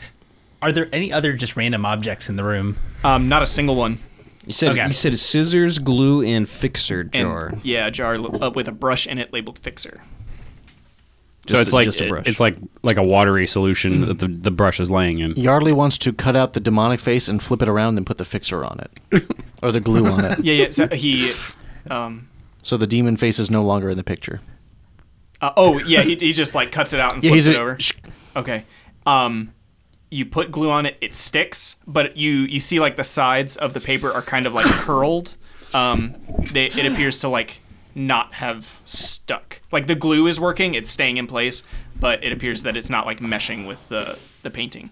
Speaker 6: Are there any other just random objects in the room?
Speaker 3: Um, not a single one.
Speaker 9: You said
Speaker 6: Okay.
Speaker 9: you said scissors, glue, and fixer
Speaker 3: And-
Speaker 9: jar.
Speaker 3: yeah, a jar li- uh, with a brush in it labeled fixer.
Speaker 2: so it's
Speaker 9: a-
Speaker 2: like
Speaker 9: just a brush.
Speaker 2: it's like like a watery solution that the, the brush is laying in.
Speaker 4: (laughs) Yardley wants to cut out the demonic face and flip it around and put the fixer on it, or the glue on it.
Speaker 3: Yeah, yeah. So he. Um,
Speaker 4: So the demon face is no longer in the picture.
Speaker 3: Uh, oh yeah, he, he just like cuts it out and
Speaker 4: Yeah,
Speaker 3: flips
Speaker 4: he's
Speaker 3: it
Speaker 4: a-
Speaker 3: over. Okay. Um, you put glue on it, it sticks, but you you see like the sides of the paper are kind of
Speaker 4: (coughs)
Speaker 3: like curled. Um, they, it appears to like not have stuck. Like the glue is working, it's staying in place, but it appears that it's not like meshing with the the painting.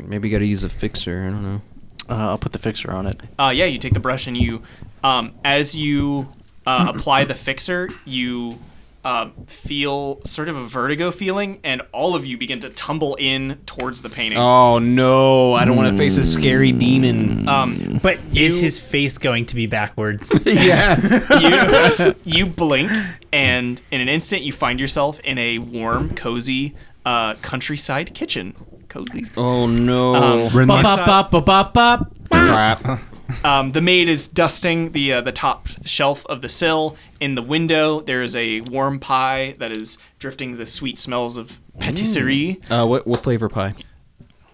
Speaker 9: Maybe you got to use a fixer. I don't know.
Speaker 4: Uh, I'll put the fixer on it.
Speaker 3: Uh, yeah, you take the brush and you, um, as you uh, apply the fixer, you uh, feel sort of a vertigo feeling, and all of you begin to tumble in towards the painting.
Speaker 9: Oh no! I don't want to face a scary demon.
Speaker 3: Um,
Speaker 6: But is his face going to be (laughs) backwards?
Speaker 3: you, (laughs) you blink, and in an instant, you find yourself in a warm, cozy uh, countryside kitchen. Cozy.
Speaker 9: oh no!
Speaker 7: Um,
Speaker 3: Bop, bop,
Speaker 9: Crap.
Speaker 3: Um, the maid is dusting the uh, the top shelf of the sill. In the window, there is a warm pie that is drifting the sweet smells of patisserie.
Speaker 9: Uh, what what flavor pie?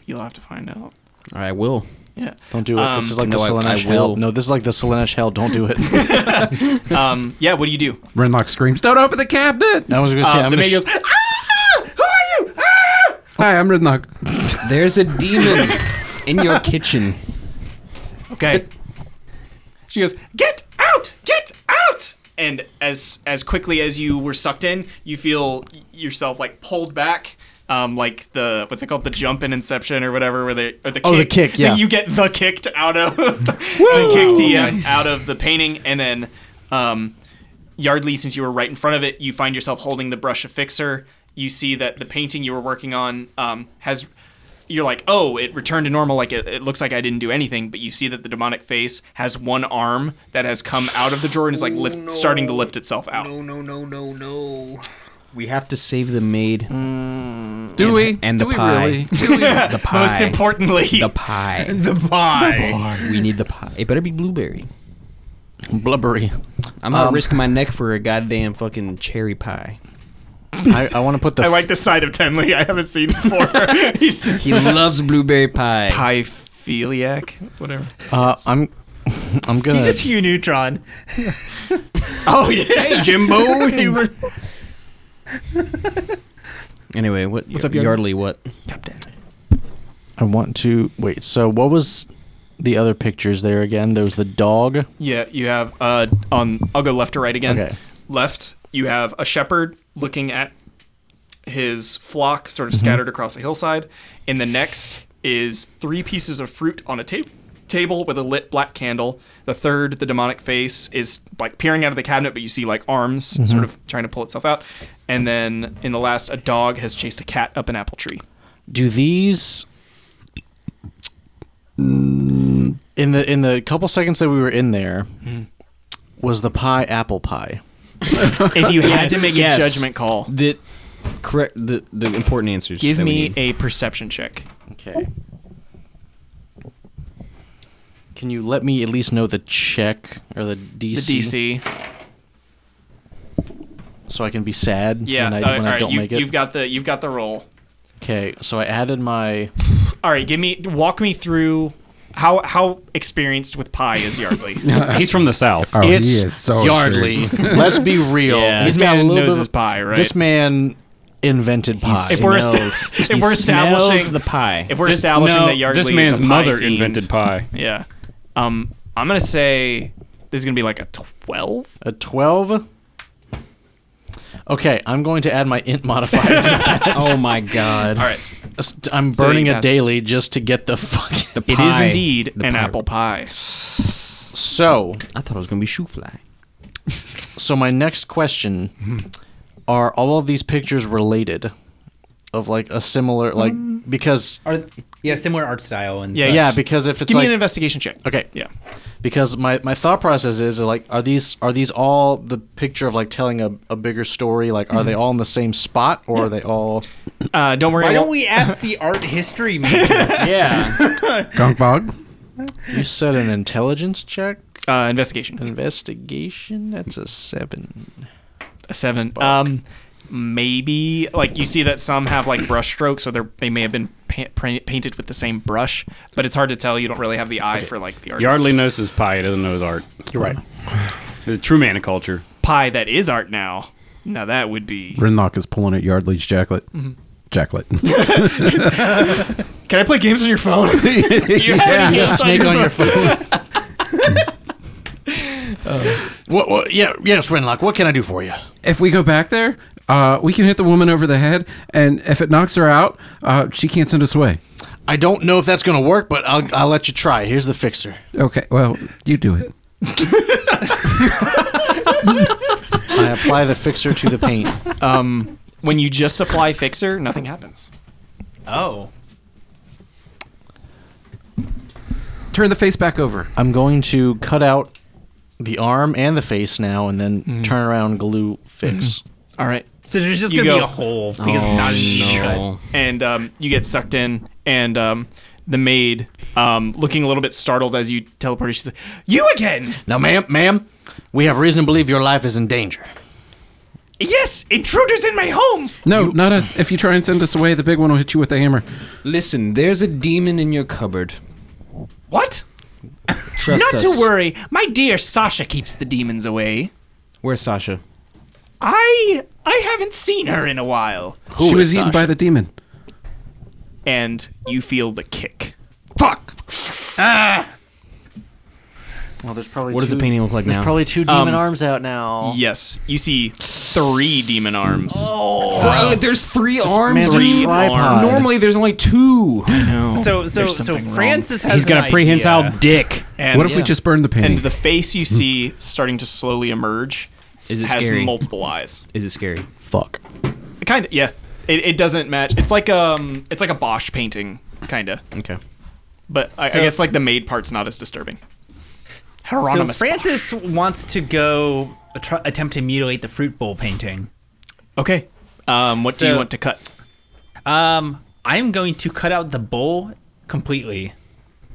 Speaker 3: You'll have to find out.
Speaker 9: I will.
Speaker 3: Yeah.
Speaker 4: Don't do it.
Speaker 3: Um,
Speaker 4: this is like
Speaker 9: no,
Speaker 4: the
Speaker 9: I- I
Speaker 4: Selenesh hell.
Speaker 9: will.
Speaker 4: No, this is like the Selenesh hell. Don't do it.
Speaker 3: Um, yeah. What do you do?
Speaker 7: Renlock screams, "Don't open the cabinet!"
Speaker 4: I was gonna say
Speaker 3: Um,
Speaker 4: I'm
Speaker 3: the
Speaker 4: gonna.
Speaker 3: maid
Speaker 4: Sh-
Speaker 3: goes,
Speaker 4: (laughs)
Speaker 3: "Ah! Who are you? Ah!"
Speaker 7: Hi, I'm Renlock.
Speaker 9: There's a demon in your kitchen.
Speaker 3: Okay. She goes, "Get out! Get out!" And as as quickly as you were sucked in, you feel yourself like pulled back. Um, like the what's it called, the jump in Inception or whatever, where they or the
Speaker 4: Oh, the kick, yeah.
Speaker 3: you get the kicked out of (laughs) the kicked yeah, out of the painting, and then um, Yardley, since you were right in front of it, you find yourself holding the brush of fixer. You see that the painting you were working on um, has. You're like, oh, it returned to normal. Like it, it looks like I didn't do anything, but you see that the demonic face has one arm that has come out of the drawer and is like lift, starting to lift itself out.
Speaker 9: Oh, no no no no. We have to save the maid.
Speaker 7: Do
Speaker 9: and,
Speaker 7: we?
Speaker 9: And
Speaker 7: Do
Speaker 9: the
Speaker 7: we
Speaker 9: pie.
Speaker 7: really?
Speaker 9: (laughs) the pie.
Speaker 3: Most importantly, (laughs)
Speaker 9: the
Speaker 7: (laughs)
Speaker 9: pie.
Speaker 6: the pie.
Speaker 9: we need the pie. It better be blueberry.
Speaker 4: blubbery.
Speaker 9: I'm not risking my neck for a goddamn fucking cherry pie.
Speaker 4: I, I want to put the.
Speaker 3: I like the side of Tenley I haven't seen before.
Speaker 9: (laughs)
Speaker 3: He's just
Speaker 9: He loves blueberry pie.
Speaker 3: pyphiliac, whatever.
Speaker 4: Uh, I'm. (laughs) I'm gonna.
Speaker 6: He's just Hugh Neutron.
Speaker 3: Oh yeah, Jimbo. you were
Speaker 9: Anyway, what? What's up, Yardley? What?
Speaker 4: I want to wait. So what was the other pictures there again? There was the dog.
Speaker 3: Yeah, you have uh on I'll go left to right again.
Speaker 4: Okay.
Speaker 3: Left, you have a shepherd looking at his flock sort of
Speaker 9: Mm-hmm.
Speaker 3: scattered across a hillside. In the next is three pieces of fruit on a ta- table with a lit black candle. The third, the demonic face is like peering out of the cabinet, but you see like arms
Speaker 9: Mm-hmm.
Speaker 3: sort of trying to pull itself out. And then in the last, a dog has chased a cat up an apple tree.
Speaker 4: Do these in the in the couple seconds that we were in there
Speaker 3: Mm-hmm.
Speaker 4: was the pie apple pie?
Speaker 3: If you had to make
Speaker 9: yes.
Speaker 3: a judgment call,
Speaker 9: The correct. The the important answers.
Speaker 3: give
Speaker 9: that we
Speaker 3: me
Speaker 9: need.
Speaker 3: a perception check.
Speaker 4: Okay. Can you let me at least know the check or the
Speaker 3: The
Speaker 4: DC,
Speaker 3: DC.
Speaker 4: so I can be sad
Speaker 3: Yeah,
Speaker 4: when I,
Speaker 3: uh,
Speaker 4: when
Speaker 3: all
Speaker 4: I
Speaker 3: right,
Speaker 4: don't
Speaker 3: you,
Speaker 4: make it?
Speaker 3: You've got the you've got the roll.
Speaker 4: Okay, so I added my
Speaker 3: All right, give me walk me through how how experienced with pie is Yardley.
Speaker 2: He's from the south.
Speaker 7: Oh,
Speaker 4: It's
Speaker 7: he is so
Speaker 4: Yardley.
Speaker 7: experienced. (laughs)
Speaker 4: Let's be real.
Speaker 9: Yeah.
Speaker 4: He's
Speaker 3: this
Speaker 4: got a
Speaker 3: man
Speaker 4: little
Speaker 3: knows
Speaker 4: bit
Speaker 3: his
Speaker 4: of-
Speaker 3: pie, right?
Speaker 4: This man invented pie.
Speaker 3: if we're est-
Speaker 9: Smells.
Speaker 3: (laughs) if we're
Speaker 9: He smells
Speaker 3: establishing
Speaker 9: the pie,
Speaker 8: (laughs)
Speaker 3: if we're
Speaker 2: This-
Speaker 3: establishing
Speaker 2: no,
Speaker 3: that Yardley
Speaker 2: this man's
Speaker 3: is a pie
Speaker 2: mother
Speaker 3: fiend,
Speaker 2: invented pie.
Speaker 3: Yeah, um, I'm gonna say this is gonna be like a twelve.
Speaker 4: A 12? Okay, I'm going to add my
Speaker 3: (laughs)
Speaker 4: int modifier.
Speaker 9: oh my god!
Speaker 8: (laughs)
Speaker 3: All right,
Speaker 4: I'm
Speaker 3: So you
Speaker 4: burning a
Speaker 3: pass it.
Speaker 4: daily just to get the fucking.
Speaker 3: it is
Speaker 9: pie.
Speaker 3: indeed
Speaker 9: The
Speaker 3: an
Speaker 9: pie.
Speaker 3: apple pie.
Speaker 4: so,
Speaker 9: I thought it was gonna be shoe fly.
Speaker 7: Hmm.
Speaker 4: so my next question Are all of these pictures related? Of like a similar like
Speaker 3: Mm.
Speaker 4: because
Speaker 6: Are yeah, similar art style and
Speaker 3: Yeah,
Speaker 6: such.
Speaker 4: yeah because if it's
Speaker 3: Give
Speaker 4: like
Speaker 3: me an investigation check.
Speaker 4: Okay.
Speaker 3: Yeah.
Speaker 4: Because my, my thought process is like, are these are these all the picture of like telling a, a bigger story? Like, are they all in the same spot or are they all?
Speaker 3: Uh, don't worry. I
Speaker 6: Why don't
Speaker 3: won't-
Speaker 6: we ask the art
Speaker 3: (laughs)
Speaker 6: history major?
Speaker 4: (laughs) Yeah.
Speaker 7: Gunk bog.
Speaker 4: (laughs) you said an intelligence check,
Speaker 3: uh, investigation?
Speaker 4: investigation. That's a seven.
Speaker 3: A seven. Um, maybe like you see that some have like brush strokes, or they they may have been pa- pra- painted with the same brush, but it's hard to tell. You don't really have the eye for like the artist.
Speaker 2: Yardley knows his pie. He doesn't know his art.
Speaker 4: You're right.
Speaker 2: The true man of culture.
Speaker 3: pie that is art now. Now that would be.
Speaker 7: Rinlock is pulling at Yardley's jacklet. Jacklet. (laughs)
Speaker 3: Can I play games on your (laughs) phone? Do you have any games on your phone?
Speaker 5: What, what, yeah, yes, Renlock. What can I do for you?
Speaker 7: if we go back there, uh, we can hit the woman over the head, and if it knocks her out, uh, she can't send us away.
Speaker 5: I don't know if that's going to work, but I'll, I'll let you try. Here's the fixer.
Speaker 7: Okay, well, you do it.
Speaker 4: I apply the fixer to the paint.
Speaker 3: Um, when you just apply fixer, nothing happens.
Speaker 6: oh.
Speaker 7: Turn the face back over.
Speaker 4: I'm going to cut out the arm and the face now, and then turn around, and glue fix.
Speaker 3: All right.
Speaker 6: So there's just
Speaker 3: You
Speaker 6: gonna be
Speaker 3: go-
Speaker 6: a hole because
Speaker 3: Oh.
Speaker 6: it's not an easy cut.
Speaker 3: and um, you get sucked in. And um, the maid, um, looking a little bit startled as you teleport, she says, "You again?
Speaker 5: Now, ma'am, ma'am, we have reason to believe your life is in danger.
Speaker 3: Yes, intruders in my home.
Speaker 7: No, not us. If you try and send us away, the big one will hit you with a hammer.
Speaker 9: Listen, there's a demon in your cupboard.
Speaker 3: What?
Speaker 9: Trust
Speaker 3: Not
Speaker 9: us.
Speaker 3: to worry, my dear Sasha keeps the demons away.
Speaker 9: Where's Sasha?
Speaker 3: I I haven't seen her in a while."
Speaker 7: she was eaten by the demon.
Speaker 3: And you feel the kick. Fuck.
Speaker 4: Well, there's probably
Speaker 9: What does the painting look like now?
Speaker 4: Probably two demon
Speaker 5: Um,
Speaker 4: arms out now.
Speaker 3: Yes, you see three demon arms.
Speaker 9: Three- there's three arms.
Speaker 4: man's a
Speaker 9: Three
Speaker 4: tripod.
Speaker 9: arms. Normally, there's only two.
Speaker 6: So so so Francis has
Speaker 2: He's got
Speaker 6: an
Speaker 2: a prehensile
Speaker 6: idea.
Speaker 2: dick.
Speaker 3: And
Speaker 7: what if we just burn the painting?
Speaker 3: And the face you see starting to slowly emerge
Speaker 9: Is it
Speaker 3: has
Speaker 9: scary?
Speaker 3: multiple eyes.
Speaker 9: Is it scary?
Speaker 5: Fuck.
Speaker 3: Kind of, yeah. It, it doesn't match. It's like um, it's like a Bosch painting, kind of.
Speaker 9: Okay.
Speaker 3: But I,
Speaker 6: So-
Speaker 3: I guess like the maid part's not as disturbing.
Speaker 6: So
Speaker 3: Hieronymus.
Speaker 6: Francis wants to go try, attempt to mutilate the fruit bowl painting.
Speaker 3: okay. Um, what do you
Speaker 6: So-
Speaker 3: want to cut?
Speaker 6: Um, I'm going to cut out the bowl completely.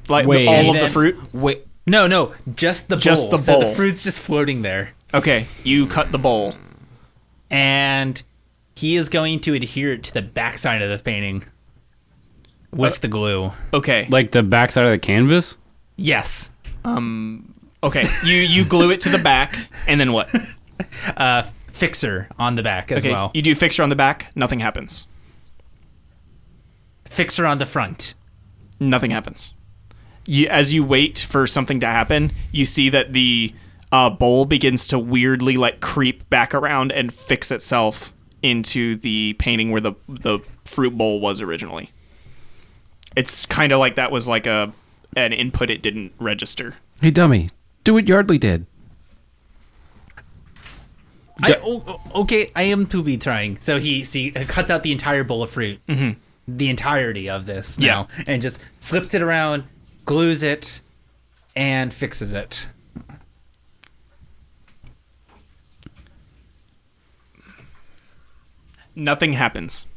Speaker 3: Like the-
Speaker 9: Wait.
Speaker 3: all
Speaker 6: And
Speaker 3: of the
Speaker 6: then-
Speaker 3: fruit.
Speaker 9: Wait.
Speaker 6: No, no, just the bowl.
Speaker 3: Just the
Speaker 6: So
Speaker 3: bowl.
Speaker 6: the fruit's just floating there,
Speaker 3: Okay, you cut the bowl.
Speaker 6: and he is going to adhere it to the backside of the painting
Speaker 3: Uh,
Speaker 6: with the glue.
Speaker 3: Okay.
Speaker 2: Like the backside of the canvas?
Speaker 6: Yes.
Speaker 3: um, Okay. You you glue it to the back, and then what?
Speaker 6: Uh, fixer on the back as
Speaker 3: Okay.
Speaker 6: well.
Speaker 3: You do fixture on the back. Nothing happens.
Speaker 6: fixer on the front.
Speaker 3: nothing happens. You, as you wait for something to happen, you see that the uh, bowl begins to weirdly like creep back around and fix itself into the painting where the the fruit bowl was originally. It's kind of like that was like a an input it didn't register.
Speaker 7: hey, dummy, do what Yardley did.
Speaker 6: I, o- o- okay, I am to be trying. So he see uh, cuts out the entire bowl of fruit, the entirety of this now, and just flips it around, glues it, and fixes it.
Speaker 3: Nothing happens.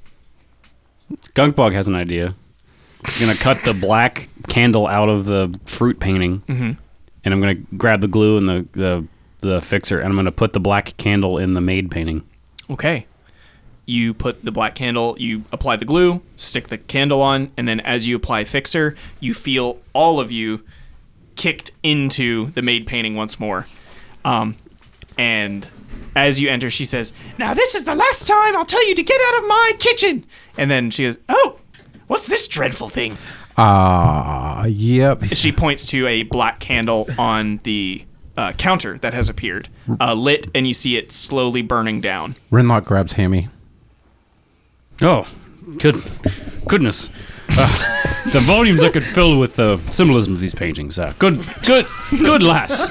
Speaker 2: Gunkbog has an idea. He's gonna cut the black candle out of the fruit painting, and I'm gonna grab the glue and the, the the fixer, and I'm gonna put the black candle in the maid painting.
Speaker 3: Okay. You put the black candle, you apply the glue, stick the candle on, and then as you apply fixer, you feel all of you kicked into the maid painting once more. Um, and as you enter, she says, Now this is the last time I'll tell you to get out of my kitchen. And then she goes, Oh, what's this dreadful thing?
Speaker 7: Ah, yep.
Speaker 3: She points to a black candle on the uh, counter that has appeared, uh, lit, and you see it slowly burning down.
Speaker 7: Renlock grabs Hammy.
Speaker 2: Oh, good goodness! Uh, (laughs) the volumes I could fill with the symbolism of these paintings. Uh, good, good,
Speaker 10: (laughs)
Speaker 2: good lass.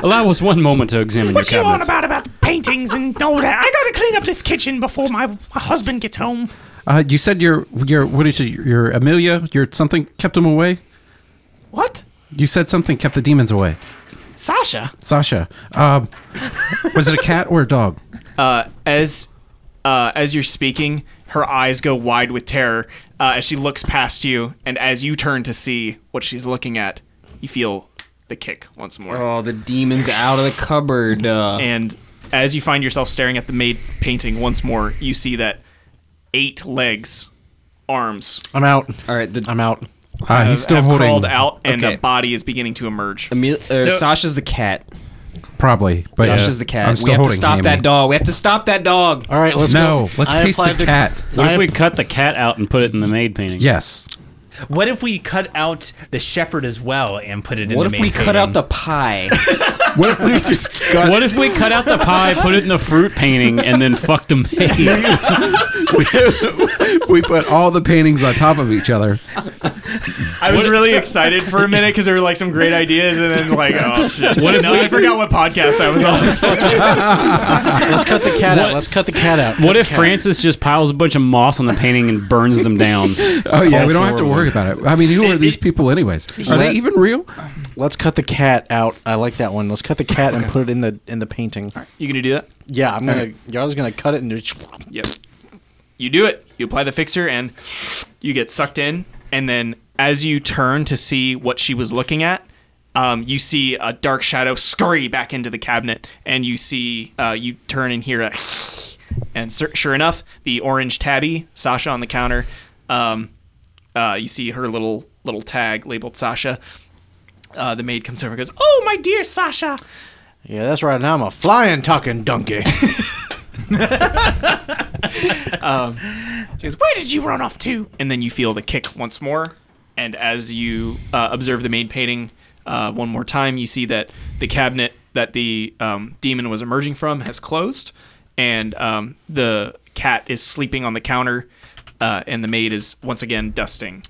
Speaker 2: Allow us one moment to examine
Speaker 10: What
Speaker 2: your
Speaker 10: you on
Speaker 2: cabinets.
Speaker 10: about about the paintings and all that? I gotta clean up this kitchen before my, my husband gets home.
Speaker 7: Uh, you said your your what is it? Your Amelia, your something kept him away.
Speaker 10: What?
Speaker 7: You said something kept the demons away.
Speaker 10: Sasha?
Speaker 7: Sasha, um, was it a cat or a dog?
Speaker 3: Uh, as uh, as you're speaking, her eyes go wide with terror uh, as she looks past you, and as you turn to see what she's looking at, you feel the kick once more.
Speaker 8: Oh, the demon's out of the cupboard. Uh,
Speaker 3: And as you find yourself staring at the maid painting once more, you see that eight legs, arms
Speaker 4: I'm out.
Speaker 8: all right, the
Speaker 4: I'm out.
Speaker 7: Ah,
Speaker 3: have,
Speaker 7: he's still
Speaker 3: have
Speaker 7: holding.
Speaker 3: crawled out, and
Speaker 8: Okay.
Speaker 3: a body is beginning to emerge.
Speaker 8: Emil- uh, Sasha's the cat.
Speaker 7: Probably, but
Speaker 8: Sasha's
Speaker 7: uh,
Speaker 8: the cat.
Speaker 7: I'm still
Speaker 8: we have to
Speaker 7: holding
Speaker 8: stop
Speaker 7: Hammy.
Speaker 8: that dog. We have to stop that dog.
Speaker 4: All right, let's
Speaker 7: No,
Speaker 4: go.
Speaker 7: let's
Speaker 4: I
Speaker 7: pace the
Speaker 4: applied
Speaker 7: cat.
Speaker 2: What if we cut the cat out and put it in the maid painting?
Speaker 7: Yes,
Speaker 6: What if we cut out the shepherd as well and put it in
Speaker 8: What
Speaker 6: the
Speaker 8: if
Speaker 6: main
Speaker 8: we cut out
Speaker 6: painting?
Speaker 8: the pie?
Speaker 2: What if we cut out the pie, put it in the fruit painting, and then fuck the maid?
Speaker 7: we put all the paintings on top of each other.
Speaker 3: I was really excited for a minute because there were like some great ideas, and then like, oh shit!
Speaker 2: What if
Speaker 3: No,
Speaker 2: we-
Speaker 3: I forgot what podcast I was on.
Speaker 4: (laughs) Let's cut the cat out. Let's cut the cat out.
Speaker 2: What if Francis just piles a bunch of moss on the painting and burns them down?
Speaker 7: Oh yeah,
Speaker 2: All
Speaker 7: we don't have
Speaker 2: four
Speaker 7: to
Speaker 2: of
Speaker 7: worry about it. I mean, who are these people anyways? Are they even real?
Speaker 4: Let's cut the cat out. I like that one. Let's cut the cat and put it in the in the painting.
Speaker 3: you gonna do that?
Speaker 4: Yeah, I'm gonna. Y'all's gonna cut it and just.
Speaker 3: Yep. You do it. You apply the fixer, and you get sucked in. And then, as you turn to see what she was looking at, um, you see a dark shadow scurry back into the cabinet, and you see uh, you turn and hear a. And sur- sure enough, the orange tabby Sasha on the counter. Um, uh, you see her little little tag labeled Sasha. Uh, the maid comes over and goes, "Oh, my dear Sasha."
Speaker 4: Yeah, that's right. Now I'm a flying talking
Speaker 5: (laughs)
Speaker 4: donkey.
Speaker 3: She goes, Where did you run off to? And then you feel the kick once more. And as you uh, observe the maid painting uh, one more time, you see that the cabinet that the um, demon was emerging from has closed. And um, the cat is sleeping on the counter. Uh, and the maid is once again dusting.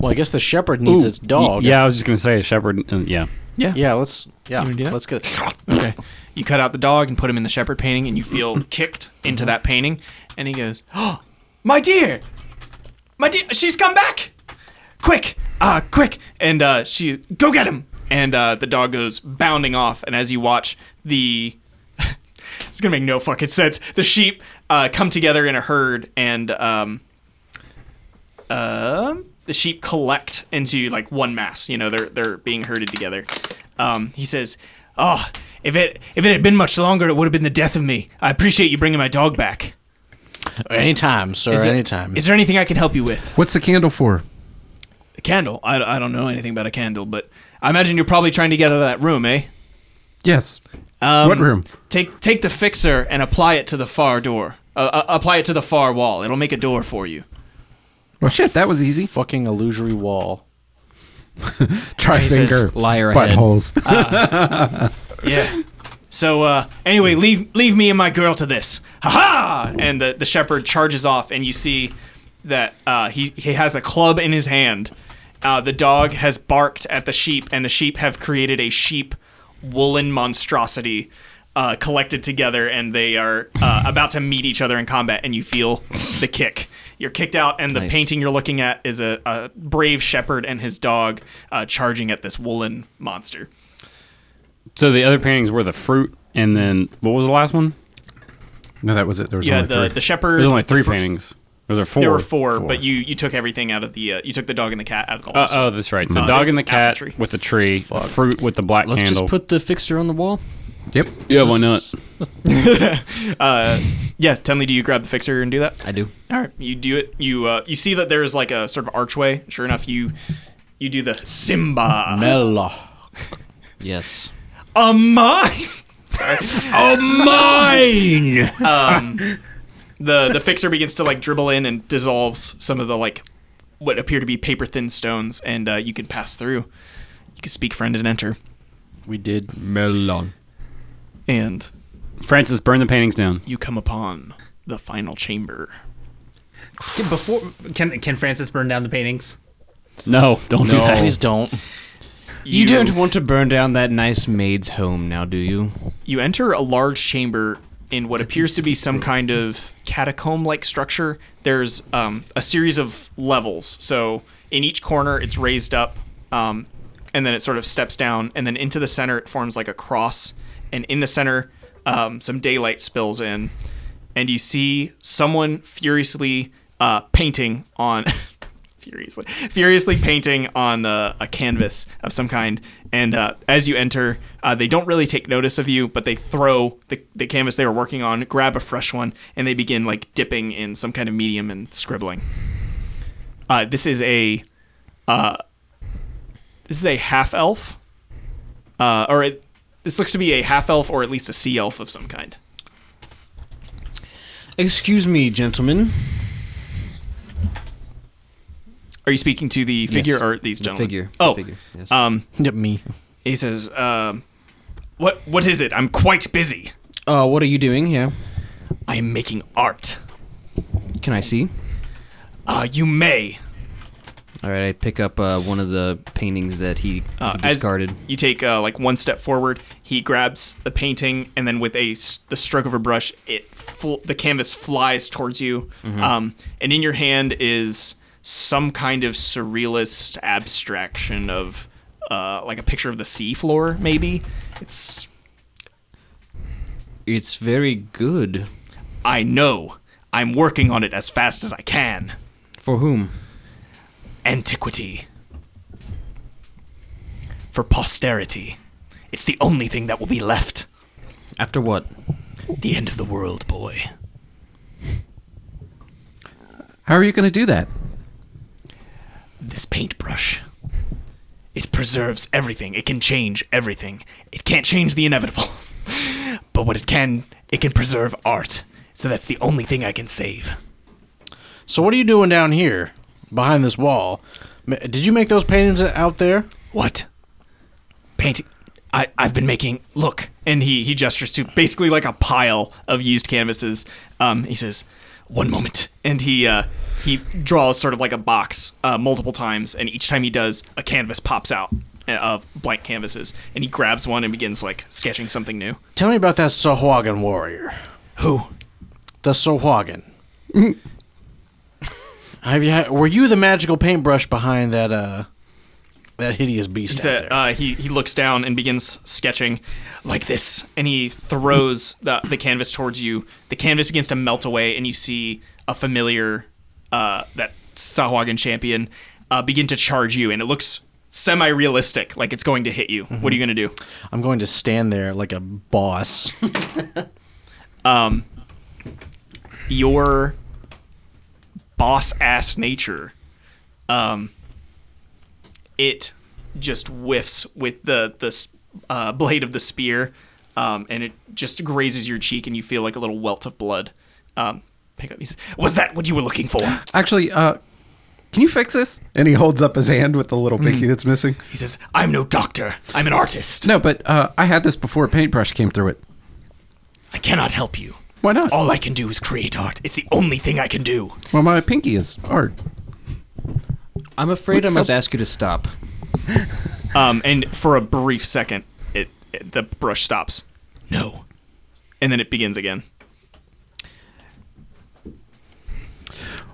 Speaker 4: well, I guess the shepherd needs its dog.
Speaker 2: Yeah, I was just gonna say a shepherd. uh, yeah.
Speaker 4: Yeah. Let's. Yeah.
Speaker 3: wanna do that?
Speaker 4: Let's get.
Speaker 3: (laughs) Okay. You cut out the dog and put him in the shepherd painting, and you feel kicked into that painting. And he goes, "Oh, my dear, my dear, she's come back! Quick, uh, quick!" And uh, she, "Go get him!" And uh, the dog goes bounding off. And as you watch, the (laughs) it's gonna make no fucking sense. The sheep uh, come together in a herd, and um, um, the sheep collect into like one mass. You know, they're they're being herded together. Um, he says, "Oh, if it if it had been much longer, it would have been the death of me. I appreciate you bringing my dog back.
Speaker 4: Anytime, sir.
Speaker 3: Is it-
Speaker 4: anytime.
Speaker 3: Is there anything I can help you with?
Speaker 7: What's the candle for?
Speaker 3: A candle? I, I don't know anything about a candle, but I imagine you're probably trying to get out of that room, eh?
Speaker 7: Yes.
Speaker 3: Um,
Speaker 7: What room?
Speaker 3: Take take the fixer and apply it to the far door. Uh, uh, apply it to the far wall. It'll make a door for you.
Speaker 7: Well, shit, that was easy.
Speaker 4: fucking
Speaker 5: (laughs)
Speaker 4: illusory wall.
Speaker 7: Try
Speaker 3: He says,
Speaker 7: finger
Speaker 8: Liar ahead.
Speaker 7: buttholes.
Speaker 3: Yeah. So uh, anyway, leave leave me and my girl to this. Ha ha! And the, the shepherd charges off, and you see that uh, he he has a club in his hand. Uh, the dog has barked at the sheep, and the sheep have created a sheep woolen monstrosity uh, collected together, and they are uh, about to meet each other in combat. And you feel the kick. You're kicked out, and the painting you're looking at is a, a brave shepherd and his dog uh, charging at this woolen monster.
Speaker 2: So the other paintings were the fruit, and then what was the last one?
Speaker 7: no, that was it. There was
Speaker 3: Yeah,
Speaker 7: only
Speaker 3: the,
Speaker 7: three.
Speaker 3: the shepherd.
Speaker 2: There's only three
Speaker 3: the fr-
Speaker 2: paintings. Or there four.
Speaker 3: There were four, but you you took everything out of the uh, you took the dog and the cat out of the
Speaker 2: Uh,
Speaker 3: last.
Speaker 2: oh, that's right. So
Speaker 3: Uh,
Speaker 2: dog
Speaker 3: there's
Speaker 2: and the
Speaker 3: an
Speaker 2: cat
Speaker 3: apple tree.
Speaker 2: with the tree, fruit with the black
Speaker 8: Let's
Speaker 2: candle.
Speaker 8: just put the fixer on the wall.
Speaker 7: yep.
Speaker 2: yeah, why not?
Speaker 3: yeah, Tenley, do you grab the fixer and do that?
Speaker 8: I do.
Speaker 3: All right, you do it. You uh, you see that there is like a sort of archway. Sure enough, you you do the Simba.
Speaker 4: Mella.
Speaker 8: Yes.
Speaker 3: A mine. (laughs)
Speaker 2: Mine.
Speaker 3: Um, The the fixer begins to like dribble in and dissolves some of the like what appear to be paper thin stones, and uh, you can pass through. You can speak friend and enter,
Speaker 4: We did.
Speaker 8: Melon.
Speaker 3: and
Speaker 2: Francis, burn the paintings down.
Speaker 3: you come upon the final chamber.
Speaker 6: Before can can Francis burn down the paintings?
Speaker 2: No, don't do that.
Speaker 5: Please don't.
Speaker 8: You, don't want to burn down that nice maid's home now, do you?
Speaker 3: You enter a large chamber in what appears to be some kind of catacomb like structure. There's um, a series of levels. So in each corner, it's raised up, um, and then it sort of steps down, and then into the center, it forms like a cross. And in the center, um, some daylight spills in, and you see someone furiously uh, painting on. (laughs) furiously furiously painting on uh, a canvas of some kind and uh, as you enter uh, they don't really take notice of you but they throw the, the canvas they were working on grab a fresh one and they begin like dipping in some kind of medium and scribbling uh, this is a uh, this is a half elf uh, or it, this looks to be a half elf or at least a sea elf of some kind
Speaker 8: Excuse me, gentlemen.
Speaker 3: are you speaking to the figure
Speaker 8: Yes,
Speaker 3: or these
Speaker 8: the
Speaker 3: gentlemen
Speaker 8: figure, the
Speaker 3: oh
Speaker 8: figure, yes.
Speaker 3: um
Speaker 5: Yep, me.
Speaker 3: He says, um, "What? What is it? I'm quite busy.
Speaker 8: Uh, what are you doing? Yeah.
Speaker 3: I am making art.
Speaker 8: Can I see?
Speaker 3: Uh, you may."
Speaker 8: All right, I pick up uh, one of the paintings that he,
Speaker 3: Uh,
Speaker 8: he
Speaker 3: as
Speaker 8: discarded.
Speaker 3: you take uh, like one step forward, he grabs the painting, and then with a s- the stroke of a brush, it fl- the canvas flies towards you. Um, and in your hand is some kind of surrealist abstraction of uh, like a picture of the seafloor, maybe. It's
Speaker 8: It's very good.
Speaker 3: I know. I'm working on it as fast as I can.
Speaker 8: For whom?
Speaker 3: antiquity for posterity. It's the only thing that will be left.
Speaker 8: After what?
Speaker 3: The end of the world, boy.
Speaker 7: (laughs) How are you going to do that?
Speaker 3: This paintbrush. It preserves everything. It can change everything. It can't change the inevitable. (laughs) but what it can, it can preserve art. So that's the only thing I can save.
Speaker 5: So what are you doing down here, behind this wall? Ma- Did you make those paintings out there?
Speaker 3: What? Painting. I, I've been making. Look, and he he gestures to basically like a pile of used canvases. Um, he says, "One moment," and he uh, he draws sort of like a box uh, multiple times, and each time he does, a canvas pops out uh, of blank canvases, and he grabs one and begins like sketching something new.
Speaker 5: Tell me about that Sohwagan warrior.
Speaker 3: Who?
Speaker 5: The Sohwagan. (laughs) Have you? Had, were you the magical paintbrush behind that? Uh, that hideous beast
Speaker 3: He
Speaker 5: out
Speaker 3: said,
Speaker 5: there.
Speaker 3: uh, he he looks down and begins sketching like this, and he throws the the canvas towards you. The canvas begins to melt away, and you see a familiar uh, that Sahuagin champion uh, begin to charge you, and it looks semi-realistic, like it's going to hit you. What are you gonna do?
Speaker 5: I'm going to stand there like a boss.
Speaker 3: Your boss ass nature, um, it just whiffs with the the s- uh, blade of the spear, um, and it just grazes your cheek, and you feel like a little welt of blood. Um, pick up. He says, "Was that what you were looking for?"
Speaker 7: (gasps) Actually, uh, can you fix this? And he holds up his hand with the little pinky that's missing.
Speaker 3: He says, "I'm no doctor. I'm an artist.
Speaker 7: No, but uh, I had this before a paintbrush came through it.
Speaker 3: I cannot help you.
Speaker 7: Why not?
Speaker 3: All I can do is create art. It's the only thing I can do."
Speaker 7: Well, my pinky is art.
Speaker 8: I'm afraid I must ask you to stop.
Speaker 3: Um, and for a brief second, it, it the brush stops. No, and then it begins again.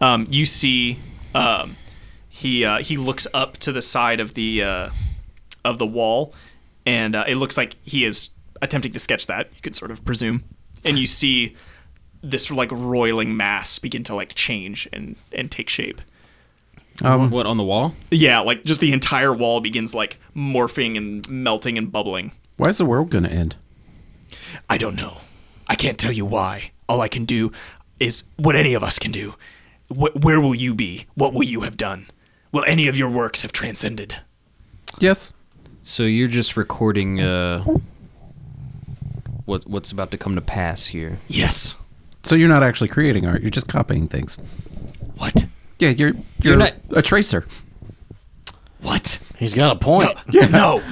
Speaker 3: Um, you see, um, he uh, he looks up to the side of the uh, of the wall, and uh, it looks like he is attempting to sketch that. You could sort of presume, and you see this like roiling mass begin to like change and and take shape.
Speaker 8: What on the wall?
Speaker 3: Yeah, like just the entire wall begins like morphing and melting and bubbling.
Speaker 7: Why is the world going to end?
Speaker 3: I don't know. I can't tell you why. All I can do is what any of us can do. Wh- where will you be? What will you have done? Will any of your works have transcended?
Speaker 7: Yes.
Speaker 8: So you're just recording uh, what what's about to come to pass here.
Speaker 3: Yes.
Speaker 7: So you're not actually creating art. You're just copying things.
Speaker 3: What?
Speaker 7: Yeah, you're you're,
Speaker 8: not-
Speaker 7: a tracer.
Speaker 3: What?
Speaker 5: (laughs) He's got a point.
Speaker 3: No.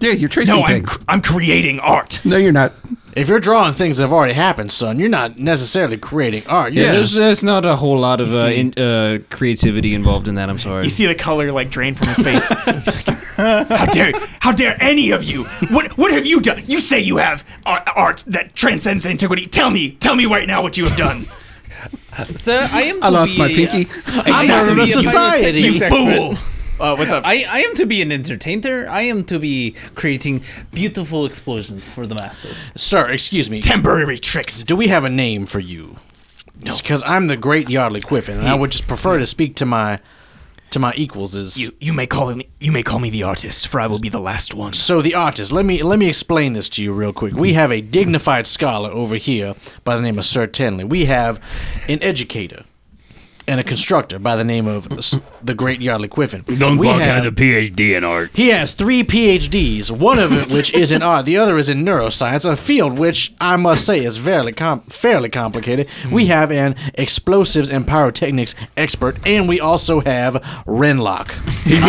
Speaker 7: Yeah, you're tracing
Speaker 3: No, I'm,
Speaker 7: things.
Speaker 3: cr- I'm creating art.
Speaker 7: no, you're not.
Speaker 4: If you're drawing things that have already happened, son, you're not necessarily creating art. You're
Speaker 8: Yeah,
Speaker 4: just
Speaker 8: there's, there's not a whole lot of
Speaker 4: You
Speaker 8: uh,
Speaker 4: see-
Speaker 8: in, uh, creativity involved in that. I'm sorry.
Speaker 3: You see the color like drain from his face. He's like, how dare, how dare any of you? What, what have you done? You say you have ar- art that transcends antiquity. Tell me, tell me right now what you have done.
Speaker 6: Sir, I am. To
Speaker 7: I lost
Speaker 6: be,
Speaker 7: my pinky.
Speaker 6: I
Speaker 3: Exactly.
Speaker 6: am to be a
Speaker 4: Society,
Speaker 3: You
Speaker 6: pyrotechnics expert.
Speaker 3: fool! Uh, what's up?
Speaker 6: I, I am to be an entertainer. I am to be creating beautiful explosions for the masses.
Speaker 4: Sir, excuse me.
Speaker 3: Temporary tricks.
Speaker 4: Do we have a name for you? No. Because I'm the great Yardley Quiffin, and I would just prefer to speak to my to my equals. Is
Speaker 3: You, you may call me, you may call me the artist, for I will be the last one.
Speaker 4: so the artist. Let me let me explain this to you real quick. We have a dignified scholar over here by the name of Sir Tenley. We have an educator and a constructor by the name of s- the great Yardley Quiffin.
Speaker 2: Don't
Speaker 4: we
Speaker 2: Buck has
Speaker 4: have-
Speaker 2: a PhD in art.
Speaker 4: He has three PhDs, one of it which is in art, the other is in neuroscience, a field which I must say is fairly com- fairly complicated. We have an explosives and pyrotechnics expert, and we also have Renlock.
Speaker 2: he,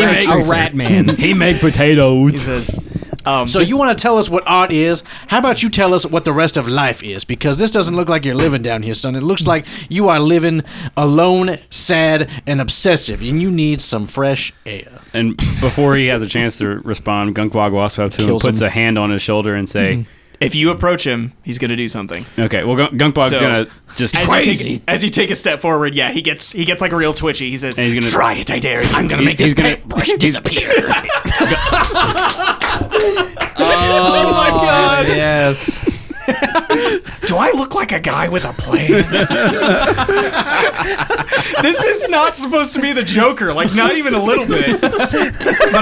Speaker 2: made,
Speaker 8: a rat man.
Speaker 2: he made potatoes.
Speaker 3: Says, um,
Speaker 4: So you want to tell us what art is? How about you tell us what the rest of life is? Because this doesn't look like you're living down here, son. It looks like you are living alone, sad, and obsessive, and you need some fresh air.
Speaker 2: (laughs) And before he has a chance to respond, Gunkwag walks up to him,
Speaker 4: Kills
Speaker 2: puts
Speaker 4: him.
Speaker 2: a hand on his shoulder, and say,
Speaker 3: if you approach him, he's gonna do something.
Speaker 2: "Okay, well, Gun- Gunkwag's
Speaker 3: So-
Speaker 2: gonna just
Speaker 3: As You take, as you take a step forward, yeah, he gets he gets like real twitchy. He says,
Speaker 2: And he's gonna-
Speaker 3: "Try it, I dare you." I'm gonna
Speaker 2: make this gonna,
Speaker 3: (laughs) Oh my god!
Speaker 8: yes.
Speaker 3: (laughs) Do I look like a guy with a plan? (laughs) this is not supposed to be the Joker, like not even a little bit. But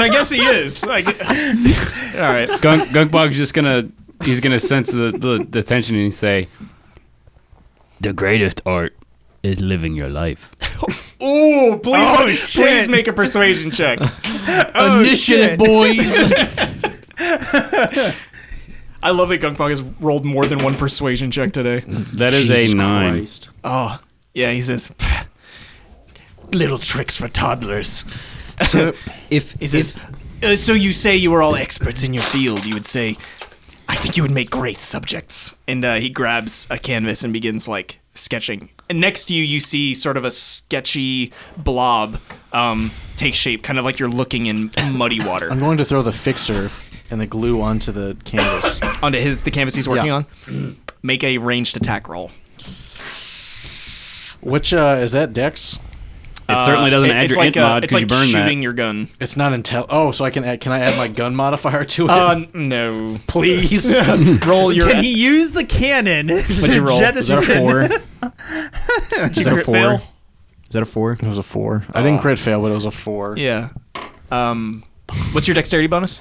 Speaker 3: I guess he is. Like,
Speaker 2: All right, Gunk, Gunkbog's just gonna he's gonna sense the, the, the tension and say, "The greatest art is living your life."
Speaker 3: ooh, please,
Speaker 2: Oh,
Speaker 3: please make a persuasion check.
Speaker 4: Initiative, boys.
Speaker 3: I love that Gunkbog has rolled more than one persuasion check today.
Speaker 2: That is a nine.
Speaker 3: Oh, yeah, he says. "Pff, Little tricks for toddlers.
Speaker 8: If
Speaker 3: He says, uh, so you say you were all experts in your field. You would say, I think you would make great subjects. And uh, he grabs a canvas and begins like sketching. And next to you, you see sort of a sketchy blob um, take shape, kind of like you're looking in (laughs) muddy water
Speaker 11: I'm going to throw the fixer and the glue onto the canvas.
Speaker 3: onto his the canvas he's working
Speaker 11: Yeah.
Speaker 3: on. Make a ranged attack roll.
Speaker 11: Which uh, is that Dex?
Speaker 2: It certainly doesn't
Speaker 3: It-
Speaker 2: add
Speaker 3: it's
Speaker 2: your
Speaker 3: like
Speaker 2: int
Speaker 3: uh,
Speaker 2: mod
Speaker 3: It's
Speaker 2: because
Speaker 3: like
Speaker 2: you burn
Speaker 3: shooting
Speaker 2: that.
Speaker 3: your gun.
Speaker 11: It's not intel. Oh, so I can add, can I add my gun modifier to it? (laughs)
Speaker 3: Uh, no.
Speaker 2: (laughs)
Speaker 11: Please.
Speaker 3: (laughs) Roll your.
Speaker 6: Can he use the cannon? What'd
Speaker 8: you roll? Is that a
Speaker 3: (laughs)
Speaker 8: four?
Speaker 3: Did you
Speaker 8: that a
Speaker 3: crit
Speaker 8: four?
Speaker 3: fail?
Speaker 8: Is that a four?
Speaker 11: It was a four. I didn't crit fail, but it was a four.
Speaker 3: Yeah. Um, what's your dexterity bonus?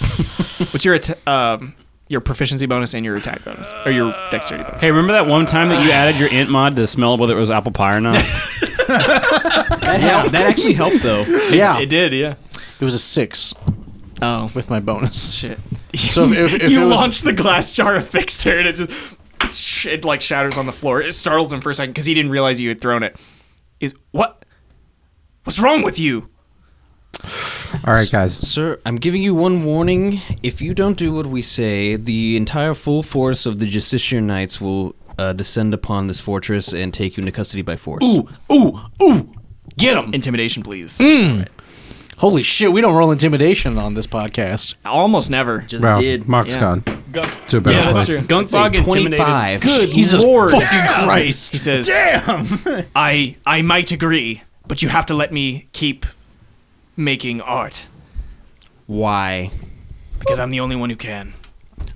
Speaker 11: (laughs)
Speaker 3: what's your at- um your proficiency bonus and your attack bonus or your dexterity bonus?
Speaker 2: Hey, remember that one time that you added your int mod to smell whether it was apple pie or
Speaker 3: (sighs)
Speaker 2: not?
Speaker 8: That helped. That actually
Speaker 11: (laughs)
Speaker 8: helped though.
Speaker 11: Yeah.
Speaker 3: It did, yeah.
Speaker 11: It was a six
Speaker 3: Oh
Speaker 11: with my bonus.
Speaker 3: shit!
Speaker 11: So if- if- if
Speaker 3: (laughs) you
Speaker 11: it was-
Speaker 3: launched the glass jar of fixer and it just it like shatters on the floor. It startles him for a second because he didn't realize you had thrown it. Is what? What's wrong with you?
Speaker 7: All right, guys.
Speaker 8: Sir, I'm giving you one warning. If you don't do what we say, the entire full force of the Justician Knights will uh, descend upon this fortress and take you into custody by force.
Speaker 4: ooh, ooh, get him.
Speaker 3: Intimidation, please.
Speaker 11: Mm.
Speaker 4: Holy shit, we don't roll intimidation on this podcast.
Speaker 3: Almost never.
Speaker 8: Just
Speaker 7: Well,
Speaker 8: did.
Speaker 7: Mark's
Speaker 3: Yeah.
Speaker 7: gone to a better
Speaker 3: Yeah, that's
Speaker 7: place.
Speaker 3: true.
Speaker 2: Gunkbog intimidated.
Speaker 8: 25. Good.
Speaker 4: Jesus
Speaker 3: Lord. (laughs)
Speaker 4: fucking Christ.
Speaker 3: He says, "Damn, (laughs) I I might agree, but you have to let me keep making art
Speaker 8: Why?
Speaker 3: because I'm the only one who can."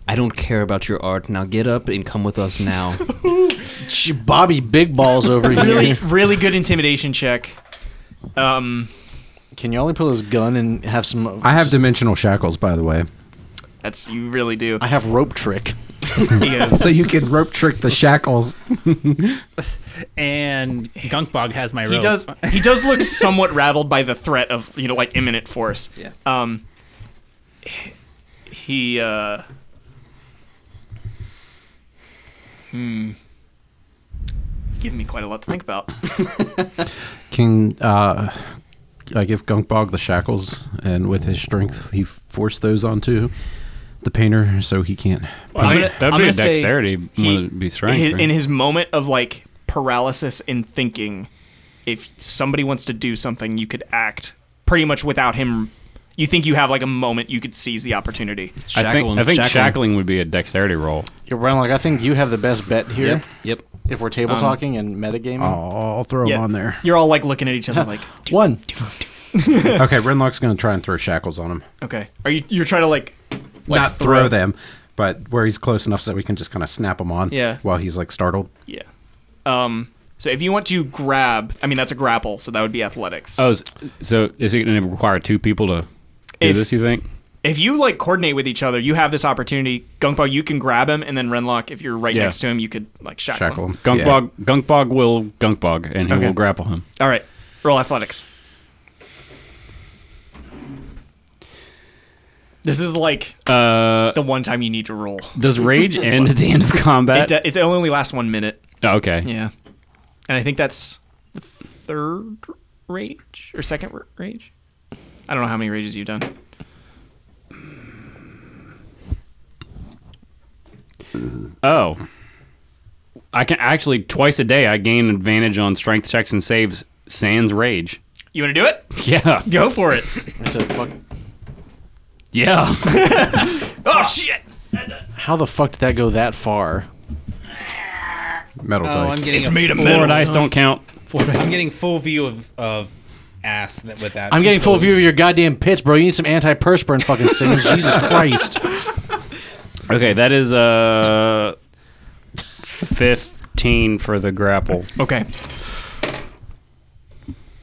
Speaker 8: I don't care about your art. Now get up and come with us now.
Speaker 4: Sh- Bobby Big Balls over here.
Speaker 3: Really, really good intimidation check. Um,
Speaker 11: Can you only pull his gun and have some?
Speaker 7: I have dimensional shackles, by the way,
Speaker 3: that's you really do.
Speaker 11: I have rope trick.
Speaker 3: He goes,
Speaker 7: so you can rope trick the shackles.
Speaker 6: And Gunkbog has my rope.
Speaker 3: he does. He does look somewhat rattled by the threat of you know like imminent force.
Speaker 8: Yeah.
Speaker 3: Um. He. uh... Hmm. He's giving hmm. me quite a lot to think about.
Speaker 7: Can uh, I give Gunkbog the shackles, and with his strength, he forced those onto the painter, so he can't.
Speaker 3: I'm
Speaker 2: I mean,
Speaker 3: gonna-
Speaker 2: that'd
Speaker 3: I'm
Speaker 2: be a
Speaker 3: gonna say
Speaker 2: dexterity,
Speaker 3: he-
Speaker 2: more than it'd be strength,
Speaker 3: hi-
Speaker 2: right?
Speaker 3: In his moment of like paralysis and thinking, if somebody wants to do something, you could act pretty much without him. You think you have like a moment you could seize the opportunity.
Speaker 2: I think, I think shackling. would be a dexterity roll.
Speaker 5: Yo, Brian, like I think you have the best bet here.
Speaker 8: Yep. Yep.
Speaker 5: If we're table talking and metagaming,
Speaker 7: I'll, I'll throw
Speaker 3: Yeah.
Speaker 7: him on there.
Speaker 3: You're all like looking at each other like, dude,
Speaker 5: one.
Speaker 7: okay, Renlock's gonna try and throw shackles on him.
Speaker 3: okay. Are you you're trying to like, like
Speaker 7: Not throw them, but where he's close enough so that we can just kind of snap him on.
Speaker 3: Yeah.
Speaker 7: While he's like startled.
Speaker 3: Yeah. Um. So if you want to grab, I mean that's a grapple, so that would be athletics.
Speaker 2: Oh, s- so is it going to require two people to do
Speaker 3: If-
Speaker 2: this? You think?
Speaker 3: if you like coordinate with each other, you have this opportunity. Gunkbog, you can grab him, and then Renlock, if you're right
Speaker 2: Yeah.
Speaker 3: next to him, you could like shackle,
Speaker 7: Shackle
Speaker 3: him.
Speaker 7: him. Yeah.
Speaker 2: Gunkbog, Gunkbog will Gunkbog, and he
Speaker 3: Okay.
Speaker 2: will grapple him.
Speaker 3: All right, roll athletics. This is like
Speaker 2: Uh,
Speaker 3: the one time you need to roll.
Speaker 2: does
Speaker 3: (laughs)
Speaker 2: rage end at the end of
Speaker 3: It,
Speaker 2: combat?
Speaker 3: de- it's, it only lasts one minute.
Speaker 2: Oh, okay.
Speaker 3: Yeah, and I think that's the third rage or second r- rage. I don't know how many rages you've done.
Speaker 2: Oh, I can actually twice a day I gain advantage on strength checks and saves. Sans rage. (laughs)
Speaker 3: You want to do it? (laughs)
Speaker 2: Yeah.
Speaker 3: Go for it.
Speaker 5: It's a fuck.
Speaker 2: Yeah.
Speaker 3: Oh shit!
Speaker 5: How the fuck did that go that far?
Speaker 7: Metal
Speaker 2: Oh,
Speaker 7: dice.
Speaker 6: it's made uh, a
Speaker 2: Four dice don't count.
Speaker 6: full, I'm getting full view of of ass that with that.
Speaker 5: I'm getting full view of
Speaker 6: those-
Speaker 5: your goddamn pits, bro. You need some antiperspirant fucking scenes. Jesus Christ.
Speaker 2: Okay, that is uh, fifteen for the grapple.
Speaker 3: Okay.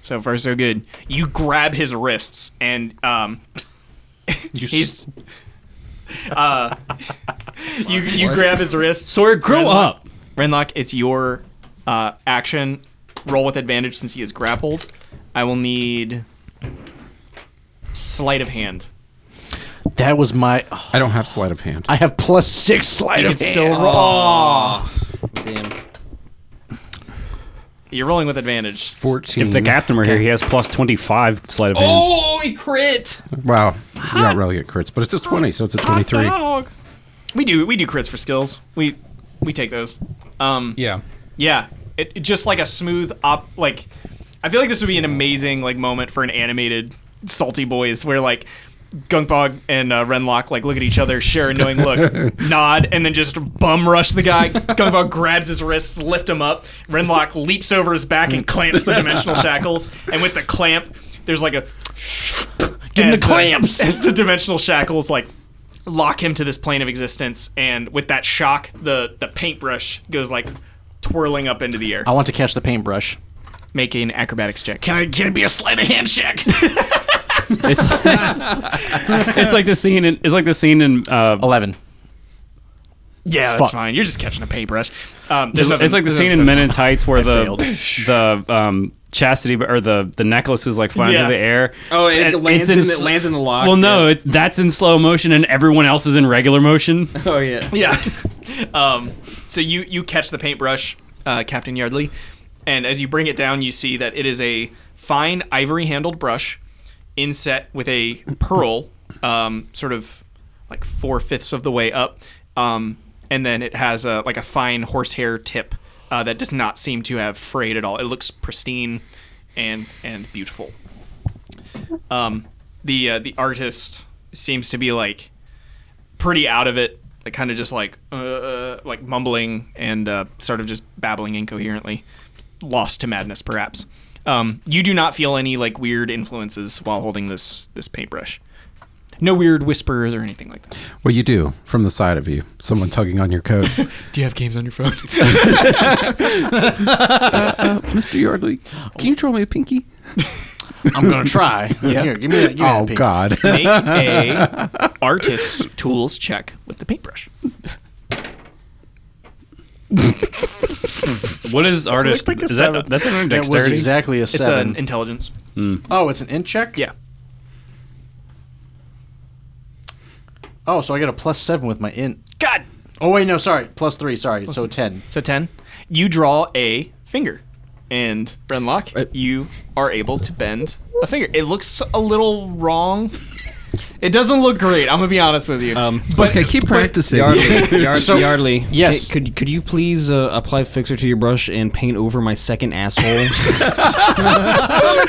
Speaker 3: So far, so good. You grab his wrists, and um, (laughs) he's uh, you you grab his wrists.
Speaker 2: Or grow
Speaker 3: Renlock-
Speaker 2: up.
Speaker 3: Renlock. It's your uh, action. Roll with advantage since he is grappled. I will need sleight of hand.
Speaker 5: That was my.
Speaker 7: I don't have sleight of hand.
Speaker 5: I have plus six sleight of
Speaker 3: It's
Speaker 5: hand.
Speaker 3: still raw.
Speaker 8: Damn.
Speaker 3: You're rolling with advantage.
Speaker 7: Fourteen.
Speaker 2: If the captain were here, he has plus twenty-five sleight of hand.
Speaker 6: Oh, he crit!
Speaker 7: wow, you don't really get crits, but it's a twenty, so it's a twenty-three.
Speaker 3: We do we do crits for skills. We we take those. Um,
Speaker 6: Yeah.
Speaker 3: Yeah, it, it- just like a smooth op. Like, I feel like this would be an amazing like moment for an animated Salty Boys, where like Gunkbog and uh, Renlock like look at each other, share a knowing (laughs) look, nod, and then just bum rush the guy. Gunkbog grabs his wrists, lift him up. Renlock leaps over his back and clamps the (laughs) dimensional shackles. And with the clamp, there's like a give him the clamps as the dimensional shackles like lock him to this plane of existence. And with that shock, the the paintbrush goes like twirling up into the air.
Speaker 5: I want to catch the paintbrush.
Speaker 3: Make an acrobatics check.
Speaker 5: Can I can it be a sleight of hand check?
Speaker 2: It's like the scene in it's like the scene in uh,
Speaker 5: Eleven.
Speaker 3: (laughs) yeah, that's fine. You're just catching a paintbrush. Um, there's
Speaker 2: it's,
Speaker 3: nothing,
Speaker 2: it's like the
Speaker 3: there's
Speaker 2: scene
Speaker 3: no
Speaker 2: in Men in Tights where the
Speaker 3: failed.
Speaker 2: the um, chastity or the the necklace is like flying
Speaker 3: Yeah.
Speaker 2: through the air.
Speaker 8: Oh, it
Speaker 2: And
Speaker 8: lands
Speaker 2: it's
Speaker 8: in the-
Speaker 2: sl-
Speaker 8: lands in the lock,
Speaker 2: Well, no,
Speaker 8: yeah.
Speaker 2: it, that's in slow motion, and everyone else is in regular motion.
Speaker 8: (laughs) Oh yeah.
Speaker 3: (laughs) Yeah. um, so you you catch the paintbrush, uh, Captain Yardley, and as you bring it down, you see that it is a fine ivory handled brush, inset with a pearl, um, sort of like four fifths of the way up, um, and then it has a like a fine horsehair tip uh, that does not seem to have frayed at all. It looks pristine and and beautiful. Um, the uh, the artist seems to be like pretty out of it, like kind of just like uh, like mumbling and uh, sort of just babbling incoherently, lost to madness perhaps. Um, you do not feel any like weird influences while holding this this paintbrush. No weird whispers or anything like that.
Speaker 7: Well, you do from the side of you. Someone tugging on your coat. do you have (laughs) games on your phone? uh, uh, Mr. Yardley, can you throw me a pinky?
Speaker 5: I'm gonna try. Here, give me that. Give me
Speaker 7: Oh
Speaker 5: that pink.
Speaker 7: God.
Speaker 3: Make a artist's tools check with the paintbrush.
Speaker 2: What is artist?
Speaker 3: like a
Speaker 2: is that
Speaker 3: (laughs) seven.
Speaker 2: that's an
Speaker 5: That was
Speaker 2: dexterity?
Speaker 5: exactly a
Speaker 3: It's
Speaker 5: seven.
Speaker 3: an intelligence.
Speaker 5: oh, it's an int check.
Speaker 3: Yeah.
Speaker 5: Oh, so I got a plus seven with my int.
Speaker 3: God.
Speaker 5: Oh wait, no, sorry, plus three. Sorry, so ten.
Speaker 3: So ten. You draw a finger, and Renlock, you are able to bend a finger. It looks a little wrong. It doesn't look great. I'm gonna be honest with you. Um, but
Speaker 7: okay, keep practicing. (laughs)
Speaker 8: Yardley, Yard, Yardley.
Speaker 5: Yes.
Speaker 8: ca- could could you please uh, apply fixer to your brush and paint over my second asshole?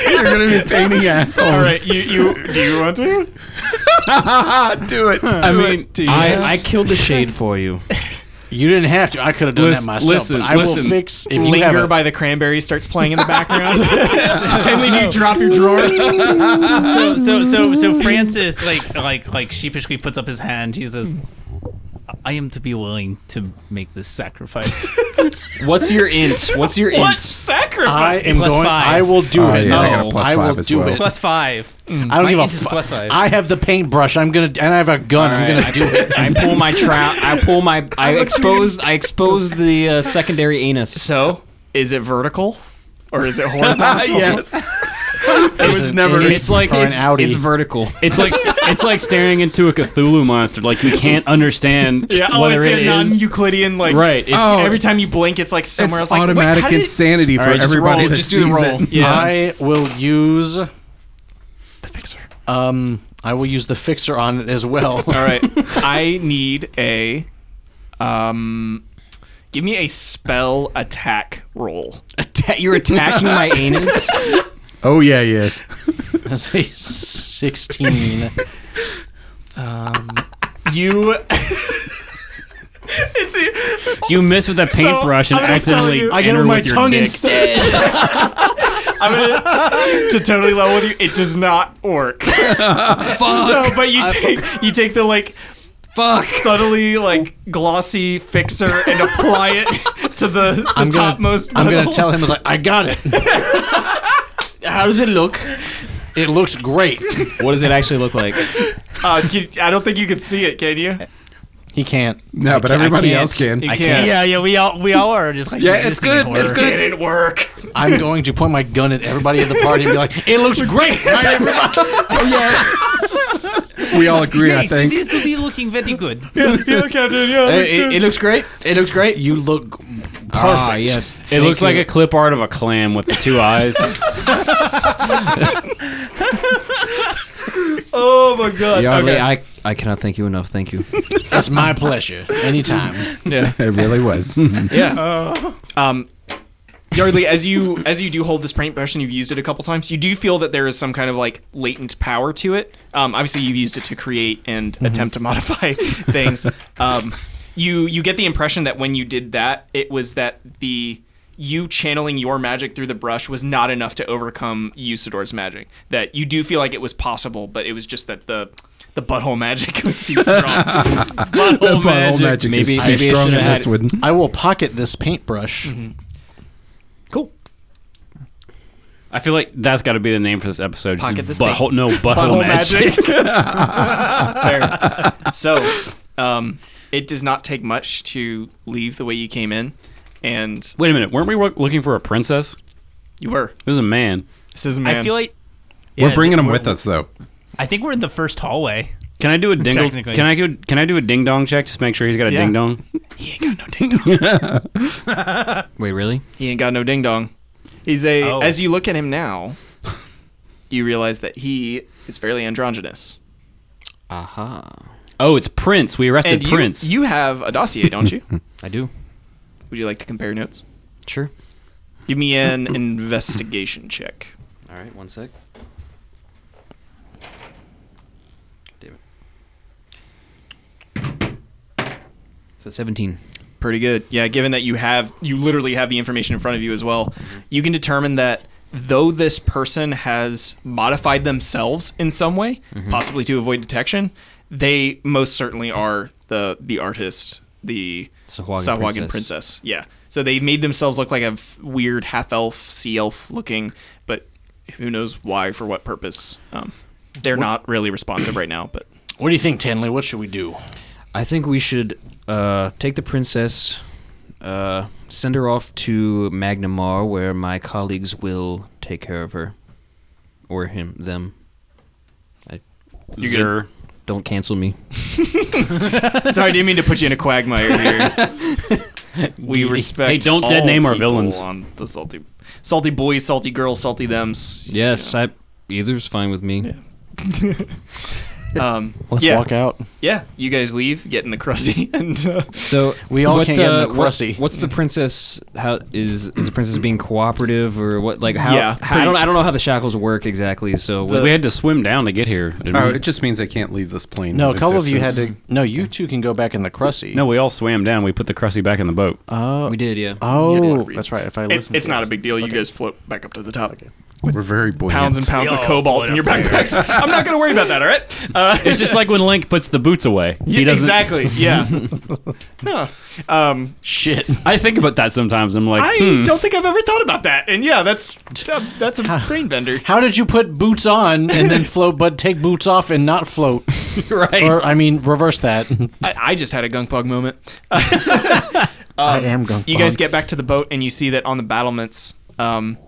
Speaker 7: You're gonna be painting assholes.
Speaker 3: all right, you, you do you want to?
Speaker 7: do it.
Speaker 8: I mean, I, I killed the shade for you.
Speaker 5: You didn't have to. I could have done
Speaker 2: Lis-
Speaker 5: that myself.
Speaker 2: listen,
Speaker 5: but I
Speaker 2: listen.
Speaker 5: will fix if you have
Speaker 3: Linger
Speaker 5: a,
Speaker 3: by the Cranberries starts playing in the background, and then you drop your drawers.
Speaker 6: Oh. (laughs) so so so so Francis like like like sheepishly puts up his hand. He says, "I am to be willing to make this sacrifice."
Speaker 8: What's your int? What's your
Speaker 3: What
Speaker 8: int?
Speaker 5: I
Speaker 3: (laughs) sacrifice?
Speaker 5: am
Speaker 6: Plus
Speaker 5: going.
Speaker 6: five.
Speaker 5: I will do
Speaker 7: Oh,
Speaker 5: it.
Speaker 7: yeah, I got a
Speaker 5: No,
Speaker 7: plus
Speaker 5: I will
Speaker 7: five as
Speaker 5: do
Speaker 7: well.
Speaker 5: it.
Speaker 6: plus five.
Speaker 4: Mm.
Speaker 5: I don't
Speaker 6: My
Speaker 5: give a
Speaker 6: int is
Speaker 5: fuck.
Speaker 6: plus five.
Speaker 5: I have the paintbrush. I'm gonna and I have a gun. I'm
Speaker 8: All right,
Speaker 5: gonna do it.
Speaker 8: I pull
Speaker 5: (laughs)
Speaker 8: my trap. I pull my. I expose. I expose the uh, secondary anus.
Speaker 3: So is it vertical or is it horizontal? (laughs)
Speaker 7: yes.
Speaker 8: It was never. It's like
Speaker 5: or an
Speaker 8: it's,
Speaker 5: Audi.
Speaker 8: it's vertical.
Speaker 2: It's
Speaker 3: (laughs)
Speaker 2: like it's like staring into a Cthulhu monster. Like you can't understand
Speaker 3: (laughs) Yeah, oh,
Speaker 2: whether
Speaker 3: it's
Speaker 2: it
Speaker 3: a
Speaker 2: is-
Speaker 3: non-Euclidean like
Speaker 2: Right, it's-
Speaker 7: Oh.
Speaker 3: every time you blink, it's like somewhere else.
Speaker 7: It's
Speaker 3: Like wait,
Speaker 7: automatic
Speaker 3: how did it-
Speaker 7: insanity for
Speaker 2: right, just
Speaker 7: everybody
Speaker 2: roll,
Speaker 7: that
Speaker 2: just
Speaker 7: sees
Speaker 2: do the roll.
Speaker 7: it.
Speaker 3: Yeah.
Speaker 5: I will use.
Speaker 3: the fixer.
Speaker 5: Um, I will use the fixer on it as well. (laughs)
Speaker 3: All
Speaker 2: (laughs)
Speaker 3: right, I need a, um, give me a spell attack roll.
Speaker 8: Atta- you're attacking my anus.
Speaker 7: Oh yeah, yes.
Speaker 5: That's a sixteen.
Speaker 2: (laughs)
Speaker 3: You. (laughs) it's,
Speaker 2: You miss with a paintbrush
Speaker 3: I'm
Speaker 2: and
Speaker 3: gonna tell
Speaker 2: accidentally
Speaker 3: you- I
Speaker 2: enter with your dick. (laughs)
Speaker 3: I'm gonna to totally level with you. It does not work. So, but you take you take the like
Speaker 8: Fuck.
Speaker 3: subtly like glossy fixer and apply it (laughs) to the, the topmost.
Speaker 5: I'm gonna
Speaker 3: metal.
Speaker 5: tell him. I was like, I got it.
Speaker 8: (laughs) How does it look?
Speaker 5: It looks great.
Speaker 8: What does it actually look like?
Speaker 3: Uh, can- I don't think you can see it, can you?
Speaker 5: He can't.
Speaker 7: No, but everybody else can.
Speaker 3: You can't.
Speaker 6: yeah, yeah, we all we all are just like
Speaker 7: Yeah, it's good. It's
Speaker 3: It
Speaker 7: good.
Speaker 3: didn't work.
Speaker 5: I'm going to point my gun at everybody at the party and be like, "It looks great."
Speaker 7: We all agree, I
Speaker 6: Yes, it
Speaker 7: think.
Speaker 6: is to be looking very good.
Speaker 3: (laughs) Yeah, yeah, Captain. Yeah,
Speaker 8: It,
Speaker 3: that's good.
Speaker 8: it- it looks great. It looks great. You look perfect. Ah, yes.
Speaker 2: It looks like a clip art of a clam with the two eyes.
Speaker 3: oh my god.
Speaker 8: Yardley,
Speaker 3: Okay.
Speaker 8: I I cannot thank you enough. Thank you.
Speaker 5: That's my pleasure. Anytime.
Speaker 7: It really was.
Speaker 3: Um, (laughs) Yardley, as you as you do hold this paintbrush and you've used it a couple times, you do feel that there is some kind of like latent power to it. Um, obviously, you've used it to create and
Speaker 2: Mm-hmm.
Speaker 3: attempt to modify (laughs) things. Um, you you get the impression that when you did that, it was that the you channeling your magic through the brush was not enough to overcome Usador's magic. That you do feel like it was possible, but it was just that the the butthole magic (laughs) was
Speaker 2: (laughs)
Speaker 3: too strong.
Speaker 7: The bottle magic
Speaker 8: Maybe-
Speaker 7: is too
Speaker 8: maybe it
Speaker 7: strong
Speaker 8: should've
Speaker 7: in this
Speaker 8: had-
Speaker 7: one.
Speaker 5: I will pocket this paintbrush.
Speaker 3: cool.
Speaker 2: I feel like that's got to be the name for this episode. Just
Speaker 3: Pocket this
Speaker 2: butthole, no butthole,
Speaker 3: butthole
Speaker 2: magic.
Speaker 3: magic. (laughs) Fair. So, um, it does not take much to leave the way you came in, and
Speaker 2: (laughs) Wait a minute, weren't we wo- looking for a princess?
Speaker 3: you were.
Speaker 2: There's a man.
Speaker 3: This is a man.
Speaker 6: I feel like
Speaker 7: We're bringing them with us, though.
Speaker 6: I think we're in the first hallway.
Speaker 2: Can I do a dingle?
Speaker 6: Technically.
Speaker 2: Can I do? Can I do a ding dong check? Just make sure he's got a
Speaker 3: Yeah.
Speaker 2: ding dong.
Speaker 8: Wait, really?
Speaker 3: he ain't got no ding dong. He's a.
Speaker 6: Oh.
Speaker 3: As you look at him now, (laughs) you realize that he is fairly androgynous.
Speaker 8: Aha.
Speaker 2: Oh, it's Prince. We arrested
Speaker 3: and you-
Speaker 2: Prince.
Speaker 3: you have a dossier, don't you?
Speaker 8: I do.
Speaker 3: Would you like to compare notes?
Speaker 8: Sure.
Speaker 3: Give me an investigation check.
Speaker 8: All right, one sec. Damn it. So 17.
Speaker 3: Pretty good. Yeah, given that you have, you literally have the information in front of you as well, you can determine that though this person has modified themselves in some way,
Speaker 8: Mm-hmm.
Speaker 3: possibly to avoid detection, they most certainly are the the artist, the
Speaker 8: Sahuagin
Speaker 3: Sahuagin
Speaker 8: princess.
Speaker 3: princess. Yeah. So they made themselves look like a f- weird half elf, sea elf looking, but who knows why, for what purpose. Um, they're not really responsive right now, but
Speaker 5: What do you think, Tanley? What should we do?
Speaker 8: I think we should uh, take the princess, uh, send her off to Magnamar, where my colleagues will take care of her. Or him, them.
Speaker 2: Zer.
Speaker 8: Don't cancel
Speaker 4: (laughs)
Speaker 8: me.
Speaker 3: Sorry, I didn't mean to put you in a
Speaker 2: (laughs)
Speaker 3: quagmire here. We respect.
Speaker 2: Hey, don't
Speaker 3: all
Speaker 2: dead name our
Speaker 3: people
Speaker 2: villains.
Speaker 3: On the salty, salty boys, salty girls, salty them's.
Speaker 8: Yes, I, either's fine with me.
Speaker 3: Um,
Speaker 4: Let's
Speaker 3: yeah.
Speaker 4: walk out.
Speaker 3: Yeah, you guys leave, get in the crusty, (laughs) and uh,
Speaker 8: So
Speaker 4: We all
Speaker 8: what, uh,
Speaker 4: can't get in the
Speaker 8: what-
Speaker 4: crusty.
Speaker 8: what's the princess? How is is the princess being cooperative or what? Like how?
Speaker 3: Yeah,
Speaker 8: how- I don't I don't know how the shackles work exactly. So what,
Speaker 2: we had to swim down to get here. didn't
Speaker 1: Oh,
Speaker 2: we?
Speaker 1: it just means they can't leave this plane.
Speaker 4: No, a couple of you had
Speaker 1: existence.
Speaker 4: to. No, you two can go back in the crusty.
Speaker 2: No, we all swam down. We put the crusty back in the boat.
Speaker 8: we did, yeah.
Speaker 4: Oh, that's right. If I
Speaker 3: it,
Speaker 4: listen,
Speaker 3: it's
Speaker 4: to
Speaker 3: not a big deal. You guys float back up to the top.
Speaker 1: We're very buoyant.
Speaker 3: Pounds and pounds of
Speaker 4: Oh,
Speaker 6: Yo,
Speaker 3: cobalt
Speaker 6: what
Speaker 3: in
Speaker 6: a
Speaker 3: your backpacks. I'm not going to worry about that, all
Speaker 4: (laughs)
Speaker 3: right? Uh,
Speaker 2: It's just like when Link puts the boots away. He
Speaker 3: (laughs) yeah,
Speaker 2: doesn't-
Speaker 3: exactly.
Speaker 4: (laughs)
Speaker 3: Yeah. Huh. Um,
Speaker 4: shit.
Speaker 2: I think about that sometimes. I'm like,
Speaker 3: I
Speaker 2: hmm,
Speaker 3: don't think I've ever thought about that. And yeah, that's uh, that's a brain bender.
Speaker 4: How did you put boots on and then float, but take boots off and not float?
Speaker 8: right.
Speaker 4: Or I mean, reverse that.
Speaker 3: I, I just had a gunk bug moment.
Speaker 4: I am going.
Speaker 3: You guys get back to the boat and you see that on the battlements, um,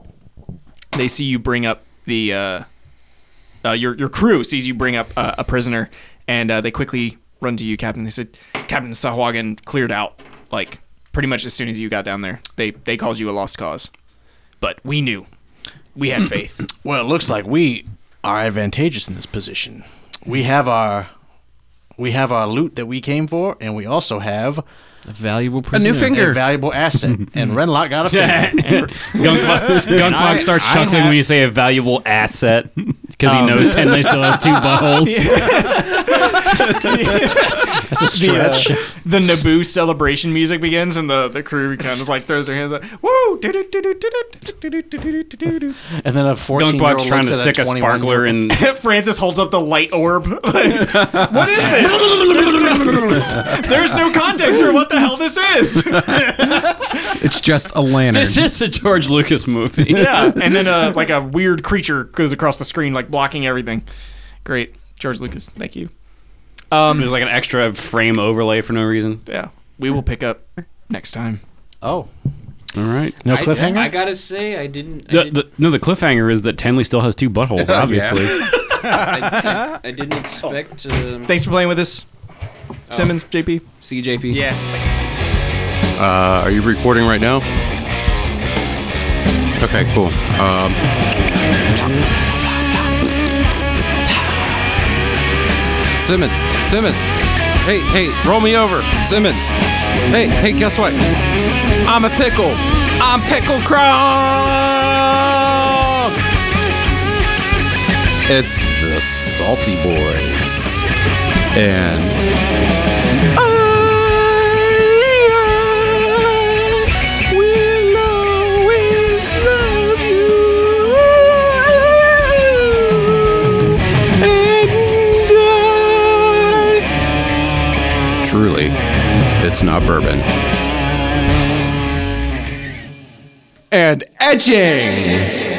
Speaker 3: they see you bring up the uh, uh, your your crew sees you bring up uh, a prisoner, and uh, they quickly run to you, Captain. They said, Captain Sahuagin cleared out like pretty much as soon as you got down there. They they called you a lost cause, but we knew, we had faith.
Speaker 4: Well, it looks like we are advantageous in this position. We have our we have our loot that we came for, and we also have
Speaker 8: A valuable
Speaker 1: a
Speaker 8: prisoner.
Speaker 1: new
Speaker 4: a
Speaker 1: finger.
Speaker 4: valuable (laughs) asset. and Renlock got a finger. And-
Speaker 2: hmm,
Speaker 3: (laughs)
Speaker 2: Gunkbog Gunkbog starts chuckling when you say a valuable asset because
Speaker 3: Um,
Speaker 2: he knows Tenley still has two buttholes.
Speaker 4: (laughs) That's a stretch.
Speaker 3: the Naboo celebration music begins, and the, the crew kind of like throws their hands up, woo!
Speaker 4: (laughs) And then a fourteen year
Speaker 2: Gunkbog's
Speaker 4: old
Speaker 2: trying to stick a sparkler in. (laughs)
Speaker 3: (laughs) Francis holds up the light orb. (laughs) Like, what is this? There's no context for what the hell this is. (laughs)
Speaker 1: It's just a lantern.
Speaker 2: This is a George Lucas movie.
Speaker 3: Yeah, and then uh, like a weird creature goes across the screen, like blocking everything. Great, George Lucas, thank you.
Speaker 2: Um, There's like an extra frame overlay for no reason.
Speaker 3: Yeah, we will pick up next time.
Speaker 4: Oh,
Speaker 2: All right.
Speaker 4: no cliffhanger.
Speaker 8: I, gotta say, I didn't.
Speaker 2: The,
Speaker 8: I, did,
Speaker 2: the, no, the cliffhanger is that Tenley still has two buttholes, obviously.
Speaker 8: I, I didn't expect. Um,
Speaker 3: Thanks for playing with us, Simmons, JP.
Speaker 8: see you, JP.
Speaker 6: Yeah.
Speaker 1: Uh, are you recording right now? Okay, cool. Um, Simmons, Simmons. Hey, hey, roll me over, Simmons. Hey, hey, guess what? I'm a pickle. I'm pickle Krog. It's the Salty Boys, and Truly, it's not bourbon. And etching!